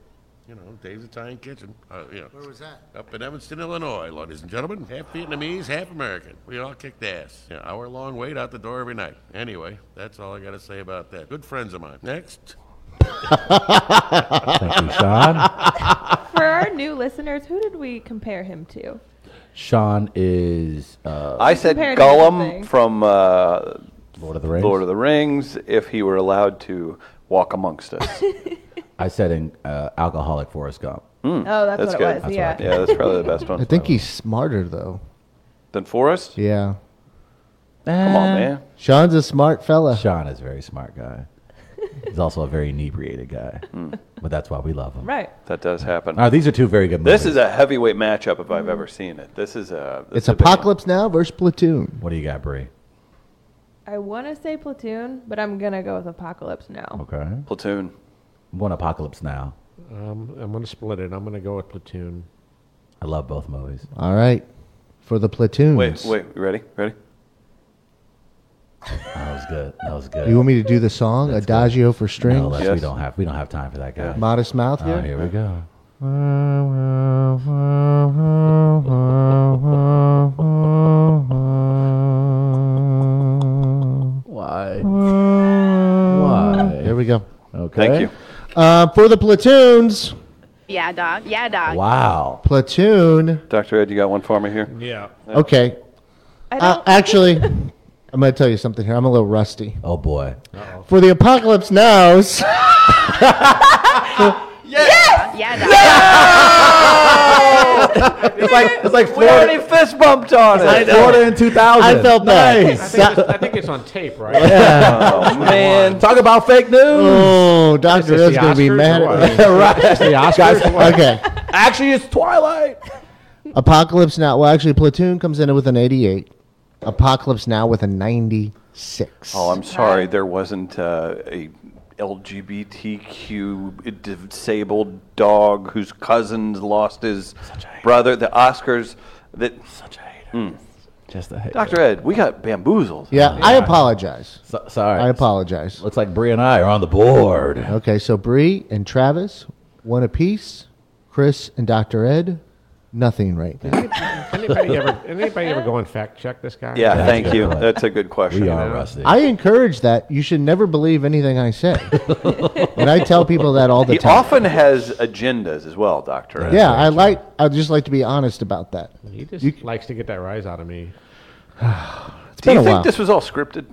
[SPEAKER 11] You know, Dave's Italian Kitchen. Uh, you know,
[SPEAKER 13] Where was that?
[SPEAKER 11] Up in Evanston, Illinois, ladies and gentlemen. Half Vietnamese, half American. We all kicked ass. Yeah, hour long wait out the door every night. Anyway, that's all I got to say about that. Good friends of mine. Next.
[SPEAKER 1] Thank you,
[SPEAKER 2] [LAUGHS]
[SPEAKER 1] Sean.
[SPEAKER 3] For our new listeners, who did we compare him to?
[SPEAKER 1] Sean is uh,
[SPEAKER 2] I said
[SPEAKER 3] compared to
[SPEAKER 2] Gollum
[SPEAKER 3] nothing.
[SPEAKER 2] from uh,
[SPEAKER 1] Lord of the Rings.
[SPEAKER 2] Lord of the Rings if he were allowed to walk amongst us.
[SPEAKER 1] I said in uh, alcoholic Forrest Gump.
[SPEAKER 2] Mm.
[SPEAKER 3] Oh, that's,
[SPEAKER 2] That's
[SPEAKER 3] what
[SPEAKER 2] good.
[SPEAKER 3] it was. yeah.
[SPEAKER 2] yeah, that's probably the best
[SPEAKER 4] I
[SPEAKER 2] one.
[SPEAKER 4] think he's smarter, though.
[SPEAKER 2] Then Forrest?
[SPEAKER 4] Yeah.
[SPEAKER 2] Come on, man.
[SPEAKER 4] Sean's a smart fella.
[SPEAKER 1] Eh. Sean is a very smart
[SPEAKER 2] [LAUGHS]
[SPEAKER 1] guy. He's also a very inebriated guy,
[SPEAKER 2] Mm.
[SPEAKER 1] but that's why we love him.
[SPEAKER 3] Right.
[SPEAKER 2] That does happen.
[SPEAKER 1] All right, Uh, these are two very good movies.
[SPEAKER 2] This is a heavyweight matchup if I've ever seen it. This is a. This
[SPEAKER 4] It's
[SPEAKER 2] is a big one.
[SPEAKER 4] Apocalypse Now versus Platoon.
[SPEAKER 1] What do you got, Bree?
[SPEAKER 3] I want to say Platoon, but I'm going to go with Apocalypse now.
[SPEAKER 1] Okay,
[SPEAKER 2] Platoon.
[SPEAKER 1] one apocalypse now.
[SPEAKER 10] Um, I'm going to split it. I'm going to go with Platoon.
[SPEAKER 1] I love both movies.
[SPEAKER 4] All right. For the Platoons.
[SPEAKER 2] Wait, wait. you Ready? Ready?
[SPEAKER 1] That was good. That was good.
[SPEAKER 4] You want me to do the song Adagio for Strings?
[SPEAKER 1] no, that's, we
[SPEAKER 2] Yes.
[SPEAKER 1] don't have we don't have time for that guy.
[SPEAKER 4] Modest Mouth
[SPEAKER 1] Oh,
[SPEAKER 4] here?
[SPEAKER 1] here we go. Why? Why?
[SPEAKER 4] Here we go.
[SPEAKER 1] Okay.
[SPEAKER 2] Thank you.
[SPEAKER 4] Uh, for the Platoons,
[SPEAKER 12] Yeah, dog. Yeah, dog.
[SPEAKER 1] Wow.
[SPEAKER 4] Platoon.
[SPEAKER 2] Dr. Ed, you got one for me here?
[SPEAKER 10] Yeah.
[SPEAKER 4] Okay.
[SPEAKER 3] I
[SPEAKER 4] Uh,
[SPEAKER 3] don't-
[SPEAKER 4] actually, I'm going to tell you something here. I'm a little rusty.
[SPEAKER 1] Oh boy.
[SPEAKER 4] For the Apocalypse Nows,
[SPEAKER 12] Yeah, dog.
[SPEAKER 1] It's like it's like
[SPEAKER 2] We
[SPEAKER 1] Florida.
[SPEAKER 2] already fist bumped on it.
[SPEAKER 1] Florida in 2000.
[SPEAKER 4] [LAUGHS] I felt bad.
[SPEAKER 10] I think, it's, [LAUGHS] I think it's on tape, right?
[SPEAKER 2] Oh, man.
[SPEAKER 1] Talk about fake news.
[SPEAKER 4] Oh, Dr.
[SPEAKER 10] this
[SPEAKER 4] Ed's
[SPEAKER 10] the
[SPEAKER 4] going to be
[SPEAKER 10] Oscars or
[SPEAKER 4] mad
[SPEAKER 10] what?
[SPEAKER 4] at
[SPEAKER 1] [LAUGHS]
[SPEAKER 4] me.
[SPEAKER 1] right.
[SPEAKER 10] The Oscars?
[SPEAKER 4] okay.
[SPEAKER 1] Actually, it's Twilight.
[SPEAKER 4] Apocalypse Now. Well, actually, Platoon comes in with an 88. Apocalypse Now with a 96.
[SPEAKER 2] Oh, I'm sorry. There wasn't uh, a LGBTQ disabled dog whose cousin lost his brother. The Oscars. That such a hater.
[SPEAKER 1] Just a hater.
[SPEAKER 2] Dr. Ed, we got bamboozled.
[SPEAKER 4] Yeah, I apologize.
[SPEAKER 1] sorry.
[SPEAKER 4] I apologize.
[SPEAKER 1] Looks like Bree and I are on the board.
[SPEAKER 4] Okay, so Bree and Travis, one apiece. Chris and Dr. Ed, nothing right now.
[SPEAKER 10] Anybody ever, anybody ever go and fact check this guy?
[SPEAKER 2] Yeah, thank you. That's a good question.
[SPEAKER 1] We are rusty.
[SPEAKER 4] I encourage that. You should never believe anything
[SPEAKER 2] [LAUGHS]
[SPEAKER 4] I say. and I tell people that all the
[SPEAKER 2] he
[SPEAKER 4] time.
[SPEAKER 2] often has agendas as well, Doctor.
[SPEAKER 4] yeah, I like. I would just like to be honest about that.
[SPEAKER 10] He just likes to get that rise out of me.
[SPEAKER 4] It's
[SPEAKER 2] Do
[SPEAKER 4] been
[SPEAKER 2] you
[SPEAKER 4] a
[SPEAKER 2] think
[SPEAKER 4] while.
[SPEAKER 2] this was all scripted?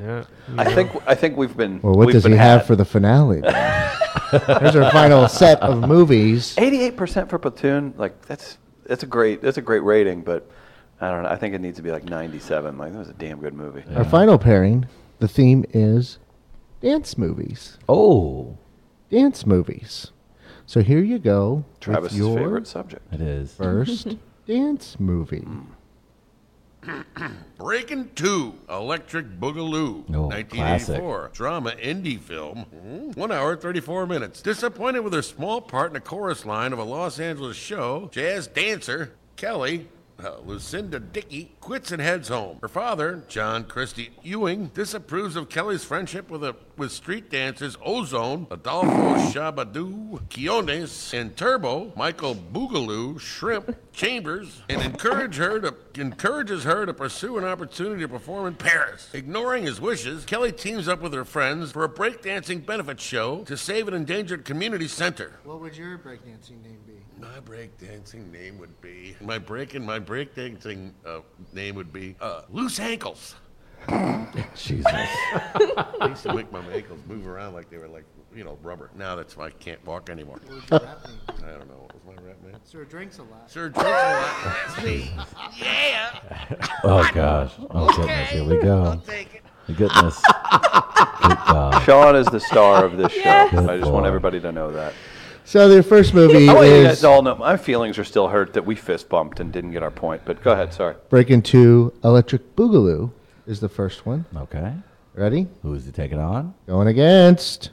[SPEAKER 10] Yeah.
[SPEAKER 2] I think I think we've been.
[SPEAKER 4] Well, what
[SPEAKER 2] we've
[SPEAKER 4] does he
[SPEAKER 2] been
[SPEAKER 4] have for the finale? then? There's our final set of movies.
[SPEAKER 2] Eighty-eight percent for platoon. Like that's that's a great that's a great rating, but I don't know. I think it needs to be like ninety-seven. Like that was a damn good movie.
[SPEAKER 4] Our final pairing. The theme is dance movies.
[SPEAKER 1] Oh,
[SPEAKER 4] dance movies. So here you go. with
[SPEAKER 2] Travis's
[SPEAKER 4] your
[SPEAKER 2] favorite Hmm. subject.
[SPEAKER 1] It is
[SPEAKER 2] [LAUGHS]
[SPEAKER 4] first dance movie.
[SPEAKER 11] Breaking Two, Electric Boogaloo,
[SPEAKER 1] Oh,
[SPEAKER 11] 1984, drama indie film, Hmm? one hour thirty-four minutes. Disappointed with her small part in a chorus line of a Los Angeles show, jazz dancer Kelly. uh, Lucinda Dickey quits and heads home. Her father, John Christie Ewing, disapproves of Kelly's friendship with a with street dancers Ozone, Adolfo Shabadoo, Quiones, and Turbo, Michael Boogaloo, Shrimp, Chambers, and encourage her to encourages her to pursue an opportunity to perform in Paris. Ignoring his wishes, Kelly teams up with her friends for a breakdancing benefit show to save an endangered community center.
[SPEAKER 13] What would your breakdancing name be?
[SPEAKER 11] My breakdancing name would be my break and my breakdancing uh, name would be uh, loose ankles.
[SPEAKER 1] Jesus.
[SPEAKER 11] I used to make my ankles move around like they were like you know rubber. Now that's why I can't walk anymore.
[SPEAKER 13] What would your
[SPEAKER 11] I
[SPEAKER 13] rap name be?
[SPEAKER 11] don't know. What was my rap name?
[SPEAKER 13] Sir drinks a lot.
[SPEAKER 11] Sir drinks a lot. That's me. Yeah.
[SPEAKER 1] Oh gosh. Oh goodness. Here we go.
[SPEAKER 2] [LAUGHS]
[SPEAKER 1] Goodness. Good
[SPEAKER 4] Oh.
[SPEAKER 1] God.
[SPEAKER 2] Sean is the star of
[SPEAKER 4] [LAUGHS]
[SPEAKER 2] this show.
[SPEAKER 1] Yes. Good
[SPEAKER 2] I just want
[SPEAKER 1] boy.
[SPEAKER 2] everybody to know that.
[SPEAKER 4] So their first
[SPEAKER 2] [LAUGHS]
[SPEAKER 4] movie
[SPEAKER 2] I want you guys
[SPEAKER 4] is
[SPEAKER 2] to Oh, all know my feelings are still hurt that we fist bumped and didn't get our point. But go ahead, sorry.
[SPEAKER 4] Break Into Electric Boogaloo is the first one.
[SPEAKER 1] Okay.
[SPEAKER 4] Ready?
[SPEAKER 1] Who is he taking on?
[SPEAKER 4] Going against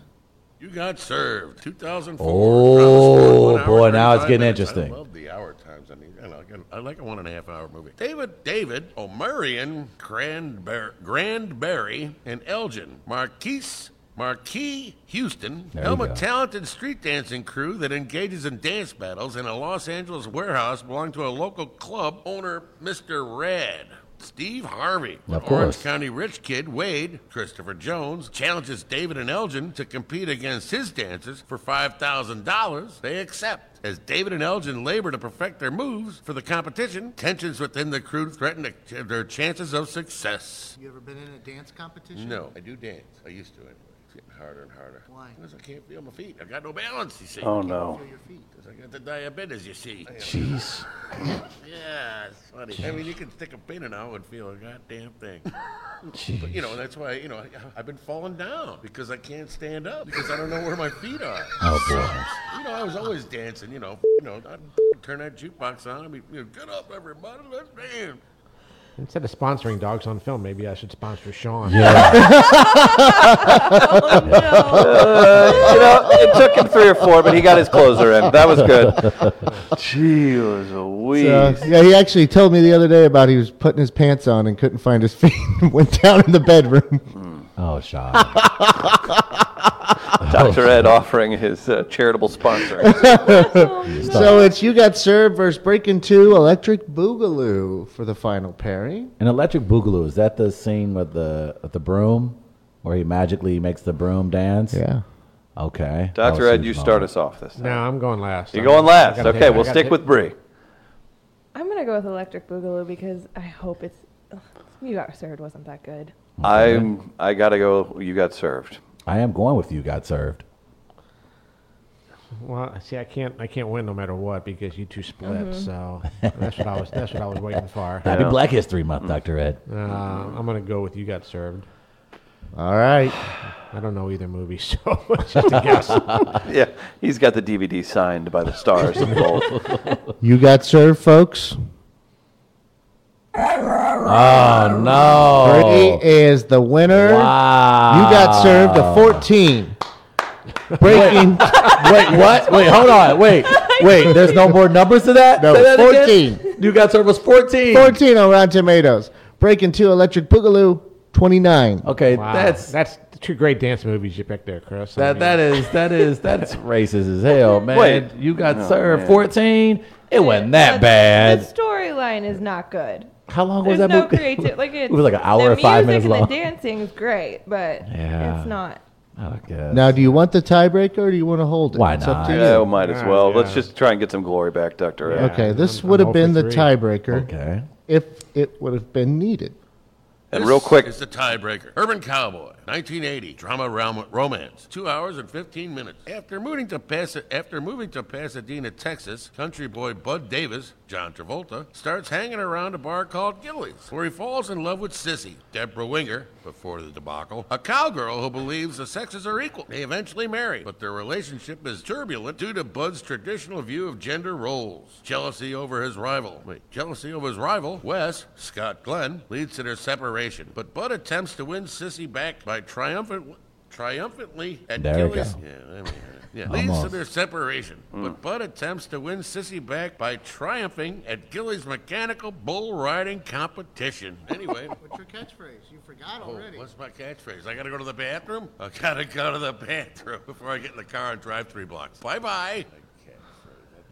[SPEAKER 11] You got served. 2004.
[SPEAKER 1] Oh,
[SPEAKER 11] One hour,
[SPEAKER 1] boy, now it's
[SPEAKER 11] 35
[SPEAKER 1] getting
[SPEAKER 11] minutes.
[SPEAKER 1] interesting.
[SPEAKER 11] I love the hour times. I mean, I, like, I like a one and a half hour movie. David, David, O'Marian, Grandber- Grandberry, and Elgin, Marquise, Marquis Houston,
[SPEAKER 1] There you
[SPEAKER 11] helm
[SPEAKER 1] go.
[SPEAKER 11] a talented street dancing crew that engages in dance battles in a Los Angeles warehouse belonging to a local club owner, Mr. Rad. Steve Harvey,
[SPEAKER 1] Of
[SPEAKER 11] an Orange
[SPEAKER 1] course.
[SPEAKER 11] County rich kid Wade, Christopher Jones, challenges David and Elgin to compete against his dancers for $5,000. They accept. As David and Elgin labor to perfect their moves for the competition, tensions within the crew threaten to- their chances of success.
[SPEAKER 13] You ever been in a dance competition?
[SPEAKER 11] No, I do dance. I used to anyway. It's getting harder and harder.
[SPEAKER 13] Why?
[SPEAKER 11] Because I can't feel my feet. I've got no balance, you see.
[SPEAKER 2] Oh, no.
[SPEAKER 13] Your feet.
[SPEAKER 11] Because I got the diabetes, you see.
[SPEAKER 1] Jeez.
[SPEAKER 11] Yeah, it's funny. I mean, you can stick a pin in I would feel a goddamn thing. But you know, that's why you know I, I've been falling down because I can't stand up because I don't know where my feet are.
[SPEAKER 1] Oh boy.
[SPEAKER 11] You know, I was always dancing. You know, you know, I'd turn that jukebox on. I'd be, you know, get up, everybody, let's dance.
[SPEAKER 10] Instead of sponsoring dogs on film, maybe I should sponsor
[SPEAKER 2] [LAUGHS]
[SPEAKER 10] Sean.
[SPEAKER 2] you know, it took him three or four, but he got his closer in. That was
[SPEAKER 4] [LAUGHS]
[SPEAKER 2] good. Gee, was a
[SPEAKER 4] So,
[SPEAKER 2] wheeze.
[SPEAKER 4] yeah, he actually told me the other day about he was putting his pants on and couldn't find his [LAUGHS] feet and went down in the bedroom.
[SPEAKER 1] Oh,
[SPEAKER 2] [LAUGHS]
[SPEAKER 1] Sean. Oh.
[SPEAKER 2] Dr. Ed offering his uh, charitable
[SPEAKER 1] [LAUGHS]
[SPEAKER 2] sponsoring.
[SPEAKER 4] so it's You Got Served versus Break Into Electric Boogaloo for the final pairing.
[SPEAKER 1] An electric boogaloo. Is that the scene with the with the broom, where he magically makes the broom dance?
[SPEAKER 4] Yeah.
[SPEAKER 1] Okay. That
[SPEAKER 2] Dr.
[SPEAKER 1] was
[SPEAKER 2] Ed,
[SPEAKER 1] his
[SPEAKER 2] you
[SPEAKER 1] moment.
[SPEAKER 2] start us off this time.
[SPEAKER 10] No, I'm going last.
[SPEAKER 2] You're
[SPEAKER 10] I'm-
[SPEAKER 2] going
[SPEAKER 10] I
[SPEAKER 2] last.
[SPEAKER 10] gotta
[SPEAKER 2] Okay,
[SPEAKER 10] take- I
[SPEAKER 2] we'll
[SPEAKER 10] gotta
[SPEAKER 2] stick
[SPEAKER 10] take-
[SPEAKER 2] with Bree.
[SPEAKER 3] I'm gonna go with Electric Boogaloo because I hope it's. Ugh, you got served wasn't that good.
[SPEAKER 2] I'm. I gotta go. You got served. [LAUGHS]
[SPEAKER 1] I am going with you. Got served.
[SPEAKER 10] Well, see, I can't, I can't win no matter what because you two split.
[SPEAKER 2] Mm-hmm.
[SPEAKER 10] So that's what I was, that's what I was waiting for. Uh,
[SPEAKER 1] Happy Black History
[SPEAKER 4] Mm.
[SPEAKER 1] Month, Dr. Ed.
[SPEAKER 10] I'm gonna go with you got served.
[SPEAKER 4] All right.
[SPEAKER 10] I don't know either movie, [LAUGHS] so it's
[SPEAKER 11] [LAUGHS]
[SPEAKER 10] just a guess.
[SPEAKER 2] Yeah, he's got the DVD signed by
[SPEAKER 1] [LAUGHS]
[SPEAKER 2] the stars of gold.
[SPEAKER 4] You Got Served, folks.
[SPEAKER 1] Oh no!
[SPEAKER 4] Brady is the winner.
[SPEAKER 1] Oh. Wow.
[SPEAKER 4] You got served a 14. Breaking.
[SPEAKER 1] [LAUGHS] Wait, what? Wait, hold on.
[SPEAKER 4] [LAUGHS]
[SPEAKER 1] Wait, wait. There's no more numbers to that.
[SPEAKER 4] No,
[SPEAKER 1] Say that again.
[SPEAKER 4] 14.
[SPEAKER 1] You got served was 14.
[SPEAKER 4] 14 on Rotten Tomatoes. Breaking 2 Electric Boogaloo, 29.
[SPEAKER 1] Okay,
[SPEAKER 10] Wow.
[SPEAKER 1] that's
[SPEAKER 10] that's the two great dance movies you picked there, Chris.
[SPEAKER 1] that.
[SPEAKER 10] I mean-
[SPEAKER 1] That is that is
[SPEAKER 10] [LAUGHS]
[SPEAKER 1] that's racist as hell, man.
[SPEAKER 2] Wait.
[SPEAKER 1] you got
[SPEAKER 2] Oh,
[SPEAKER 1] served
[SPEAKER 2] man.
[SPEAKER 1] 14. It wasn't
[SPEAKER 3] But
[SPEAKER 1] that
[SPEAKER 3] The
[SPEAKER 1] bad.
[SPEAKER 3] storyline is not good.
[SPEAKER 1] How long was that
[SPEAKER 3] There's no
[SPEAKER 1] movie? [LAUGHS]
[SPEAKER 3] creative. Like it's,
[SPEAKER 1] it was like an hour
[SPEAKER 3] the
[SPEAKER 1] or five
[SPEAKER 3] music
[SPEAKER 1] minutes
[SPEAKER 3] and
[SPEAKER 1] long.
[SPEAKER 3] The dancing is great, but
[SPEAKER 1] Yeah.
[SPEAKER 3] it's not.
[SPEAKER 1] Oh, I guess.
[SPEAKER 4] Now, do you want the tiebreaker or do you want to hold it?
[SPEAKER 1] Why
[SPEAKER 4] It's up to
[SPEAKER 1] not?
[SPEAKER 4] you.
[SPEAKER 2] Yeah, we might as
[SPEAKER 10] Yeah,
[SPEAKER 2] well. Let's
[SPEAKER 10] yeah.
[SPEAKER 2] just try and get some glory back, Doctor.
[SPEAKER 4] Okay, this would have been the tiebreaker
[SPEAKER 1] Okay.
[SPEAKER 4] if it would have been needed.
[SPEAKER 2] And
[SPEAKER 11] This
[SPEAKER 2] real quick,
[SPEAKER 11] is the tiebreaker. Urban Cowboy, 1980, drama rom- romance, two hours and 15 minutes. After moving to Pas- after moving to Pasadena, Texas, country boy Bud Davis, John Travolta, starts hanging around a bar called Gillies, where he falls in love with Sissy, Deborah Winger, before the debacle, a cowgirl who believes the sexes are equal. They eventually marry, but their relationship is turbulent due to Bud's traditional view of gender roles. Jealousy over his rival. Wait, jealousy over his rival, Wes, Scott Glenn, leads to their separation. But Bud attempts to win Sissy back by triumphant, triumphantly at
[SPEAKER 1] There we
[SPEAKER 11] Gillies.
[SPEAKER 1] go.
[SPEAKER 11] Yeah, I mean, yeah. leads to
[SPEAKER 1] Almost.
[SPEAKER 11] their separation. But Bud attempts to win Sissy back by triumphing at Gillies' mechanical bull riding competition. Anyway.
[SPEAKER 13] What's your catchphrase? You forgot
[SPEAKER 11] Oh,
[SPEAKER 13] already.
[SPEAKER 11] what's my catchphrase? I gotta go to the bathroom? I gotta go to the [LAUGHS] bathroom before I get in the car and drive three blocks. Bye bye.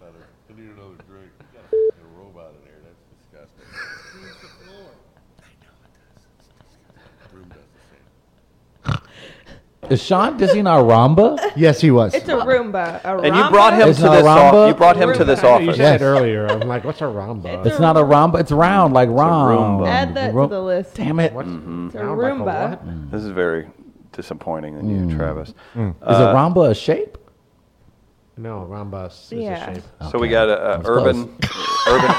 [SPEAKER 11] I need another drink. You got a robot in there. That's disgusting. Room does the same.
[SPEAKER 1] Is Sean dissing our Ramba?
[SPEAKER 4] Yes, he was.
[SPEAKER 3] It's a Roomba. A
[SPEAKER 2] and you brought him
[SPEAKER 1] It's
[SPEAKER 2] to
[SPEAKER 1] not
[SPEAKER 2] this.
[SPEAKER 1] a
[SPEAKER 2] Off-
[SPEAKER 1] Rumba?
[SPEAKER 2] you brought him to this
[SPEAKER 10] I know Oh, You
[SPEAKER 2] office.
[SPEAKER 10] said
[SPEAKER 4] Yes.
[SPEAKER 10] it earlier. I'm like, what's a Ramba?
[SPEAKER 1] It's not a Ramba. It's round like round.
[SPEAKER 2] Roomba.
[SPEAKER 3] Add that to the list.
[SPEAKER 1] Damn it!
[SPEAKER 10] What's-
[SPEAKER 3] It's a
[SPEAKER 10] sound Mm-hmm. like a
[SPEAKER 3] Roomba.
[SPEAKER 10] what?
[SPEAKER 4] Mm.
[SPEAKER 2] This is very disappointing in
[SPEAKER 1] Hmm.
[SPEAKER 2] you, Travis.
[SPEAKER 10] Hmm.
[SPEAKER 1] Is a Ramba a shape?
[SPEAKER 10] No, Ramba is
[SPEAKER 3] Yeah.
[SPEAKER 10] a shape.
[SPEAKER 2] So we got a, a
[SPEAKER 1] That was
[SPEAKER 2] urban,
[SPEAKER 1] [LAUGHS]
[SPEAKER 2] urban.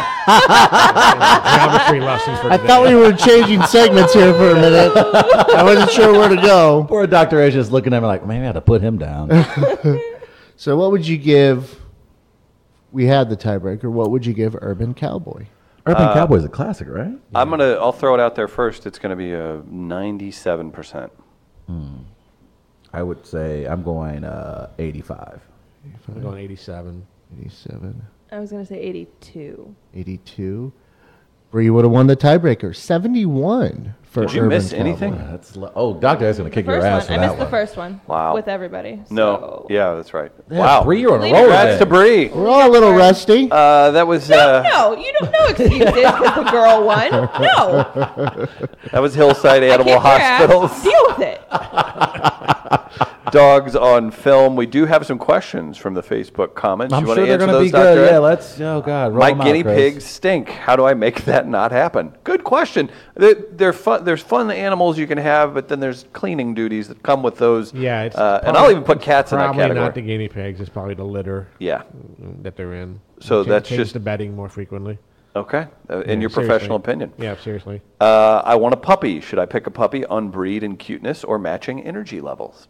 [SPEAKER 10] Geometry lessons for
[SPEAKER 4] I
[SPEAKER 10] today.
[SPEAKER 4] thought we were changing segments here for a minute. I wasn't sure where to go.
[SPEAKER 1] [LAUGHS] Poor Dr. Asia is looking at me like, maybe I had to put him down.
[SPEAKER 4] [LAUGHS] So, what would you give? We had the tiebreaker. What would you give Urban Cowboy?
[SPEAKER 1] Urban Cowboy is a classic, right?
[SPEAKER 2] I'm gonna. I'll throw it out there first. It's gonna be a 97 percent.
[SPEAKER 1] I would say I'm going uh, 85.
[SPEAKER 10] I'm going 87.
[SPEAKER 4] 87,
[SPEAKER 3] I was gonna say 82.
[SPEAKER 4] 82. Bree would have won the tiebreaker. 71 for
[SPEAKER 2] Did you
[SPEAKER 4] Urban
[SPEAKER 2] miss
[SPEAKER 4] Cowboy.
[SPEAKER 2] anything?
[SPEAKER 1] That's lo- oh, Dr. A's going to kick your
[SPEAKER 3] First
[SPEAKER 1] ass
[SPEAKER 3] one.
[SPEAKER 1] for
[SPEAKER 3] I missed
[SPEAKER 1] that
[SPEAKER 3] the
[SPEAKER 1] one.
[SPEAKER 3] first one.
[SPEAKER 2] Wow.
[SPEAKER 3] With everybody.
[SPEAKER 2] No.
[SPEAKER 3] So.
[SPEAKER 2] Yeah, that's right.
[SPEAKER 1] Yeah,
[SPEAKER 2] wow.
[SPEAKER 1] Bree, you're on a
[SPEAKER 3] Leader.
[SPEAKER 1] roll
[SPEAKER 2] Congrats
[SPEAKER 1] today.
[SPEAKER 2] to Bree.
[SPEAKER 4] We're all a little rusty.
[SPEAKER 2] Uh, that was uh,
[SPEAKER 3] [LAUGHS] No, you don't know excuses because the girl
[SPEAKER 2] [LAUGHS]
[SPEAKER 3] won. No.
[SPEAKER 2] that was Hillside
[SPEAKER 3] Kick
[SPEAKER 2] Animal
[SPEAKER 3] your ass.
[SPEAKER 2] Hospital's [LAUGHS]
[SPEAKER 3] Deal with it.
[SPEAKER 2] dogs on film. We do have some questions from the Facebook comments.
[SPEAKER 1] I'm
[SPEAKER 2] you
[SPEAKER 1] sure
[SPEAKER 2] want to
[SPEAKER 1] they're
[SPEAKER 2] answer
[SPEAKER 1] going to
[SPEAKER 2] those,
[SPEAKER 1] be good.
[SPEAKER 2] Dr. Ed?
[SPEAKER 1] Yeah, let's. Oh, God. Roll
[SPEAKER 2] My
[SPEAKER 1] 'em out,
[SPEAKER 2] guinea
[SPEAKER 1] Chris.
[SPEAKER 2] pigs stink. How do I make [LAUGHS] that not happen? Good question. They're, they're fun. There's fun animals you can have, but then there's cleaning duties that come with those.
[SPEAKER 10] Yeah, it's
[SPEAKER 2] uh, and
[SPEAKER 10] probably-
[SPEAKER 2] I'll even put cats in that
[SPEAKER 10] Probably not the
[SPEAKER 2] category.
[SPEAKER 10] guinea pigs. It's probably the litter
[SPEAKER 2] Yeah.
[SPEAKER 10] that they're in.
[SPEAKER 2] So
[SPEAKER 10] Ch-
[SPEAKER 2] that's
[SPEAKER 10] change
[SPEAKER 2] just-
[SPEAKER 10] the bedding more frequently.
[SPEAKER 2] Okay. Uh, in
[SPEAKER 10] Yeah,
[SPEAKER 2] your professional
[SPEAKER 10] seriously.
[SPEAKER 2] opinion.
[SPEAKER 10] Yeah, seriously.
[SPEAKER 2] Uh, I want a puppy. Should I pick a puppy on breed and cuteness or matching energy levels?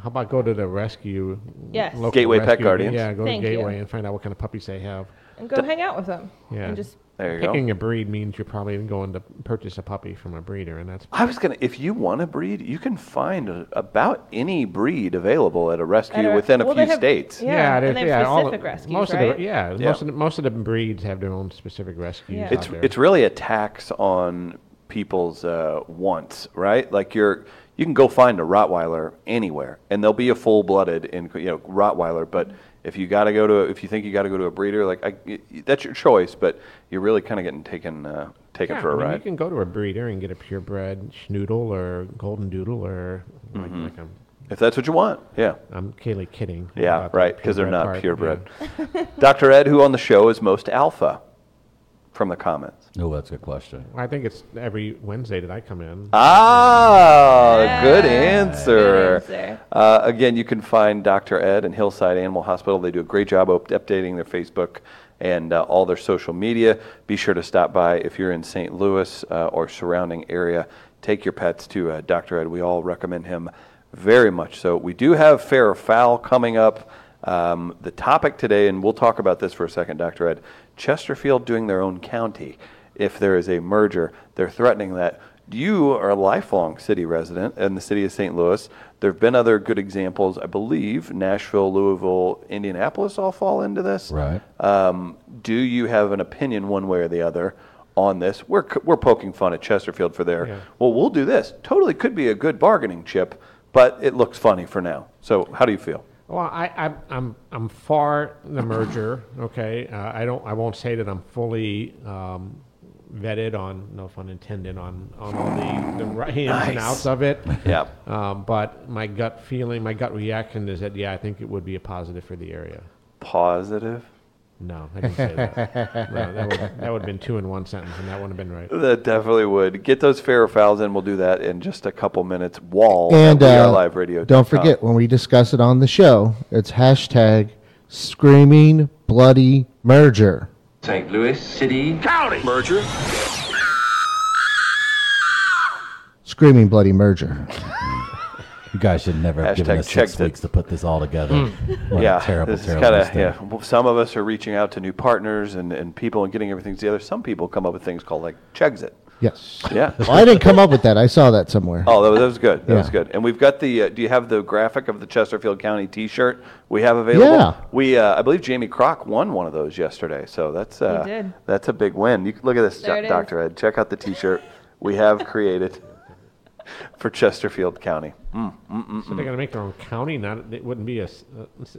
[SPEAKER 10] How about go to the rescue?
[SPEAKER 3] Yes.
[SPEAKER 10] local
[SPEAKER 2] Gateway Pet
[SPEAKER 10] rescue-
[SPEAKER 2] Guardians.
[SPEAKER 10] Yeah, go
[SPEAKER 3] Thank
[SPEAKER 10] to Gateway
[SPEAKER 3] you.
[SPEAKER 10] and find out what kind of puppies they have.
[SPEAKER 3] And go hang out with them.
[SPEAKER 10] Yeah.
[SPEAKER 3] And just
[SPEAKER 2] There you
[SPEAKER 10] Picking
[SPEAKER 2] go.
[SPEAKER 10] a breed means you're probably going to purchase a puppy from a breeder, and that's
[SPEAKER 2] I was gonna. If you want to breed, you can find a, about any breed available at a
[SPEAKER 3] At
[SPEAKER 2] rescue
[SPEAKER 3] a-
[SPEAKER 2] within a
[SPEAKER 3] well,
[SPEAKER 2] few
[SPEAKER 3] they have-
[SPEAKER 2] states.
[SPEAKER 3] Yeah, and
[SPEAKER 10] there's-
[SPEAKER 3] they have
[SPEAKER 10] all of-
[SPEAKER 3] specific rescues,
[SPEAKER 10] most Of
[SPEAKER 3] right?
[SPEAKER 10] the, yeah,
[SPEAKER 2] Yeah.
[SPEAKER 10] most of the, most of the breeds have their own specific rescues.
[SPEAKER 3] Yeah.
[SPEAKER 2] it's
[SPEAKER 10] out there.
[SPEAKER 2] it's really a tax on people's uh, wants, right? Like you're you can go find a Rottweiler anywhere, and they'll be a full-blooded in you know Rottweiler. But if you got to go to a- if you think you got to go to a breeder, like I, y- y- that's your choice, but you're really kind of getting taken uh, taken
[SPEAKER 10] Yeah,
[SPEAKER 2] for a
[SPEAKER 10] I mean, You
[SPEAKER 2] ride.
[SPEAKER 10] can go to a breeder and get a purebred schnoodle or golden doodle or like,
[SPEAKER 2] Mm-hmm.
[SPEAKER 10] like I'm,
[SPEAKER 2] If that's what you want, yeah.
[SPEAKER 10] I'm Kaylee kidding.
[SPEAKER 2] Yeah,
[SPEAKER 10] about the
[SPEAKER 2] right, because they're not
[SPEAKER 10] part,
[SPEAKER 2] purebred.
[SPEAKER 3] [LAUGHS]
[SPEAKER 2] Dr. Ed, who on the show is most alpha from the comments?
[SPEAKER 1] Oh, that's a good question.
[SPEAKER 10] yeah. I think it's every Wednesday that I come in.
[SPEAKER 2] Uh, Ah, good
[SPEAKER 3] Yeah,
[SPEAKER 2] answer.
[SPEAKER 3] good answer.
[SPEAKER 2] Uh, again, you can find Dr. Ed and Hillside Animal Hospital. They do a great job up- updating their Facebook and uh, all their social media. Be sure to stop by if you're in St. Louis uh, or surrounding area. Take your pets to uh, Dr. Ed. We all recommend him very much. So we do have fair or foul coming up. Um, the topic today, and we'll talk about this for a second, Dr. Ed. Chesterfield doing their own county, if there is a merger. They're threatening that. You are a lifelong city resident in the city of St. Louis. There have been other good examples, I believe. Nashville, Louisville, Indianapolis all fall into this.
[SPEAKER 1] Right.
[SPEAKER 2] Um, do you have an opinion one way or the other on this? We're, c- we're poking fun at Chesterfield for their,
[SPEAKER 10] Yeah.
[SPEAKER 2] well, we'll do this. Totally could be a good bargaining chip, but it looks funny for now. So how do you feel?
[SPEAKER 10] Well, I, I, I'm I'm for the merger. [LAUGHS] Okay, uh, I don't. I won't say that I'm fully um, vetted on no pun intended on on all
[SPEAKER 2] [SIGHS]
[SPEAKER 10] the the right ins
[SPEAKER 2] Nice.
[SPEAKER 10] and outs of it.
[SPEAKER 2] [LAUGHS] Yeah.
[SPEAKER 10] Um, but my gut feeling, my gut reaction is that yeah, I think it would be a positive for the area.
[SPEAKER 2] Positive?
[SPEAKER 10] No, I didn't say that. no, that would that would have been two in one sentence, and that wouldn't have been right.
[SPEAKER 2] That definitely would. Get those fair fouls in. We'll do that in just a couple minutes. Wall
[SPEAKER 4] And
[SPEAKER 2] at
[SPEAKER 4] uh,
[SPEAKER 2] WeAreLiveRadio.com.
[SPEAKER 4] don't forget when we discuss it on the show, it's hashtag screaming bloody merger.
[SPEAKER 14] St. Louis City County merger.
[SPEAKER 4] Screaming bloody merger.
[SPEAKER 1] You guys should never have given
[SPEAKER 2] Hashtag
[SPEAKER 1] us six
[SPEAKER 2] checked it.
[SPEAKER 1] weeks to put this all together.
[SPEAKER 3] Hmm.
[SPEAKER 1] What
[SPEAKER 2] yeah,
[SPEAKER 1] a terrible,
[SPEAKER 2] this is
[SPEAKER 1] terrible
[SPEAKER 2] kinda-
[SPEAKER 1] mistake.
[SPEAKER 2] yeah. Well, Some of us are reaching out to new partners and, and people and getting everything together. Some people come up with things called like Chegsit.
[SPEAKER 4] Yes.
[SPEAKER 2] Yeah.
[SPEAKER 4] Well, I didn't come up with that. I saw that somewhere.
[SPEAKER 2] Oh, that was, that was good. That was
[SPEAKER 4] Yeah.
[SPEAKER 2] good. And we've got the. Uh, do you have the graphic of the Chesterfield County T-shirt we have available?
[SPEAKER 4] Yeah.
[SPEAKER 2] We, uh, I believe Jamie Crock won one of those yesterday. So that's
[SPEAKER 3] He
[SPEAKER 2] uh,
[SPEAKER 3] did.
[SPEAKER 2] that's a big win. You can- look at this,
[SPEAKER 3] There it is.
[SPEAKER 2] Doctor Ed. Check out the T-shirt we have created [LAUGHS] for Chesterfield County. Mm, mm, mm,
[SPEAKER 10] So
[SPEAKER 2] mm.
[SPEAKER 10] they're going to make their own county. Not it wouldn't be a, s-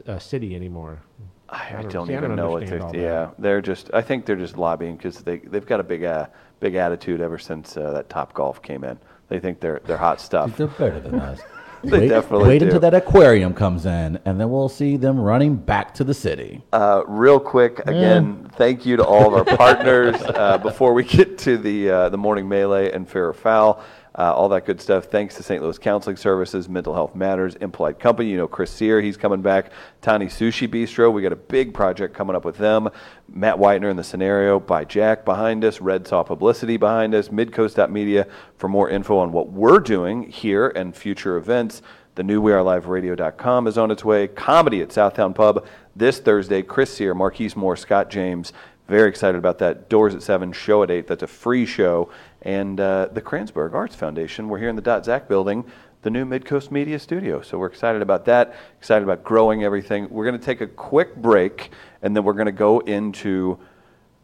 [SPEAKER 10] a- a city anymore.
[SPEAKER 2] I
[SPEAKER 10] don't-
[SPEAKER 2] don't
[SPEAKER 10] see, I
[SPEAKER 2] even
[SPEAKER 10] don't
[SPEAKER 2] know what
[SPEAKER 10] understand
[SPEAKER 2] they're.
[SPEAKER 10] all
[SPEAKER 2] Yeah,
[SPEAKER 10] that.
[SPEAKER 2] they're just. I think they're just lobbying because they they've got a big uh, big attitude ever since uh, that Top Golf came in. They think they're they're hot stuff.
[SPEAKER 1] they're better than us.
[SPEAKER 2] [LAUGHS] they
[SPEAKER 1] wait,
[SPEAKER 2] definitely
[SPEAKER 1] wait
[SPEAKER 2] do.
[SPEAKER 1] until that aquarium comes in, and then we'll see them running back to the city.
[SPEAKER 2] Uh, real quick, again, thank you to all of our partners. uh, before we get to the uh, the morning melee and fair or foul, uh, all that good stuff. Thanks to St. Louis Counseling Services, Mental Health Matters, Impolite Company. You know Chris Sear, he's coming back. Tani Sushi Bistro, we got a big project coming up with them. Matt Whitener in the scenario by Jack behind us. Red Saw Publicity behind us. Midcoast.media for more info on what we're doing here and future events. The new WeAreLiveRadio.com is on its way. Comedy at Southtown Pub this Thursday. Chris Sear, Marquise Moore, Scott James. Very excited about that. Doors at 7, show at 8. That's a free show. And uh, the Kranzberg Arts Foundation. We're here in the Dot Zach building, the new Midcoast Media Studio. So we're excited about that, excited about growing everything. We're going to take a quick break, and then we're going to go into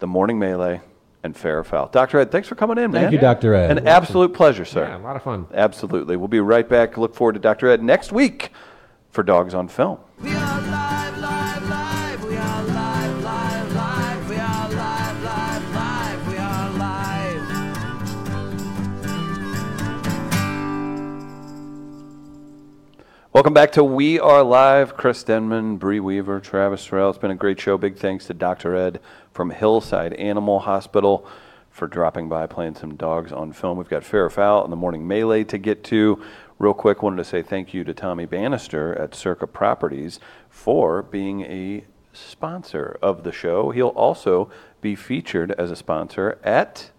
[SPEAKER 2] the Morning Melee and Fair or Foul. Dr. Ed, thanks for coming in, man.
[SPEAKER 1] Thank you, Dr. Ed.
[SPEAKER 2] An absolute pleasure, sir.
[SPEAKER 10] Yeah, a lot of fun.
[SPEAKER 2] Absolutely. We'll be right back. Look forward to Dr. Ed next week for Dogs on Film. Welcome back to We Are Live. Chris Denman, Bree Weaver, Travis Sorrell. It's been a great show. Big thanks to Dr. Ed from Hillside Animal Hospital for dropping by, playing some dogs on film. We've got Fair or Foul and the Morning Melee to get to. Real quick, wanted to say thank you to Tommy Bannister at Circa Properties for being a sponsor of the show. He'll also be featured as a sponsor at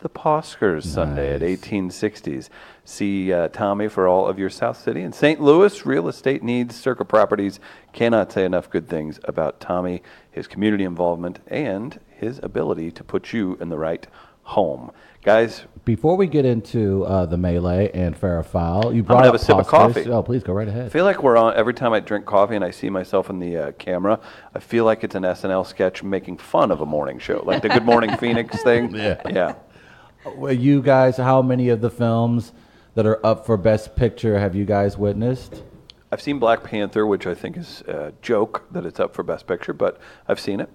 [SPEAKER 2] the Poskers Sunday at 1860s. See uh, Tommy for all of your South City and St. Louis real estate needs. Circa Properties cannot say enough good things about Tommy, his community involvement, and his ability to put you in the right home. Guys,
[SPEAKER 1] Before we get into uh, the melee and fair or foul, you
[SPEAKER 2] I'm gonna
[SPEAKER 1] brought
[SPEAKER 2] have
[SPEAKER 1] up
[SPEAKER 2] a sip of
[SPEAKER 1] Foster's.
[SPEAKER 2] coffee.
[SPEAKER 1] Oh, please go right
[SPEAKER 2] I
[SPEAKER 1] ahead.
[SPEAKER 2] feel like we're on every time I drink coffee and I see myself in the uh, camera. I feel like it's an SNL sketch making fun of a morning show, like the Good Morning Phoenix thing. Yeah, yeah.
[SPEAKER 1] Well, you guys, how many of the films that are up for Best Picture have you guys witnessed?
[SPEAKER 2] I've seen Black Panther, which I think is a joke that it's up for Best Picture, but I've seen it.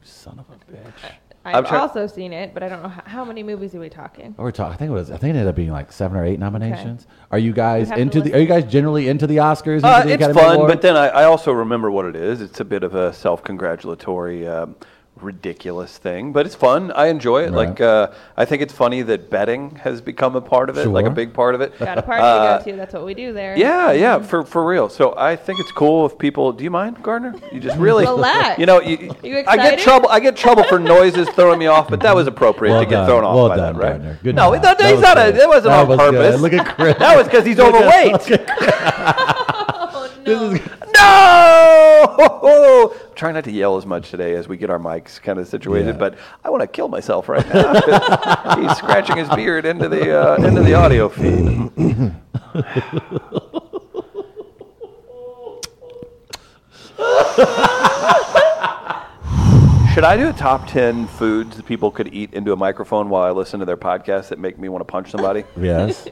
[SPEAKER 2] You
[SPEAKER 1] son of a
[SPEAKER 2] bitch.
[SPEAKER 3] I've also seen it, but I don't know how, how many movies are we talking.
[SPEAKER 1] We're talking. I think it was. I think it ended up being like seven or eight nominations. Are you
[SPEAKER 3] You
[SPEAKER 1] guys
[SPEAKER 3] have to
[SPEAKER 1] into the?
[SPEAKER 3] listen.
[SPEAKER 1] Are you guys generally into the Oscars? Into
[SPEAKER 2] Uh,
[SPEAKER 1] the
[SPEAKER 2] it's
[SPEAKER 1] Academy
[SPEAKER 2] fun,
[SPEAKER 1] Awards?
[SPEAKER 2] but then I, I also remember what it is. It's a bit of a self-congratulatory, um, ridiculous thing, but it's fun. I enjoy it.
[SPEAKER 1] Right.
[SPEAKER 2] Like uh, I think it's funny that betting has become a part of it, like a
[SPEAKER 1] Sure.
[SPEAKER 2] big part of it. [LAUGHS]
[SPEAKER 3] Got a party
[SPEAKER 2] Uh,
[SPEAKER 3] to go to. That's what we do there.
[SPEAKER 2] Yeah, yeah, for for real. So I think it's cool if people. Do you mind, Gardner? You
[SPEAKER 3] [LAUGHS]
[SPEAKER 2] just really,
[SPEAKER 3] Relax.
[SPEAKER 2] you know, you,
[SPEAKER 3] You
[SPEAKER 2] I get
[SPEAKER 3] excited?
[SPEAKER 2] trouble. I get trouble for noises throwing me off, but that was appropriate
[SPEAKER 1] Well
[SPEAKER 2] to get
[SPEAKER 1] done.
[SPEAKER 2] thrown off
[SPEAKER 1] Well
[SPEAKER 2] by
[SPEAKER 1] done,
[SPEAKER 2] that, right?
[SPEAKER 1] Gardner. Good
[SPEAKER 2] no,
[SPEAKER 1] job.
[SPEAKER 2] that,
[SPEAKER 1] That
[SPEAKER 2] he's
[SPEAKER 1] was
[SPEAKER 2] not. A,
[SPEAKER 1] good.
[SPEAKER 2] that wasn't
[SPEAKER 1] That
[SPEAKER 2] on
[SPEAKER 1] was good.
[SPEAKER 2] purpose.
[SPEAKER 1] Look at Chris.
[SPEAKER 2] that was because he's
[SPEAKER 1] [LAUGHS] Look at-
[SPEAKER 3] Oh,
[SPEAKER 2] overweight.
[SPEAKER 1] This is
[SPEAKER 2] No, [LAUGHS] I'm trying not to yell as much today as we get our mics kind of situated, but I want to kill myself right now. [LAUGHS] He's scratching his beard into the uh, into the audio feed. Should I do a top ten foods that people could eat into a microphone while I listen to their podcast that make me want to punch somebody?
[SPEAKER 1] Yes.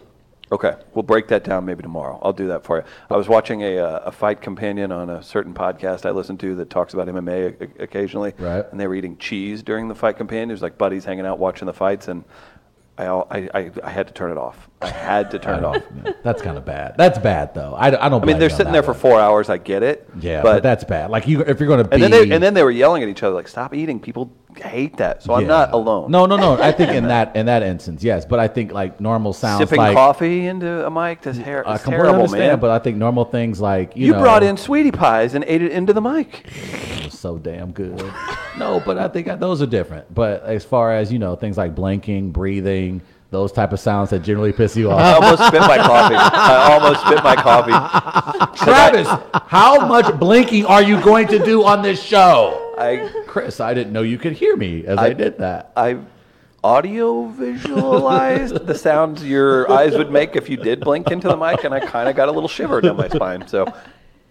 [SPEAKER 2] Okay, we'll break that down maybe tomorrow. I'll do that for you. I was watching a, uh, a fight companion on a certain podcast I listen to that talks about MMA o- occasionally. Right. And they were eating cheese during the fight companion. It was like buddies hanging out watching the fights, and I, all, I, I, I had to turn it off. I had to turn
[SPEAKER 1] [LAUGHS]
[SPEAKER 2] it off.
[SPEAKER 1] That's kind of bad. That's bad though. I, I don't.
[SPEAKER 2] I mean, they're sitting there for four hours. I get it.
[SPEAKER 1] Yeah, but, that's bad. Like you, if you're going to be,
[SPEAKER 2] and then they and then they were yelling at each other like, "Stop eating!" People hate that. So I'm
[SPEAKER 1] Yeah.
[SPEAKER 2] not alone.
[SPEAKER 1] no, no, no. I think
[SPEAKER 2] [LAUGHS]
[SPEAKER 1] in that in that instance, yes. But I think like normal sounds
[SPEAKER 2] Sipping
[SPEAKER 1] like
[SPEAKER 2] coffee into a mic. That's hair.
[SPEAKER 1] I
[SPEAKER 2] it's
[SPEAKER 1] completely
[SPEAKER 2] terrible,
[SPEAKER 1] understand.
[SPEAKER 2] man.
[SPEAKER 1] But I think normal things like you,
[SPEAKER 2] You,
[SPEAKER 1] know,
[SPEAKER 2] brought in sweetie pies and ate it into the mic.
[SPEAKER 1] it was so damn good. no, but I think I- those are different. But as far as you know, things like blinking, breathing, those type of sounds that generally piss you off.
[SPEAKER 2] I almost spit my coffee. I almost spit my coffee.
[SPEAKER 1] [LAUGHS] Travis, [LAUGHS] how much blinking are you going to do on this show?
[SPEAKER 2] I,
[SPEAKER 1] Chris, I didn't know you could hear me as I, did that.
[SPEAKER 2] I audio visualized the sounds your eyes would make if you did blink into the mic, and I kind of got a little shiver down my spine. So,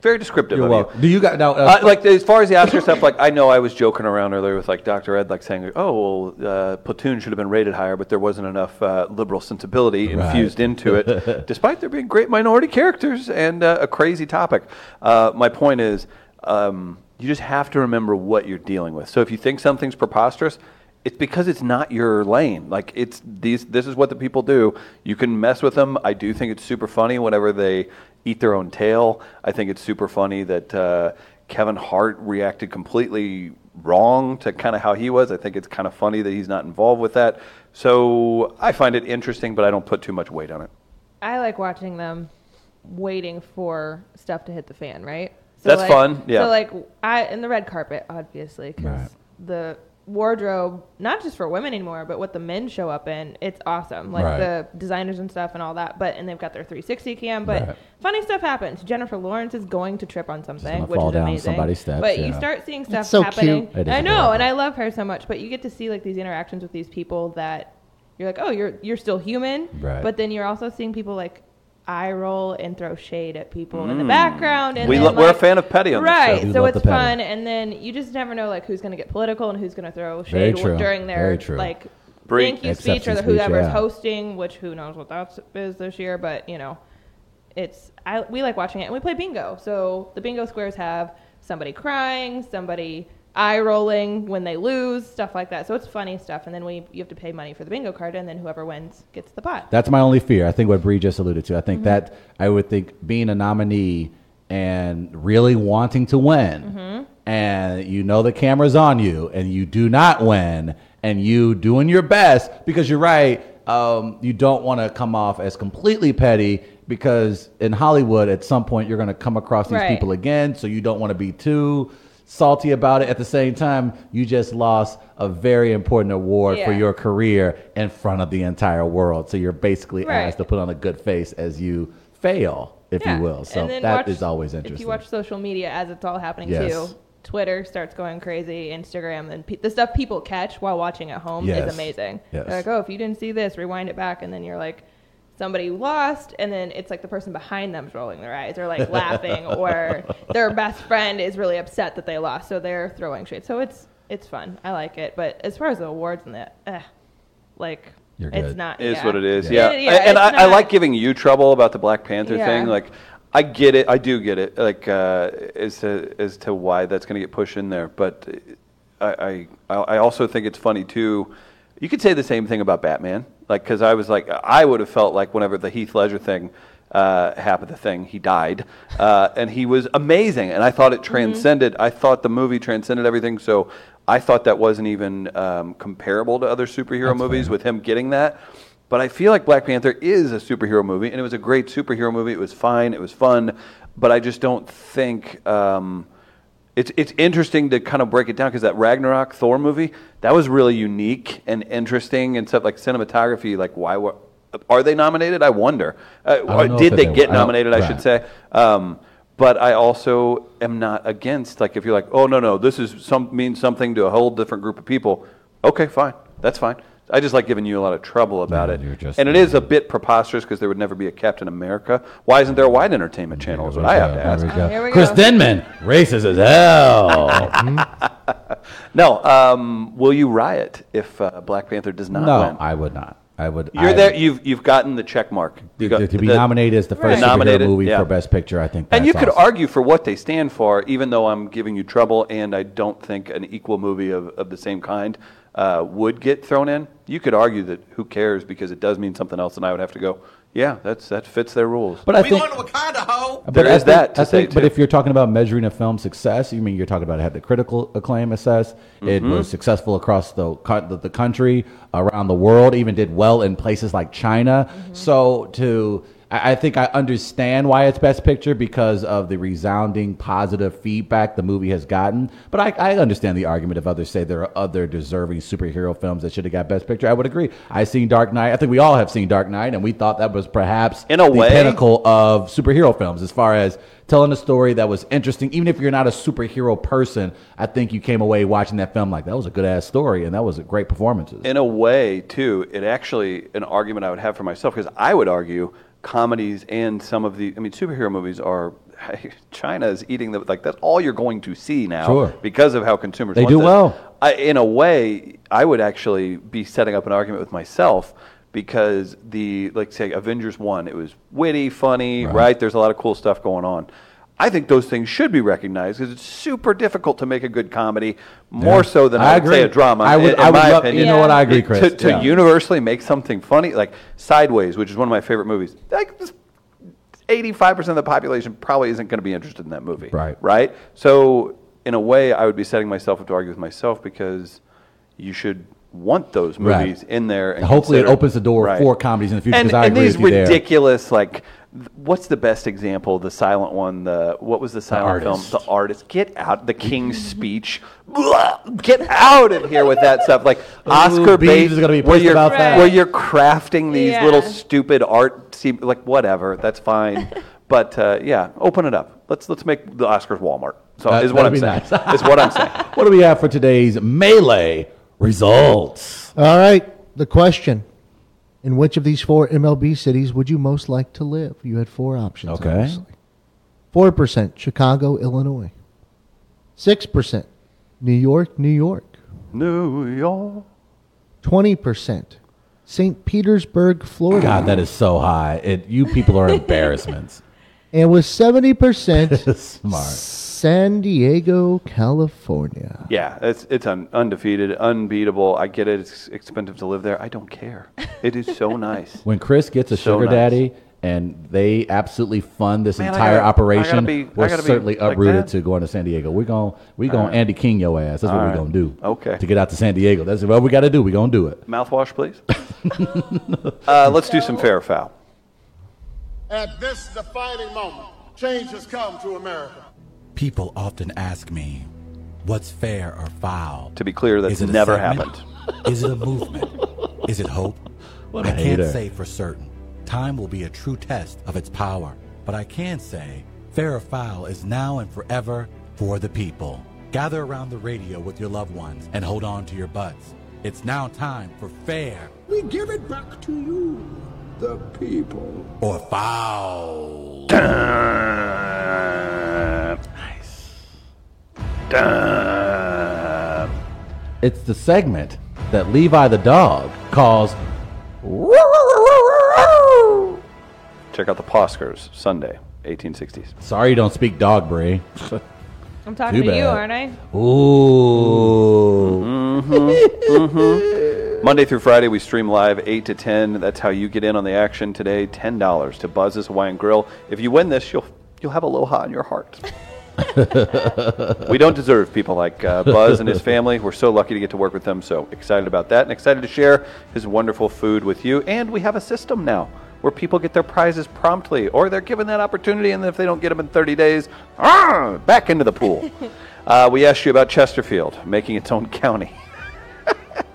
[SPEAKER 2] very descriptive
[SPEAKER 1] You're
[SPEAKER 2] of
[SPEAKER 1] welcome. Do you got now?
[SPEAKER 2] you. Uh, like as far as the Oscar stuff, like I know I was joking around earlier with like Dr. Ed, like saying, "Oh, well, uh, Platoon should have been rated higher, but there wasn't enough uh, liberal sensibility
[SPEAKER 1] Right.
[SPEAKER 2] infused into it, despite there being great minority characters and uh, a crazy topic." Uh, my point is, um, you just have to remember what you're dealing with. So if you think something's preposterous, it's because it's not your lane. Like it's these. This is what the people do. You can mess with them. I do think it's super funny whenever they eat their own tail. I think it's super funny that uh, Kevin Hart reacted completely wrong to kind of how he was. I think it's kind of funny that he's not involved with that. So I find it interesting, but I don't put too much weight on it.
[SPEAKER 3] I like watching them waiting for stuff to hit the fan, right?
[SPEAKER 2] That's fun, yeah.
[SPEAKER 3] So like I in the red carpet, obviously, because the wardrobe, not just for women anymore, but what the men show up in, it's awesome. Like
[SPEAKER 12] Right.
[SPEAKER 3] the designers and stuff and all that. But and they've got their 360 cam. But
[SPEAKER 1] Right.
[SPEAKER 3] funny stuff happens. Jennifer Lawrence is going to trip on something,
[SPEAKER 1] gonna
[SPEAKER 3] which
[SPEAKER 1] fall
[SPEAKER 3] is
[SPEAKER 1] down
[SPEAKER 3] amazing.
[SPEAKER 1] somebody's steps,
[SPEAKER 3] but you
[SPEAKER 1] yeah.
[SPEAKER 3] start seeing
[SPEAKER 1] It's
[SPEAKER 3] stuff
[SPEAKER 1] so cute.
[SPEAKER 3] happening.
[SPEAKER 1] It is
[SPEAKER 3] I know,
[SPEAKER 1] adorable.
[SPEAKER 3] and I love her so much. But you get to see like these interactions with these people that you're like, oh, you're you're still human,
[SPEAKER 2] Right.
[SPEAKER 3] but then you're also seeing people like eye roll and throw shade at people in the
[SPEAKER 2] Mm.
[SPEAKER 3] background. And
[SPEAKER 2] We
[SPEAKER 3] then,
[SPEAKER 2] lo- we're a
[SPEAKER 3] like-
[SPEAKER 2] fan of petty on this
[SPEAKER 3] right?
[SPEAKER 2] show. We
[SPEAKER 3] So
[SPEAKER 2] love
[SPEAKER 3] it's
[SPEAKER 2] the petty.
[SPEAKER 3] fun, and then you just never know like who's going to get political and who's going to throw
[SPEAKER 1] Very
[SPEAKER 3] shade
[SPEAKER 1] true.
[SPEAKER 3] during their
[SPEAKER 1] Very true.
[SPEAKER 3] like
[SPEAKER 1] Brief
[SPEAKER 3] thank you speech
[SPEAKER 1] acceptance
[SPEAKER 3] or the
[SPEAKER 1] speech,
[SPEAKER 3] whoever's
[SPEAKER 1] yeah.
[SPEAKER 3] hosting, which who knows what that is this year, but you know, it's I we like watching it, and we play bingo. So the bingo squares have somebody crying, somebody eye rolling when they lose, stuff like that. So it's funny stuff, and then we you have to pay money for the bingo card, and then whoever wins gets the pot.
[SPEAKER 1] That's my only fear. I think what Bree just alluded to. I think
[SPEAKER 3] Mhm.
[SPEAKER 1] that I would think being a nominee and really wanting to win, and you know the camera's on you, and you do not win, and you doing your best because you're right. Um, you don't want to come off as completely petty because in Hollywood, at some point, you're going to come across these
[SPEAKER 15] Right.
[SPEAKER 1] people again. So you don't want to be too salty about it. At the same time, you just lost a very important award for
[SPEAKER 15] Yeah.
[SPEAKER 1] your career in front of the entire world. So you're basically
[SPEAKER 3] Right.
[SPEAKER 1] asked to put on a good face as you fail, if
[SPEAKER 3] Yeah,
[SPEAKER 1] you will. So
[SPEAKER 3] and
[SPEAKER 1] that
[SPEAKER 3] then
[SPEAKER 1] is
[SPEAKER 3] watch-
[SPEAKER 1] always
[SPEAKER 3] If
[SPEAKER 1] interesting.
[SPEAKER 3] you watch social media as it's all happening
[SPEAKER 1] Yes.
[SPEAKER 3] too, Twitter starts going crazy, Instagram, and pe- the stuff people catch while watching at home
[SPEAKER 1] Yes.
[SPEAKER 3] is amazing.
[SPEAKER 1] Yes.
[SPEAKER 3] They're like, oh, if you didn't see this, rewind it back, and then you're like, somebody lost, and then it's like the person behind them's rolling their eyes
[SPEAKER 1] [LAUGHS]
[SPEAKER 3] or like laughing, or their best friend is really upset that they lost, so they're throwing shade. So it's it's fun. I like it, but as far as the awards and that, eh, like
[SPEAKER 1] You're
[SPEAKER 3] it's
[SPEAKER 1] good.
[SPEAKER 3] not
[SPEAKER 2] Is
[SPEAKER 3] yeah.
[SPEAKER 2] what it is. Yeah.
[SPEAKER 3] yeah
[SPEAKER 2] and
[SPEAKER 3] it's
[SPEAKER 2] I, I
[SPEAKER 3] not-
[SPEAKER 2] like giving you trouble about the Black Panther
[SPEAKER 3] Yeah.
[SPEAKER 2] thing. Like, I get it. I do get it. Like, uh, as to as to why that's going to get pushed in there. But I, I I also think it's funny too. You could say the same thing about Batman. Like, because I was like, I would have felt like whenever the Heath Ledger thing. Uh, happened the thing he died uh, and he was amazing and i thought
[SPEAKER 1] Mm-hmm.
[SPEAKER 2] it transcended i thought the movie transcended everything so i thought that wasn't even um, comparable to other superhero
[SPEAKER 1] That's
[SPEAKER 2] movies
[SPEAKER 1] fair.
[SPEAKER 2] with him getting that but I feel like Black Panther is a superhero movie, and it was a great superhero movie. It was fine, it was fun, but I just don't think um, it's it's interesting to kind of break it down because that Ragnarok Thor movie that was really unique and interesting and stuff like cinematography. Like, why were are they nominated? I wonder. Uh,
[SPEAKER 1] don't know
[SPEAKER 2] did
[SPEAKER 1] if
[SPEAKER 2] they
[SPEAKER 1] they were.
[SPEAKER 2] get
[SPEAKER 1] I don't-
[SPEAKER 2] nominated? I,
[SPEAKER 1] right.
[SPEAKER 2] should say. Um, But I also am not against like if you're like, oh no no, this is some means something to a whole different group of people. Okay, fine, that's fine. I just like giving you a lot of trouble about it, and it is a bit preposterous because there would never be a Captain America. Why isn't there a wide entertainment channel? Is what I have to ask.
[SPEAKER 3] Oh,
[SPEAKER 1] Here we go. Chris Denman, racist as
[SPEAKER 3] [LAUGHS]
[SPEAKER 1] hell.
[SPEAKER 2] no, um, will you riot if uh, Black Panther does not
[SPEAKER 1] no,
[SPEAKER 2] win?
[SPEAKER 1] I would not. I would.
[SPEAKER 2] You're
[SPEAKER 1] I-
[SPEAKER 2] there. You've you've gotten the check mark. You
[SPEAKER 1] to
[SPEAKER 2] got
[SPEAKER 1] be
[SPEAKER 2] the-
[SPEAKER 1] nominated as the first superhero
[SPEAKER 2] Nominated,
[SPEAKER 1] movie
[SPEAKER 2] yeah.
[SPEAKER 1] for Best Picture. I think.
[SPEAKER 2] And you
[SPEAKER 1] that's
[SPEAKER 2] could
[SPEAKER 1] awesome.
[SPEAKER 2] argue for what they stand for, even though I'm giving you trouble, and I don't think an equal movie of, of the same kind uh, would get thrown in. You could argue that who cares because it does mean something else, and I would have to go, yeah, that's that fits their rules.
[SPEAKER 1] But I think
[SPEAKER 2] There
[SPEAKER 1] I
[SPEAKER 2] is
[SPEAKER 1] think-
[SPEAKER 2] that to
[SPEAKER 1] I think,
[SPEAKER 2] say
[SPEAKER 1] but
[SPEAKER 2] too.
[SPEAKER 1] if you're talking about measuring a film's success, you mean you're talking about it had the critical acclaim assess. It
[SPEAKER 2] Mhm.
[SPEAKER 1] was successful across the, co- the the country, around the world. Even did well in places like China. So to I I think I understand why it's Best Picture because of the resounding positive feedback the movie has gotten. But I, I understand the argument if others say there are other deserving superhero films that should have got Best Picture. I would agree. I seen Dark Knight. I think we all have seen Dark Knight, and we thought that was perhaps
[SPEAKER 2] In a
[SPEAKER 1] the
[SPEAKER 2] way.
[SPEAKER 1] pinnacle pinnacle of superhero films as far as telling a story that was interesting. Even if you're not a superhero person, I think you came away watching that film like that was a good ass story and that was a great performances.
[SPEAKER 2] In a way, too, it actually an argument I would have for myself because I would argue comedies and some of the I mean superhero movies are [LAUGHS] China is eating the like that's all you're going to see now
[SPEAKER 1] Sure.
[SPEAKER 2] because of how consumers
[SPEAKER 1] They
[SPEAKER 2] want
[SPEAKER 1] do
[SPEAKER 2] this.
[SPEAKER 1] well.
[SPEAKER 2] I, in a way, I would actually be setting up an argument with myself because the like say Avengers one, it was witty, funny, right? There's a lot of cool stuff going on. I think those things should be recognized because it's super difficult to make a good comedy, more
[SPEAKER 1] Yeah.
[SPEAKER 2] so than
[SPEAKER 1] I
[SPEAKER 2] I, would
[SPEAKER 1] agree.
[SPEAKER 2] say a drama.
[SPEAKER 1] I would-
[SPEAKER 2] in, in
[SPEAKER 1] I would
[SPEAKER 2] my
[SPEAKER 1] love- you
[SPEAKER 2] opinion,
[SPEAKER 1] know what? I agree,
[SPEAKER 2] It-
[SPEAKER 1] Chris.
[SPEAKER 2] To, to
[SPEAKER 1] Yeah.
[SPEAKER 2] universally make something funny, like Sideways, which is one of my favorite movies. Like this- 85% of the population probably isn't going to be interested in that movie. Right. Right? So, in a way, I would be setting myself up to argue with myself because you should want those
[SPEAKER 1] Right.
[SPEAKER 2] movies in there. And
[SPEAKER 1] Hopefully it
[SPEAKER 2] consider-
[SPEAKER 1] opens the door
[SPEAKER 2] Right.
[SPEAKER 1] for comedies in the future,
[SPEAKER 2] And,
[SPEAKER 1] 'cause I
[SPEAKER 2] and
[SPEAKER 1] agree
[SPEAKER 2] these
[SPEAKER 1] with you there.
[SPEAKER 2] ridiculous, like, th- what's the best example? The silent one, the, what was the silent film?
[SPEAKER 1] Artist.
[SPEAKER 2] The Artist. Get out. The King's Speech. [LAUGHS] Blah! get out of here with that stuff. Like, Oscar
[SPEAKER 1] Beebs
[SPEAKER 2] bait.
[SPEAKER 1] is gonna be
[SPEAKER 2] where
[SPEAKER 1] pissed
[SPEAKER 2] you're-
[SPEAKER 1] about that.
[SPEAKER 2] Where you're crafting these
[SPEAKER 1] Yeah.
[SPEAKER 2] little stupid art, se- like whatever. That's fine. but uh, yeah, open it up. Let's let's make the Oscars Walmart. So
[SPEAKER 1] That-
[SPEAKER 2] is what I'm
[SPEAKER 1] that'd
[SPEAKER 2] saying.
[SPEAKER 1] be nice.
[SPEAKER 2] is what
[SPEAKER 1] [LAUGHS]
[SPEAKER 2] I'm saying.
[SPEAKER 1] What do we have for today's melee results?
[SPEAKER 4] All right. The question In which of these four MLB cities would you most like to live? You had four options.
[SPEAKER 1] Okay.
[SPEAKER 4] obviously. 4% Chicago, Illinois. 6% New York, New York.
[SPEAKER 2] New York.
[SPEAKER 4] 20% St. Petersburg, Florida.
[SPEAKER 1] God, that is so high. It, you people are embarrassments.
[SPEAKER 4] And with 70%
[SPEAKER 1] [LAUGHS] Smart.
[SPEAKER 4] San Diego, California.
[SPEAKER 2] Yeah, it's it's un, undefeated, unbeatable. I get it. It's expensive to live there. I don't care. It is so nice.
[SPEAKER 1] When Chris gets a
[SPEAKER 2] So
[SPEAKER 1] sugar
[SPEAKER 2] nice.
[SPEAKER 1] daddy and they absolutely fund this
[SPEAKER 2] Man, I
[SPEAKER 1] entire
[SPEAKER 2] gotta- I
[SPEAKER 1] operation,
[SPEAKER 2] gotta be- I
[SPEAKER 1] we're
[SPEAKER 2] gotta be
[SPEAKER 1] certainly
[SPEAKER 2] like
[SPEAKER 1] uprooted
[SPEAKER 2] that?
[SPEAKER 1] to going to San Diego. We're going we
[SPEAKER 2] All
[SPEAKER 1] going
[SPEAKER 2] right.
[SPEAKER 1] Andy King your ass. That's
[SPEAKER 2] All
[SPEAKER 1] what
[SPEAKER 2] right.
[SPEAKER 1] we're going to do.
[SPEAKER 2] Okay.
[SPEAKER 1] To get out to San Diego. That's what we got to do. We're going to do it.
[SPEAKER 2] Mouthwash, please. uh, let's do some fair or foul.
[SPEAKER 13] At this defining moment, change has come to America.
[SPEAKER 15] People often ask me, what's fair or foul?
[SPEAKER 2] To be clear, that's
[SPEAKER 15] Is it a
[SPEAKER 2] never
[SPEAKER 15] segment? [LAUGHS]
[SPEAKER 2] happened.
[SPEAKER 15] Is it a movement? Is it hope?
[SPEAKER 1] What a
[SPEAKER 15] I can't
[SPEAKER 1] hater.
[SPEAKER 15] say for certain. Time will be a true test of its power. But I can say, fair or foul is now and forever for the people. Gather around the radio with your loved ones and hold on to your butts. It's now time for fair
[SPEAKER 5] We give it back to you, the people.
[SPEAKER 15] or foul.
[SPEAKER 1] It's the segment that Levi the dog calls [LAUGHS]
[SPEAKER 2] Check out the Poskers Sunday, 1860s.
[SPEAKER 1] Sorry you don't speak dog, Brie.
[SPEAKER 3] I'm talking
[SPEAKER 1] Too
[SPEAKER 3] to you,
[SPEAKER 1] bad.
[SPEAKER 3] aren't I?
[SPEAKER 1] Ooh.
[SPEAKER 2] Monday through Friday, we stream live 8 to 10. That's how you get in on the action today. $10 to Buzz's Hawaiian Grill. If you win this, you'll, you'll have aloha in your heart. we don't deserve people like uh, Buzz and his family. We're so lucky to get to work with them. So excited about that and excited to share his wonderful food with you. And we have a system now where people get their prizes promptly or they're given that opportunity. And if they don't get them in 30 days, arr, back into the
[SPEAKER 3] [LAUGHS]
[SPEAKER 2] pool. uh, we asked you about Chesterfield making its own county. [LAUGHS]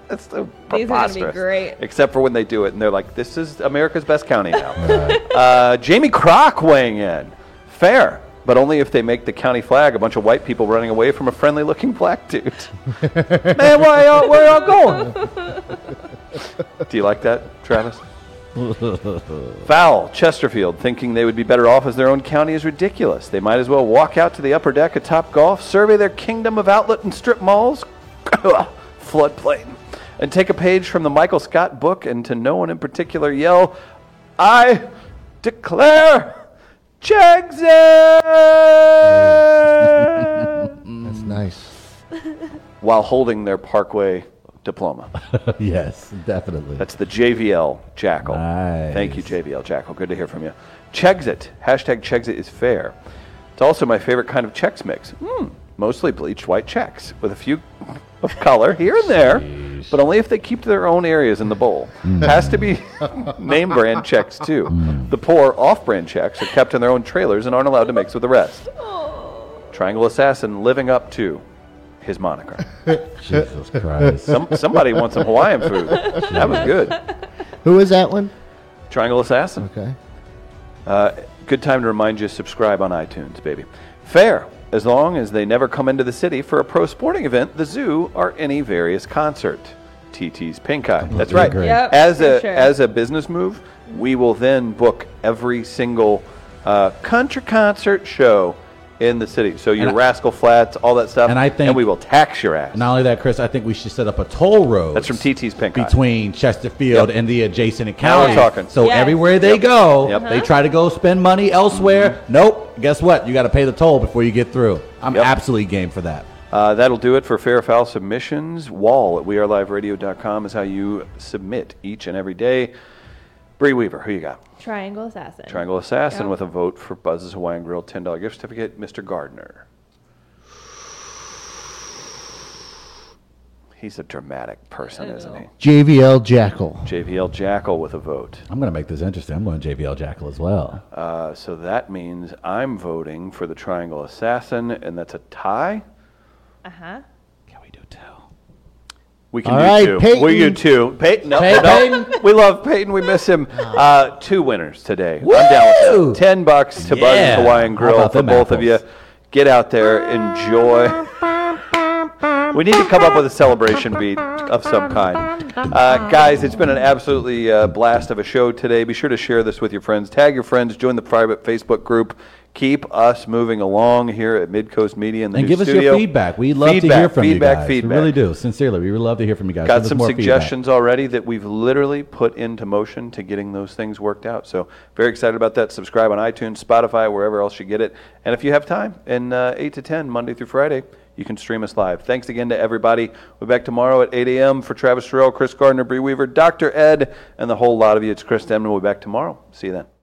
[SPEAKER 2] That's so
[SPEAKER 3] These are gonna be
[SPEAKER 2] preposterous.
[SPEAKER 3] great.
[SPEAKER 2] Except for when they do it and they're like,
[SPEAKER 3] [LAUGHS]
[SPEAKER 2] this is America's best county now. uh, Jamie Crock weighing in. Fair but only if they make the county flag a bunch of white people running away from a friendly looking black dude. Man, where y'all, where y'all going? Do you like that, Travis? Foul. Chesterfield, thinking they would be better off as their own county, is ridiculous. They might as well walk out to the upper deck of Top Golf, survey their kingdom of outlet and strip malls, [COUGHS] floodplain, and take a page from the Michael Scott book and to no one in particular yell, I declare Jackson!
[SPEAKER 4] That's nice.
[SPEAKER 2] [LAUGHS] While holding their Parkway diploma.
[SPEAKER 1] [LAUGHS] yes, definitely.
[SPEAKER 2] That's the JVL Jackal. Thank you, JVL Jackal. Good to hear from you. Chexit. Hashtag Chexit is fair. It's also my favorite kind of Chex mix. Mm, mostly bleached white Chex with a few [LAUGHS] of color here and there, but only if they keep to their own areas in the bowl. Has to be name brand Chex, too. The poor off brand Chex are kept in their own trailers and aren't allowed to mix with the rest. Triangle Assassin living up to his moniker.
[SPEAKER 1] Jesus Christ.
[SPEAKER 2] Some, somebody wants some Hawaiian food. That was good.
[SPEAKER 4] Who is that one?
[SPEAKER 2] Triangle Assassin.
[SPEAKER 4] Okay.
[SPEAKER 2] Uh, good time to remind you subscribe on iTunes, baby. Fair, as long as they never come into the city for a pro sporting event, the zoo, or any various concert. TT's Pink Eye. That's right.
[SPEAKER 1] agree.
[SPEAKER 3] Yep,
[SPEAKER 2] as a
[SPEAKER 3] for sure.
[SPEAKER 2] as a business move, we will then book every single uh, country concert show in the city. So your
[SPEAKER 1] And I-
[SPEAKER 2] Rascal Flats, all that stuff,
[SPEAKER 1] And I think-
[SPEAKER 2] and we will tax your ass.
[SPEAKER 1] Not only that, Chris, I think we should set up a toll road.
[SPEAKER 2] That's from TT's Pink Eye.
[SPEAKER 1] between Chesterfield and the adjacent county.
[SPEAKER 2] talking.
[SPEAKER 1] So
[SPEAKER 2] Yes.
[SPEAKER 1] everywhere they
[SPEAKER 2] Yep.
[SPEAKER 1] go,
[SPEAKER 2] Yep. Mm-hmm.
[SPEAKER 1] they
[SPEAKER 2] Uh-huh.
[SPEAKER 1] try to go spend money elsewhere. Nope. Guess what? You got to pay the toll before you get through. I'm absolutely game for that.
[SPEAKER 2] Uh, that'll do it for Fair or Foul submissions. Wall at weareliveradio.com is how you submit each and every day. Bree Weaver, who you got?
[SPEAKER 3] Triangle Assassin.
[SPEAKER 2] Triangle Assassin
[SPEAKER 3] Yep.
[SPEAKER 2] with a vote for Buzz's Hawaiian Grill $10 gift certificate. Mr. Gardner. He's a dramatic person, isn't he?
[SPEAKER 4] JVL Jackal.
[SPEAKER 2] JVL Jackal with a vote.
[SPEAKER 1] I'm going to make this interesting. I'm going JVL Jackal as well.
[SPEAKER 2] Uh, so that means I'm voting for the Triangle Assassin, and that's a tie.
[SPEAKER 3] Uh huh.
[SPEAKER 2] We can
[SPEAKER 4] All
[SPEAKER 2] do
[SPEAKER 4] right,
[SPEAKER 2] two.
[SPEAKER 4] Peyton.
[SPEAKER 2] We do two. Peyton, no,
[SPEAKER 4] Hey,
[SPEAKER 2] no. We love Peyton. We
[SPEAKER 1] [LAUGHS]
[SPEAKER 2] miss him. Uh, two winners today. I'm down with that. Ten bucks to
[SPEAKER 1] Yeah.
[SPEAKER 2] Buzz's Hawaiian
[SPEAKER 1] How
[SPEAKER 2] Grill
[SPEAKER 1] about
[SPEAKER 2] for
[SPEAKER 1] them
[SPEAKER 2] both of you. Get out there, enjoy. We need to come up with a celebration beat of some kind. Uh, guys, it's been an absolutely uh, blast of a show today. Be sure to share this with your friends. Tag your friends. Join the private Facebook group. Keep us moving along here at Midcoast Media and the
[SPEAKER 1] And
[SPEAKER 2] new
[SPEAKER 1] give us
[SPEAKER 2] studio.
[SPEAKER 1] your feedback. We love to
[SPEAKER 2] Feedback,
[SPEAKER 1] hear from
[SPEAKER 2] feedback,
[SPEAKER 1] you guys.
[SPEAKER 2] Feedback,
[SPEAKER 1] We really do. Sincerely, we would love to hear from you guys. Give
[SPEAKER 2] Got
[SPEAKER 1] us
[SPEAKER 2] some
[SPEAKER 1] more feedback.
[SPEAKER 2] suggestions already that we've literally put into motion to getting those things worked out. So very excited about that. Subscribe on iTunes, Spotify, wherever else you get it. And if you have time, in uh, eight to ten Monday through Friday, you can stream us live. Thanks again to everybody. We're back tomorrow at 8 a.m. for Travis Terrell, Chris Gardner, Bree Weaver, Dr. Ed, and the whole lot of you. It's Chris Demna. We'll be back tomorrow. See you then.